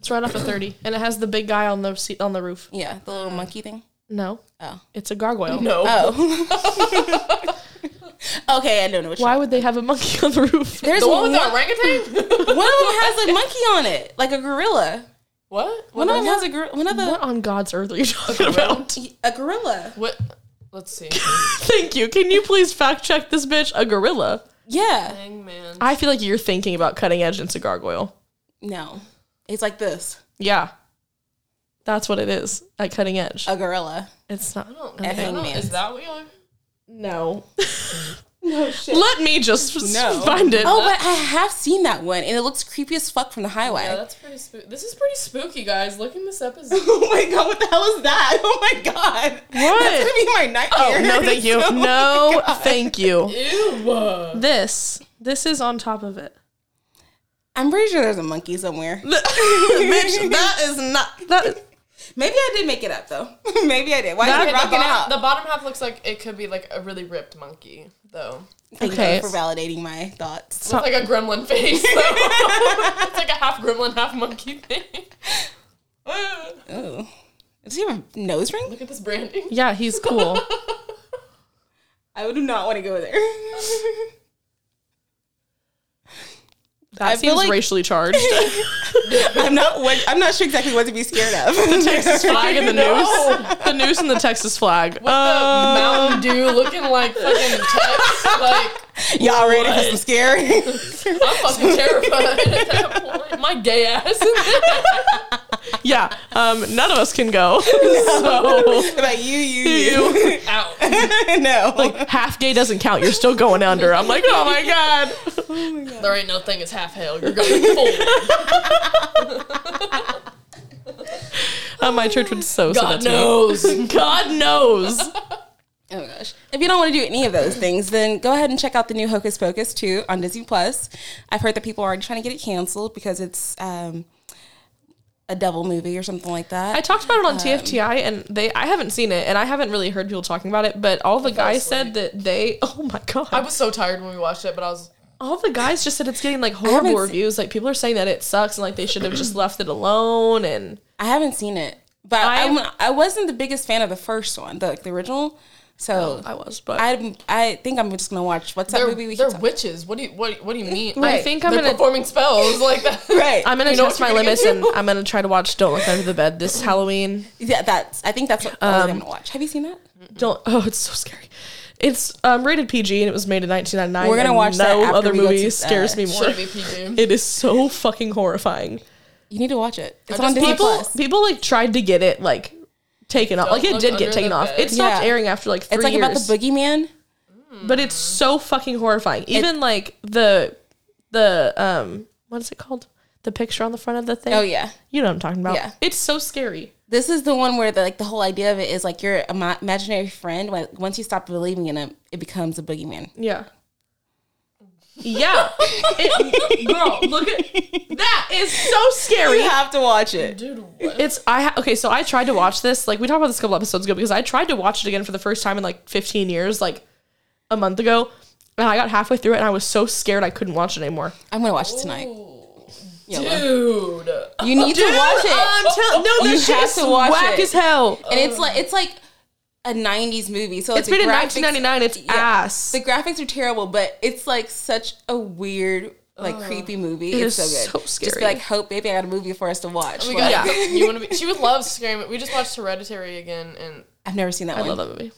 Speaker 2: It's right off of thirty, and it has the big guy on the seat on the roof.
Speaker 1: Yeah, the little monkey thing.
Speaker 2: No,
Speaker 1: Oh.
Speaker 2: it's a gargoyle.
Speaker 3: No.
Speaker 1: Oh. okay, I don't know which
Speaker 2: Why
Speaker 1: one.
Speaker 2: would they have a monkey on the roof?
Speaker 1: There's
Speaker 3: The one with the
Speaker 1: one,
Speaker 3: orangutan?
Speaker 1: one of them has a monkey on it, like a gorilla.
Speaker 3: what?
Speaker 1: One
Speaker 3: What?
Speaker 1: of them has a gor- one of the
Speaker 2: What on God's earth are you talking about?
Speaker 1: a gorilla.
Speaker 3: what? Let's see.
Speaker 2: Thank you. Can you please fact check this bitch? A gorilla.
Speaker 1: Yeah.
Speaker 3: Hangman.
Speaker 2: I feel like you're thinking about cutting edge and it's a gargoyle.
Speaker 1: No, it's like this.
Speaker 2: Yeah, that's what it is at cutting edge.
Speaker 1: A gorilla.
Speaker 2: It's not.
Speaker 3: I don't,
Speaker 2: okay.
Speaker 3: I don't know.
Speaker 1: Hangman's.
Speaker 3: Is that what you are?
Speaker 2: No.
Speaker 1: No shit.
Speaker 2: Let me just
Speaker 1: No.
Speaker 2: find it.
Speaker 1: Oh, but I have seen that one, and it looks creepy as fuck from the highway.
Speaker 3: Yeah, that's pretty spooky. This is pretty spooky, guys. Look in this episode.
Speaker 1: oh my god, what the hell is that? Oh my god,
Speaker 2: What?
Speaker 1: That's gonna be my nightmare.
Speaker 2: Oh, no, thank you.
Speaker 1: Oh my
Speaker 2: No,
Speaker 1: God.
Speaker 2: thank you.
Speaker 3: Ew.
Speaker 2: This. This is on top of it.
Speaker 1: I'm pretty sure there's a monkey somewhere.
Speaker 2: Bitch, that is not that. Is,
Speaker 1: Maybe I did make it up though. Maybe I did. Why are
Speaker 3: the,
Speaker 1: you rocking
Speaker 3: bottom,
Speaker 1: out?
Speaker 3: the bottom half looks like it could be like a really ripped monkey, though.
Speaker 1: Thank
Speaker 2: Okay.
Speaker 1: you for validating my thoughts.
Speaker 3: It's like a gremlin face. though. it's like a half gremlin, half monkey thing. Look
Speaker 1: Ooh. Does he have a nose ring?
Speaker 3: at this branding.
Speaker 2: yeah, he's cool.
Speaker 1: I would not want to go there.
Speaker 2: That
Speaker 1: feel
Speaker 2: seems
Speaker 1: like-
Speaker 2: racially charged.
Speaker 1: I'm not. What, I'm not sure exactly what to be scared of.
Speaker 2: Texas flag and the
Speaker 3: No.
Speaker 2: noose. The noose and the Texas flag.
Speaker 3: The
Speaker 2: Uh,
Speaker 3: Mountain Dew looking like fucking Tex. Like,
Speaker 1: Y'all ready for some scary?
Speaker 3: I'm fucking terrified at that point. My gay ass.
Speaker 2: yeah, um, none of us can go. So
Speaker 1: About you, you, you.
Speaker 3: Out.
Speaker 1: no.
Speaker 2: half gay doesn't count. You're still going under. I'm like, oh my god.
Speaker 3: There ain't no thing as half hell. You're going full.
Speaker 2: Uh, my church would so send it
Speaker 3: God
Speaker 2: to me.
Speaker 3: knows.
Speaker 2: God knows.
Speaker 1: Oh gosh. If you don't want to do any of those things, then go ahead and check out the new Hocus Pocus 2 on Disney Plus. I've heard that people are already trying to get it canceled because it's um, a devil movie or something like that.
Speaker 2: I talked about it on TFTI, and they I haven't seen it, and I haven't really heard people talking about it. But all the guys said that they, oh my god,
Speaker 3: I was so tired when we watched it, but I was.
Speaker 2: all the guys just said it's getting like horrible
Speaker 1: seen-
Speaker 2: reviews. Like people are saying that it sucks, and like they should have just left it alone. And
Speaker 1: I haven't seen it, but I'm,
Speaker 2: I'm-
Speaker 1: I i was not the biggest fan of the first one, the, the original. So
Speaker 2: I was, but Oh, I,
Speaker 1: I I think I'm just gonna watch what's that
Speaker 3: They're,
Speaker 1: movie we
Speaker 3: they're
Speaker 1: can talk-
Speaker 3: witches. What do you what, what do you mean?
Speaker 1: Right.
Speaker 2: think I'm
Speaker 3: They're
Speaker 2: gonna
Speaker 3: performing spells like that.
Speaker 1: right.
Speaker 2: I'm gonna
Speaker 3: You know
Speaker 2: test
Speaker 3: what
Speaker 2: my
Speaker 3: you're gonna
Speaker 2: limits,
Speaker 3: do?
Speaker 2: and I'm gonna try to watch Don't Look Under the Bed this Halloween.
Speaker 1: yeah, that's I think that's what all I'm
Speaker 2: Um,
Speaker 1: gonna watch. Have you seen that?
Speaker 2: Don't oh, it's so scary. It's um, rated PG, and it was made in 1999.
Speaker 1: We're gonna
Speaker 2: and
Speaker 1: watch that
Speaker 2: No
Speaker 1: after
Speaker 2: other
Speaker 1: we go
Speaker 2: movie
Speaker 1: to, uh,
Speaker 2: scares me more.
Speaker 3: Should be PG.
Speaker 2: It is so fucking horrifying.
Speaker 1: You need to watch it. It's
Speaker 3: I
Speaker 1: on
Speaker 3: just
Speaker 1: Disney
Speaker 2: people
Speaker 1: Plus.
Speaker 2: people like tried to get it like taken off.
Speaker 3: Don't
Speaker 2: Like it
Speaker 3: look
Speaker 2: did
Speaker 3: under
Speaker 2: get taken
Speaker 3: the
Speaker 2: off.
Speaker 3: bed.
Speaker 2: It stopped
Speaker 1: Yeah.
Speaker 2: airing after like three
Speaker 1: It's like
Speaker 2: years.
Speaker 1: about the boogeyman.
Speaker 2: but it's so fucking horrifying. Even like the the um what is it called? The picture on the front of the thing.
Speaker 1: Oh yeah.
Speaker 2: you know what I'm talking about.
Speaker 1: Yeah.
Speaker 2: it's so scary.
Speaker 1: This is the one where the, like the whole idea of it is like your ima- imaginary friend. Like once you stop believing in him, it becomes a boogeyman.
Speaker 2: Yeah. Yeah, It- girl, look at that is so scary.
Speaker 1: have to watch it.
Speaker 3: Dude, what?
Speaker 2: It's I ha- okay. So I tried to watch this. Like we talked about this a couple episodes ago because I tried to watch it again for the first time in like 15 years, like a month ago, and I got halfway through it and I was so scared I couldn't watch it anymore.
Speaker 1: I'm gonna watch it tonight. YOLO.
Speaker 3: dude.
Speaker 1: You need to watch it,
Speaker 2: I'm telling no,
Speaker 1: Oh, You
Speaker 2: this shit
Speaker 1: have
Speaker 2: is
Speaker 1: to watch
Speaker 2: whack
Speaker 1: it.
Speaker 2: as hell.
Speaker 1: and it's like it's like a '90s movie, so
Speaker 2: It's
Speaker 1: like,
Speaker 2: made
Speaker 1: the
Speaker 2: in
Speaker 1: graphics-
Speaker 2: 1999. It's
Speaker 1: yeah,
Speaker 2: ass.
Speaker 1: The graphics are terrible, but it's like such a weird, like creepy movie. it's
Speaker 2: Oh. is
Speaker 1: so
Speaker 2: so
Speaker 1: good. Just be
Speaker 2: scary. Oh
Speaker 1: like, hope, baby, I got a movie for us to watch.
Speaker 3: We
Speaker 1: Like,
Speaker 3: got
Speaker 2: Yeah.
Speaker 3: you want to be. She would love scary. mo- We just watched Hereditary again, and
Speaker 1: I've never seen that
Speaker 2: I
Speaker 1: one.
Speaker 2: love that movie.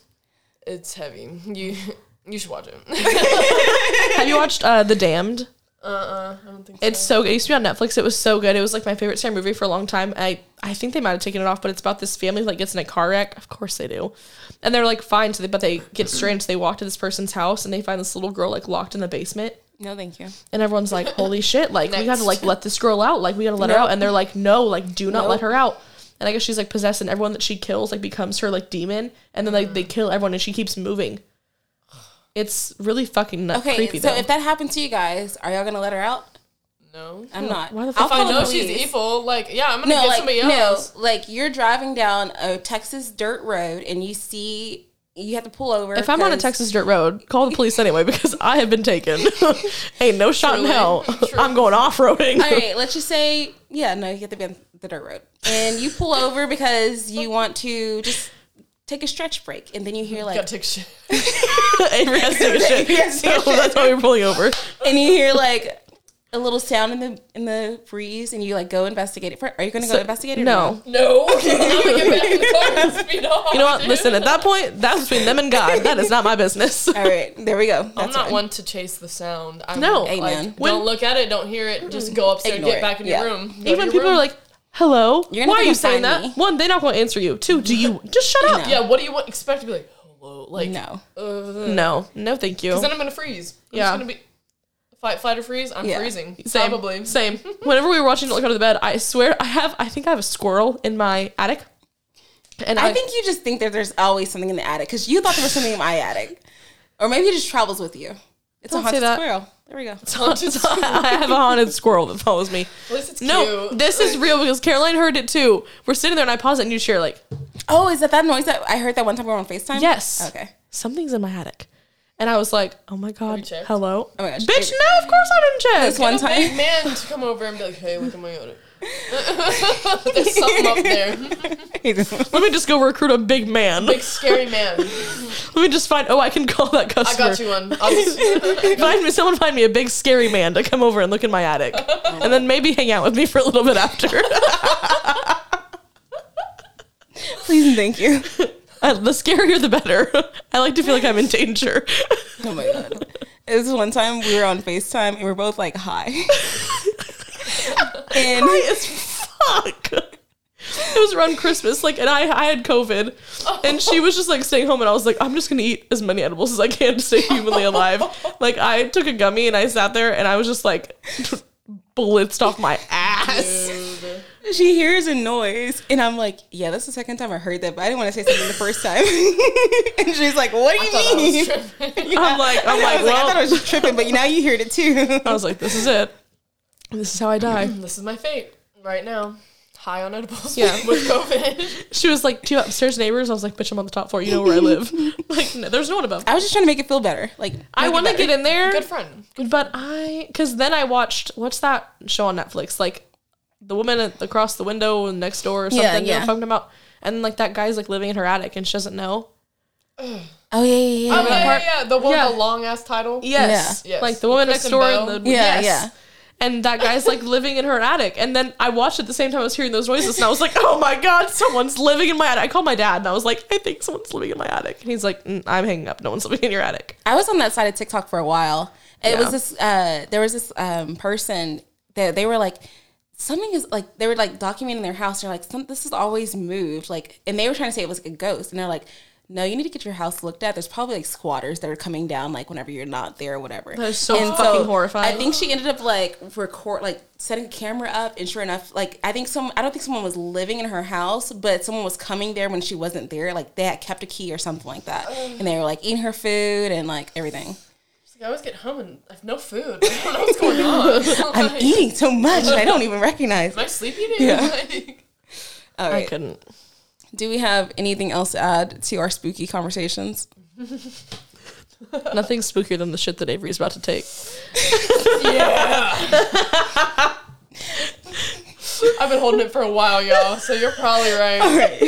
Speaker 3: it's heavy. You you should watch it.
Speaker 2: Have you watched uh, The Damned?
Speaker 3: uh
Speaker 2: Uh-uh,
Speaker 3: uh I don't think so.
Speaker 2: It's so good. It used to be on Netflix. It was so good. It was like my favorite scary movie for a long time. I I think they might have taken it off, but it's about this family that gets in a car wreck. Of course they do, and they're like fine. So they but they get stranded. So they walk to this person's house and they find this little girl like locked in the basement.
Speaker 1: No, thank you.
Speaker 2: And everyone's like, holy shit, like, we gotta,
Speaker 3: Next.
Speaker 2: like, let this girl out. Like, we gotta let her out. And they're like, no, like, do not let her out. And I guess she's, like, possessed, and everyone that she kills, like, becomes her, like, demon. And then, like, they
Speaker 1: Mm.
Speaker 2: kill everyone, and she keeps moving. It's really fucking nut-
Speaker 1: Okay,
Speaker 2: creepy,
Speaker 1: so
Speaker 2: though.
Speaker 1: if that happened to you guys, are y'all gonna let her out?
Speaker 3: no.
Speaker 1: I'm not.
Speaker 2: why the
Speaker 1: I'll
Speaker 2: fuck-
Speaker 1: call
Speaker 3: I
Speaker 1: the
Speaker 3: know she's
Speaker 1: police.
Speaker 3: evil. Like yeah, I'm gonna
Speaker 1: No,
Speaker 3: get
Speaker 1: like
Speaker 3: somebody
Speaker 1: no,
Speaker 3: else.
Speaker 1: like you're driving down a Texas dirt road and you see you have to pull over.
Speaker 2: if I'm on a
Speaker 1: 'cause-
Speaker 2: Texas dirt road, call the police anyway, because I have been taken. Ain't no shot
Speaker 3: Truly.
Speaker 2: in hell.
Speaker 3: True.
Speaker 2: I'm going off roading.
Speaker 1: All right, let's just say, yeah, no, you have to be on the dirt road. And you pull over because you want to just take a stretch break. And then you hear like,
Speaker 3: Gotta take shit.
Speaker 2: Avery has to take a shit.
Speaker 1: Avery has to take a
Speaker 2: so
Speaker 1: shit.
Speaker 2: that's why we're pulling over.
Speaker 1: and you hear like a little sound in the in the breeze, and you like go investigate it. Are you going to go investigate it? or
Speaker 2: No.
Speaker 3: No, I'm gonna get back in the car and speed off.
Speaker 2: You know what?
Speaker 3: dude.
Speaker 2: Listen, at that point, that's between them and God. That is not my business.
Speaker 1: All right, there we go.
Speaker 3: I'm
Speaker 1: That's
Speaker 3: not
Speaker 1: fine.
Speaker 3: one to chase the sound. I'm
Speaker 2: No.
Speaker 3: like,
Speaker 1: Amen.
Speaker 2: When-
Speaker 3: don't look at it, don't hear it. Just go upstairs,
Speaker 1: Ignore
Speaker 3: get
Speaker 1: it.
Speaker 3: back in
Speaker 1: Yeah.
Speaker 3: your room. Go to
Speaker 2: Even
Speaker 3: your
Speaker 2: people
Speaker 3: room.
Speaker 2: are like, "Hello,
Speaker 1: You're not
Speaker 2: why are
Speaker 1: gonna
Speaker 2: you saying
Speaker 1: find
Speaker 2: that?"
Speaker 1: me.
Speaker 2: One, they're not going to answer you. Two, do you just shut up?
Speaker 3: yeah, what do you want? Expect to be like, hello, like
Speaker 1: No.
Speaker 3: uh,
Speaker 2: No, no, thank you.
Speaker 3: then I'm gonna freeze. I'm
Speaker 2: Yeah.
Speaker 3: just gonna be fight, fight or freeze. I'm
Speaker 1: Yeah.
Speaker 3: freezing.
Speaker 2: Same,
Speaker 3: Probably.
Speaker 2: same. Whenever we were watching Don't Look Under the Bed, I swear I have. I think I have a squirrel in my attic, and I,
Speaker 1: I think you just think that there's always something in the attic because you thought there was something in my attic, or maybe it just travels with you. It's
Speaker 2: Don't
Speaker 1: a
Speaker 2: say
Speaker 1: haunted
Speaker 2: that.
Speaker 1: squirrel. There we go.
Speaker 3: Haunted squirrel.
Speaker 2: I have a haunted squirrel that follows me.
Speaker 3: At least it's
Speaker 2: No,
Speaker 3: cute.
Speaker 2: this is real because Caroline heard it too. We're sitting there and I pause it in your chair, like
Speaker 1: Oh, is that that noise that I heard that one time we were on Facetime?
Speaker 2: Yes.
Speaker 1: Okay.
Speaker 2: something's in my attic, and I was like, "Oh my god,
Speaker 3: checked?
Speaker 2: hello,
Speaker 1: Oh my gosh,
Speaker 2: bitch!
Speaker 1: Avery.
Speaker 2: No, of course I didn't check.
Speaker 1: This one
Speaker 3: Get a
Speaker 1: time.
Speaker 3: big man to come over and be like, hey, look at my attic. There's something up there.
Speaker 2: Let me just go recruit a big man.
Speaker 3: Big scary man.
Speaker 2: Let me just find. Oh, I can call that
Speaker 3: I
Speaker 2: customer.
Speaker 3: got you one. I'll just,
Speaker 2: Find me someone. Find me a big scary man to come over and look in my attic, and then maybe hang out with me for a little bit after.
Speaker 1: Please and thank you.
Speaker 2: I- the scarier, the better. I like to feel like I'm in danger.
Speaker 1: Oh my god. It was one time we were on FaceTime and we are both like high. and
Speaker 2: High as fuck. It was around Christmas, like, and I I had COVID, and she was just like staying home, and I was like, I'm just gonna eat as many edibles as I can to stay humanly alive. Like, I took a gummy and I sat there, and I was just like. Blitzed off my ass.
Speaker 3: dude.
Speaker 1: she hears a noise and I'm like, yeah, that's the second time I heard that, but I didn't want to say something the first time. and she's like, what do you
Speaker 3: Thought I was
Speaker 1: mean?
Speaker 3: tripping.
Speaker 1: Yeah.
Speaker 2: I'm like, I'm
Speaker 1: I was
Speaker 2: like,
Speaker 1: like, I
Speaker 2: well,
Speaker 1: thought I was just tripping, but now you heard it too.
Speaker 2: I was like, this is it. This is how I die.
Speaker 3: This is my fate right now. High on edibles
Speaker 2: Yeah.
Speaker 3: with COVID.
Speaker 2: She was like, two upstairs neighbors. I was like, bitch, I'm on the top floor. You know where I live. like, no, there's no one above.
Speaker 1: I was just trying to make it feel better. Like
Speaker 2: I
Speaker 1: make it
Speaker 2: want to
Speaker 1: better.
Speaker 2: get in there,
Speaker 3: Good friend.
Speaker 2: but I, because then I watched what's that show on Netflix? Like, the woman at- across the window and next door or something.
Speaker 1: Yeah,
Speaker 2: Yeah, You know
Speaker 1: yeah.
Speaker 2: what I'm talking about? And like that guy's like living in her attic and she doesn't know.
Speaker 1: Oh yeah, yeah, yeah.
Speaker 3: Oh, yeah, yeah, yeah. The one
Speaker 2: Yeah.
Speaker 3: with the long ass title.
Speaker 2: Yes.
Speaker 3: Yeah. Yes.
Speaker 2: Like the woman next
Speaker 3: Kristen
Speaker 2: door
Speaker 3: Bell.
Speaker 2: and the
Speaker 1: Yeah,
Speaker 2: yes.
Speaker 1: yeah.
Speaker 2: And that guy's like living in her attic. And then I watched at the same time I was hearing those noises and I was like, oh my God, someone's living in my attic. I called my dad and I was like, I think someone's living in my attic. And he's like, "Mm, I'm hanging up. No one's living in your attic.
Speaker 1: I was on that side of TikTok for a while. It
Speaker 2: Yeah.
Speaker 1: was this. Uh, there was this um, person that they were like, something is like they were like documenting their house. They're like, Some, this is always moved. Like, and they were trying to say it was like a ghost. And they're like, no, you need to get your house looked at. There's probably like squatters that are coming down like whenever you're not there or whatever.
Speaker 2: That is so fucking horrifying.
Speaker 1: I think she ended up like record like setting a camera up, and sure enough, like I think some I don't think someone was living in her house, but someone was coming there when she wasn't there. Like they had kept a key or something like that, and they were like eating her food and like everything.
Speaker 3: I always get home and I have no food. I don't know what's going on.
Speaker 1: I'm eating so much, and I don't even recognize.
Speaker 3: Am I sleep eating?
Speaker 1: Yeah.
Speaker 3: Like,
Speaker 1: All
Speaker 2: I
Speaker 1: right.
Speaker 2: couldn't.
Speaker 1: Do we have anything else to add to our spooky conversations?
Speaker 2: Nothing's spookier than the shit that Avery's about to take.
Speaker 3: I've been holding it for a while, y'all. So you're probably right.
Speaker 1: All right.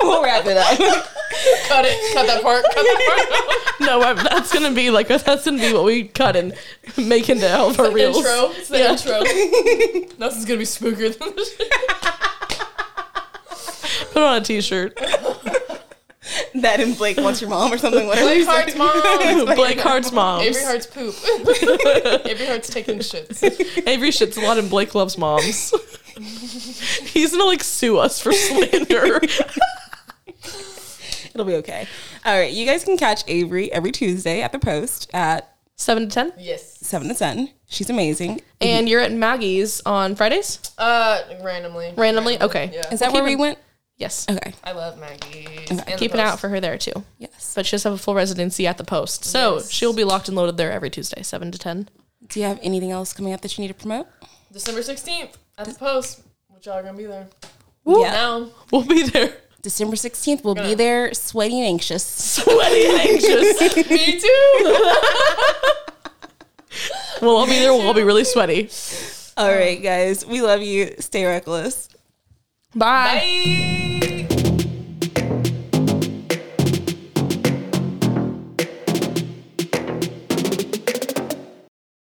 Speaker 1: we'll wrap it up.
Speaker 3: cut it. Cut that part. Cut that part.
Speaker 2: No, I'm- that's gonna be like that's gonna be what we cut and make into all of our reels.
Speaker 3: intro. It's the
Speaker 2: Yeah.
Speaker 3: intro. Nothing's gonna be spookier than this.
Speaker 2: Put on a t-shirt.
Speaker 1: That and Blake wants your mom or something. Whatever.
Speaker 3: Blake Hart's mom.
Speaker 2: Blake Hart's mom.
Speaker 3: Avery Hart's poop. Avery Hart's taking shits.
Speaker 2: Avery shits a lot and Blake loves moms. He's gonna like sue us for slander.
Speaker 1: It'll be okay. All right, you guys can catch Avery every Tuesday at the Post at
Speaker 2: Seven to ten.
Speaker 3: Yes.
Speaker 1: seven to ten. She's amazing.
Speaker 2: And you're at Maggie's on Fridays?
Speaker 3: Uh, randomly.
Speaker 2: Randomly? Okay.
Speaker 3: Yeah.
Speaker 1: Is that where we went?
Speaker 2: Yes.
Speaker 1: Okay.
Speaker 3: I love Maggie.
Speaker 2: Keep an eye out for her there too.
Speaker 1: Yes.
Speaker 2: But she does have a full residency at the post. So she'll be locked and loaded there every Tuesday, seven to ten.
Speaker 1: Do you have anything else coming up that you need to promote?
Speaker 3: December 16th at the post. Which y'all gonna be there?
Speaker 1: Yeah.
Speaker 3: Now.
Speaker 2: We'll be there.
Speaker 1: December 16th, we'll be there sweaty and anxious.
Speaker 2: Sweaty and anxious.
Speaker 3: Me too.
Speaker 2: We'll all be there, we'll all be really sweaty.
Speaker 1: All right, guys. We love you. Stay reckless.
Speaker 2: Bye.
Speaker 3: Bye.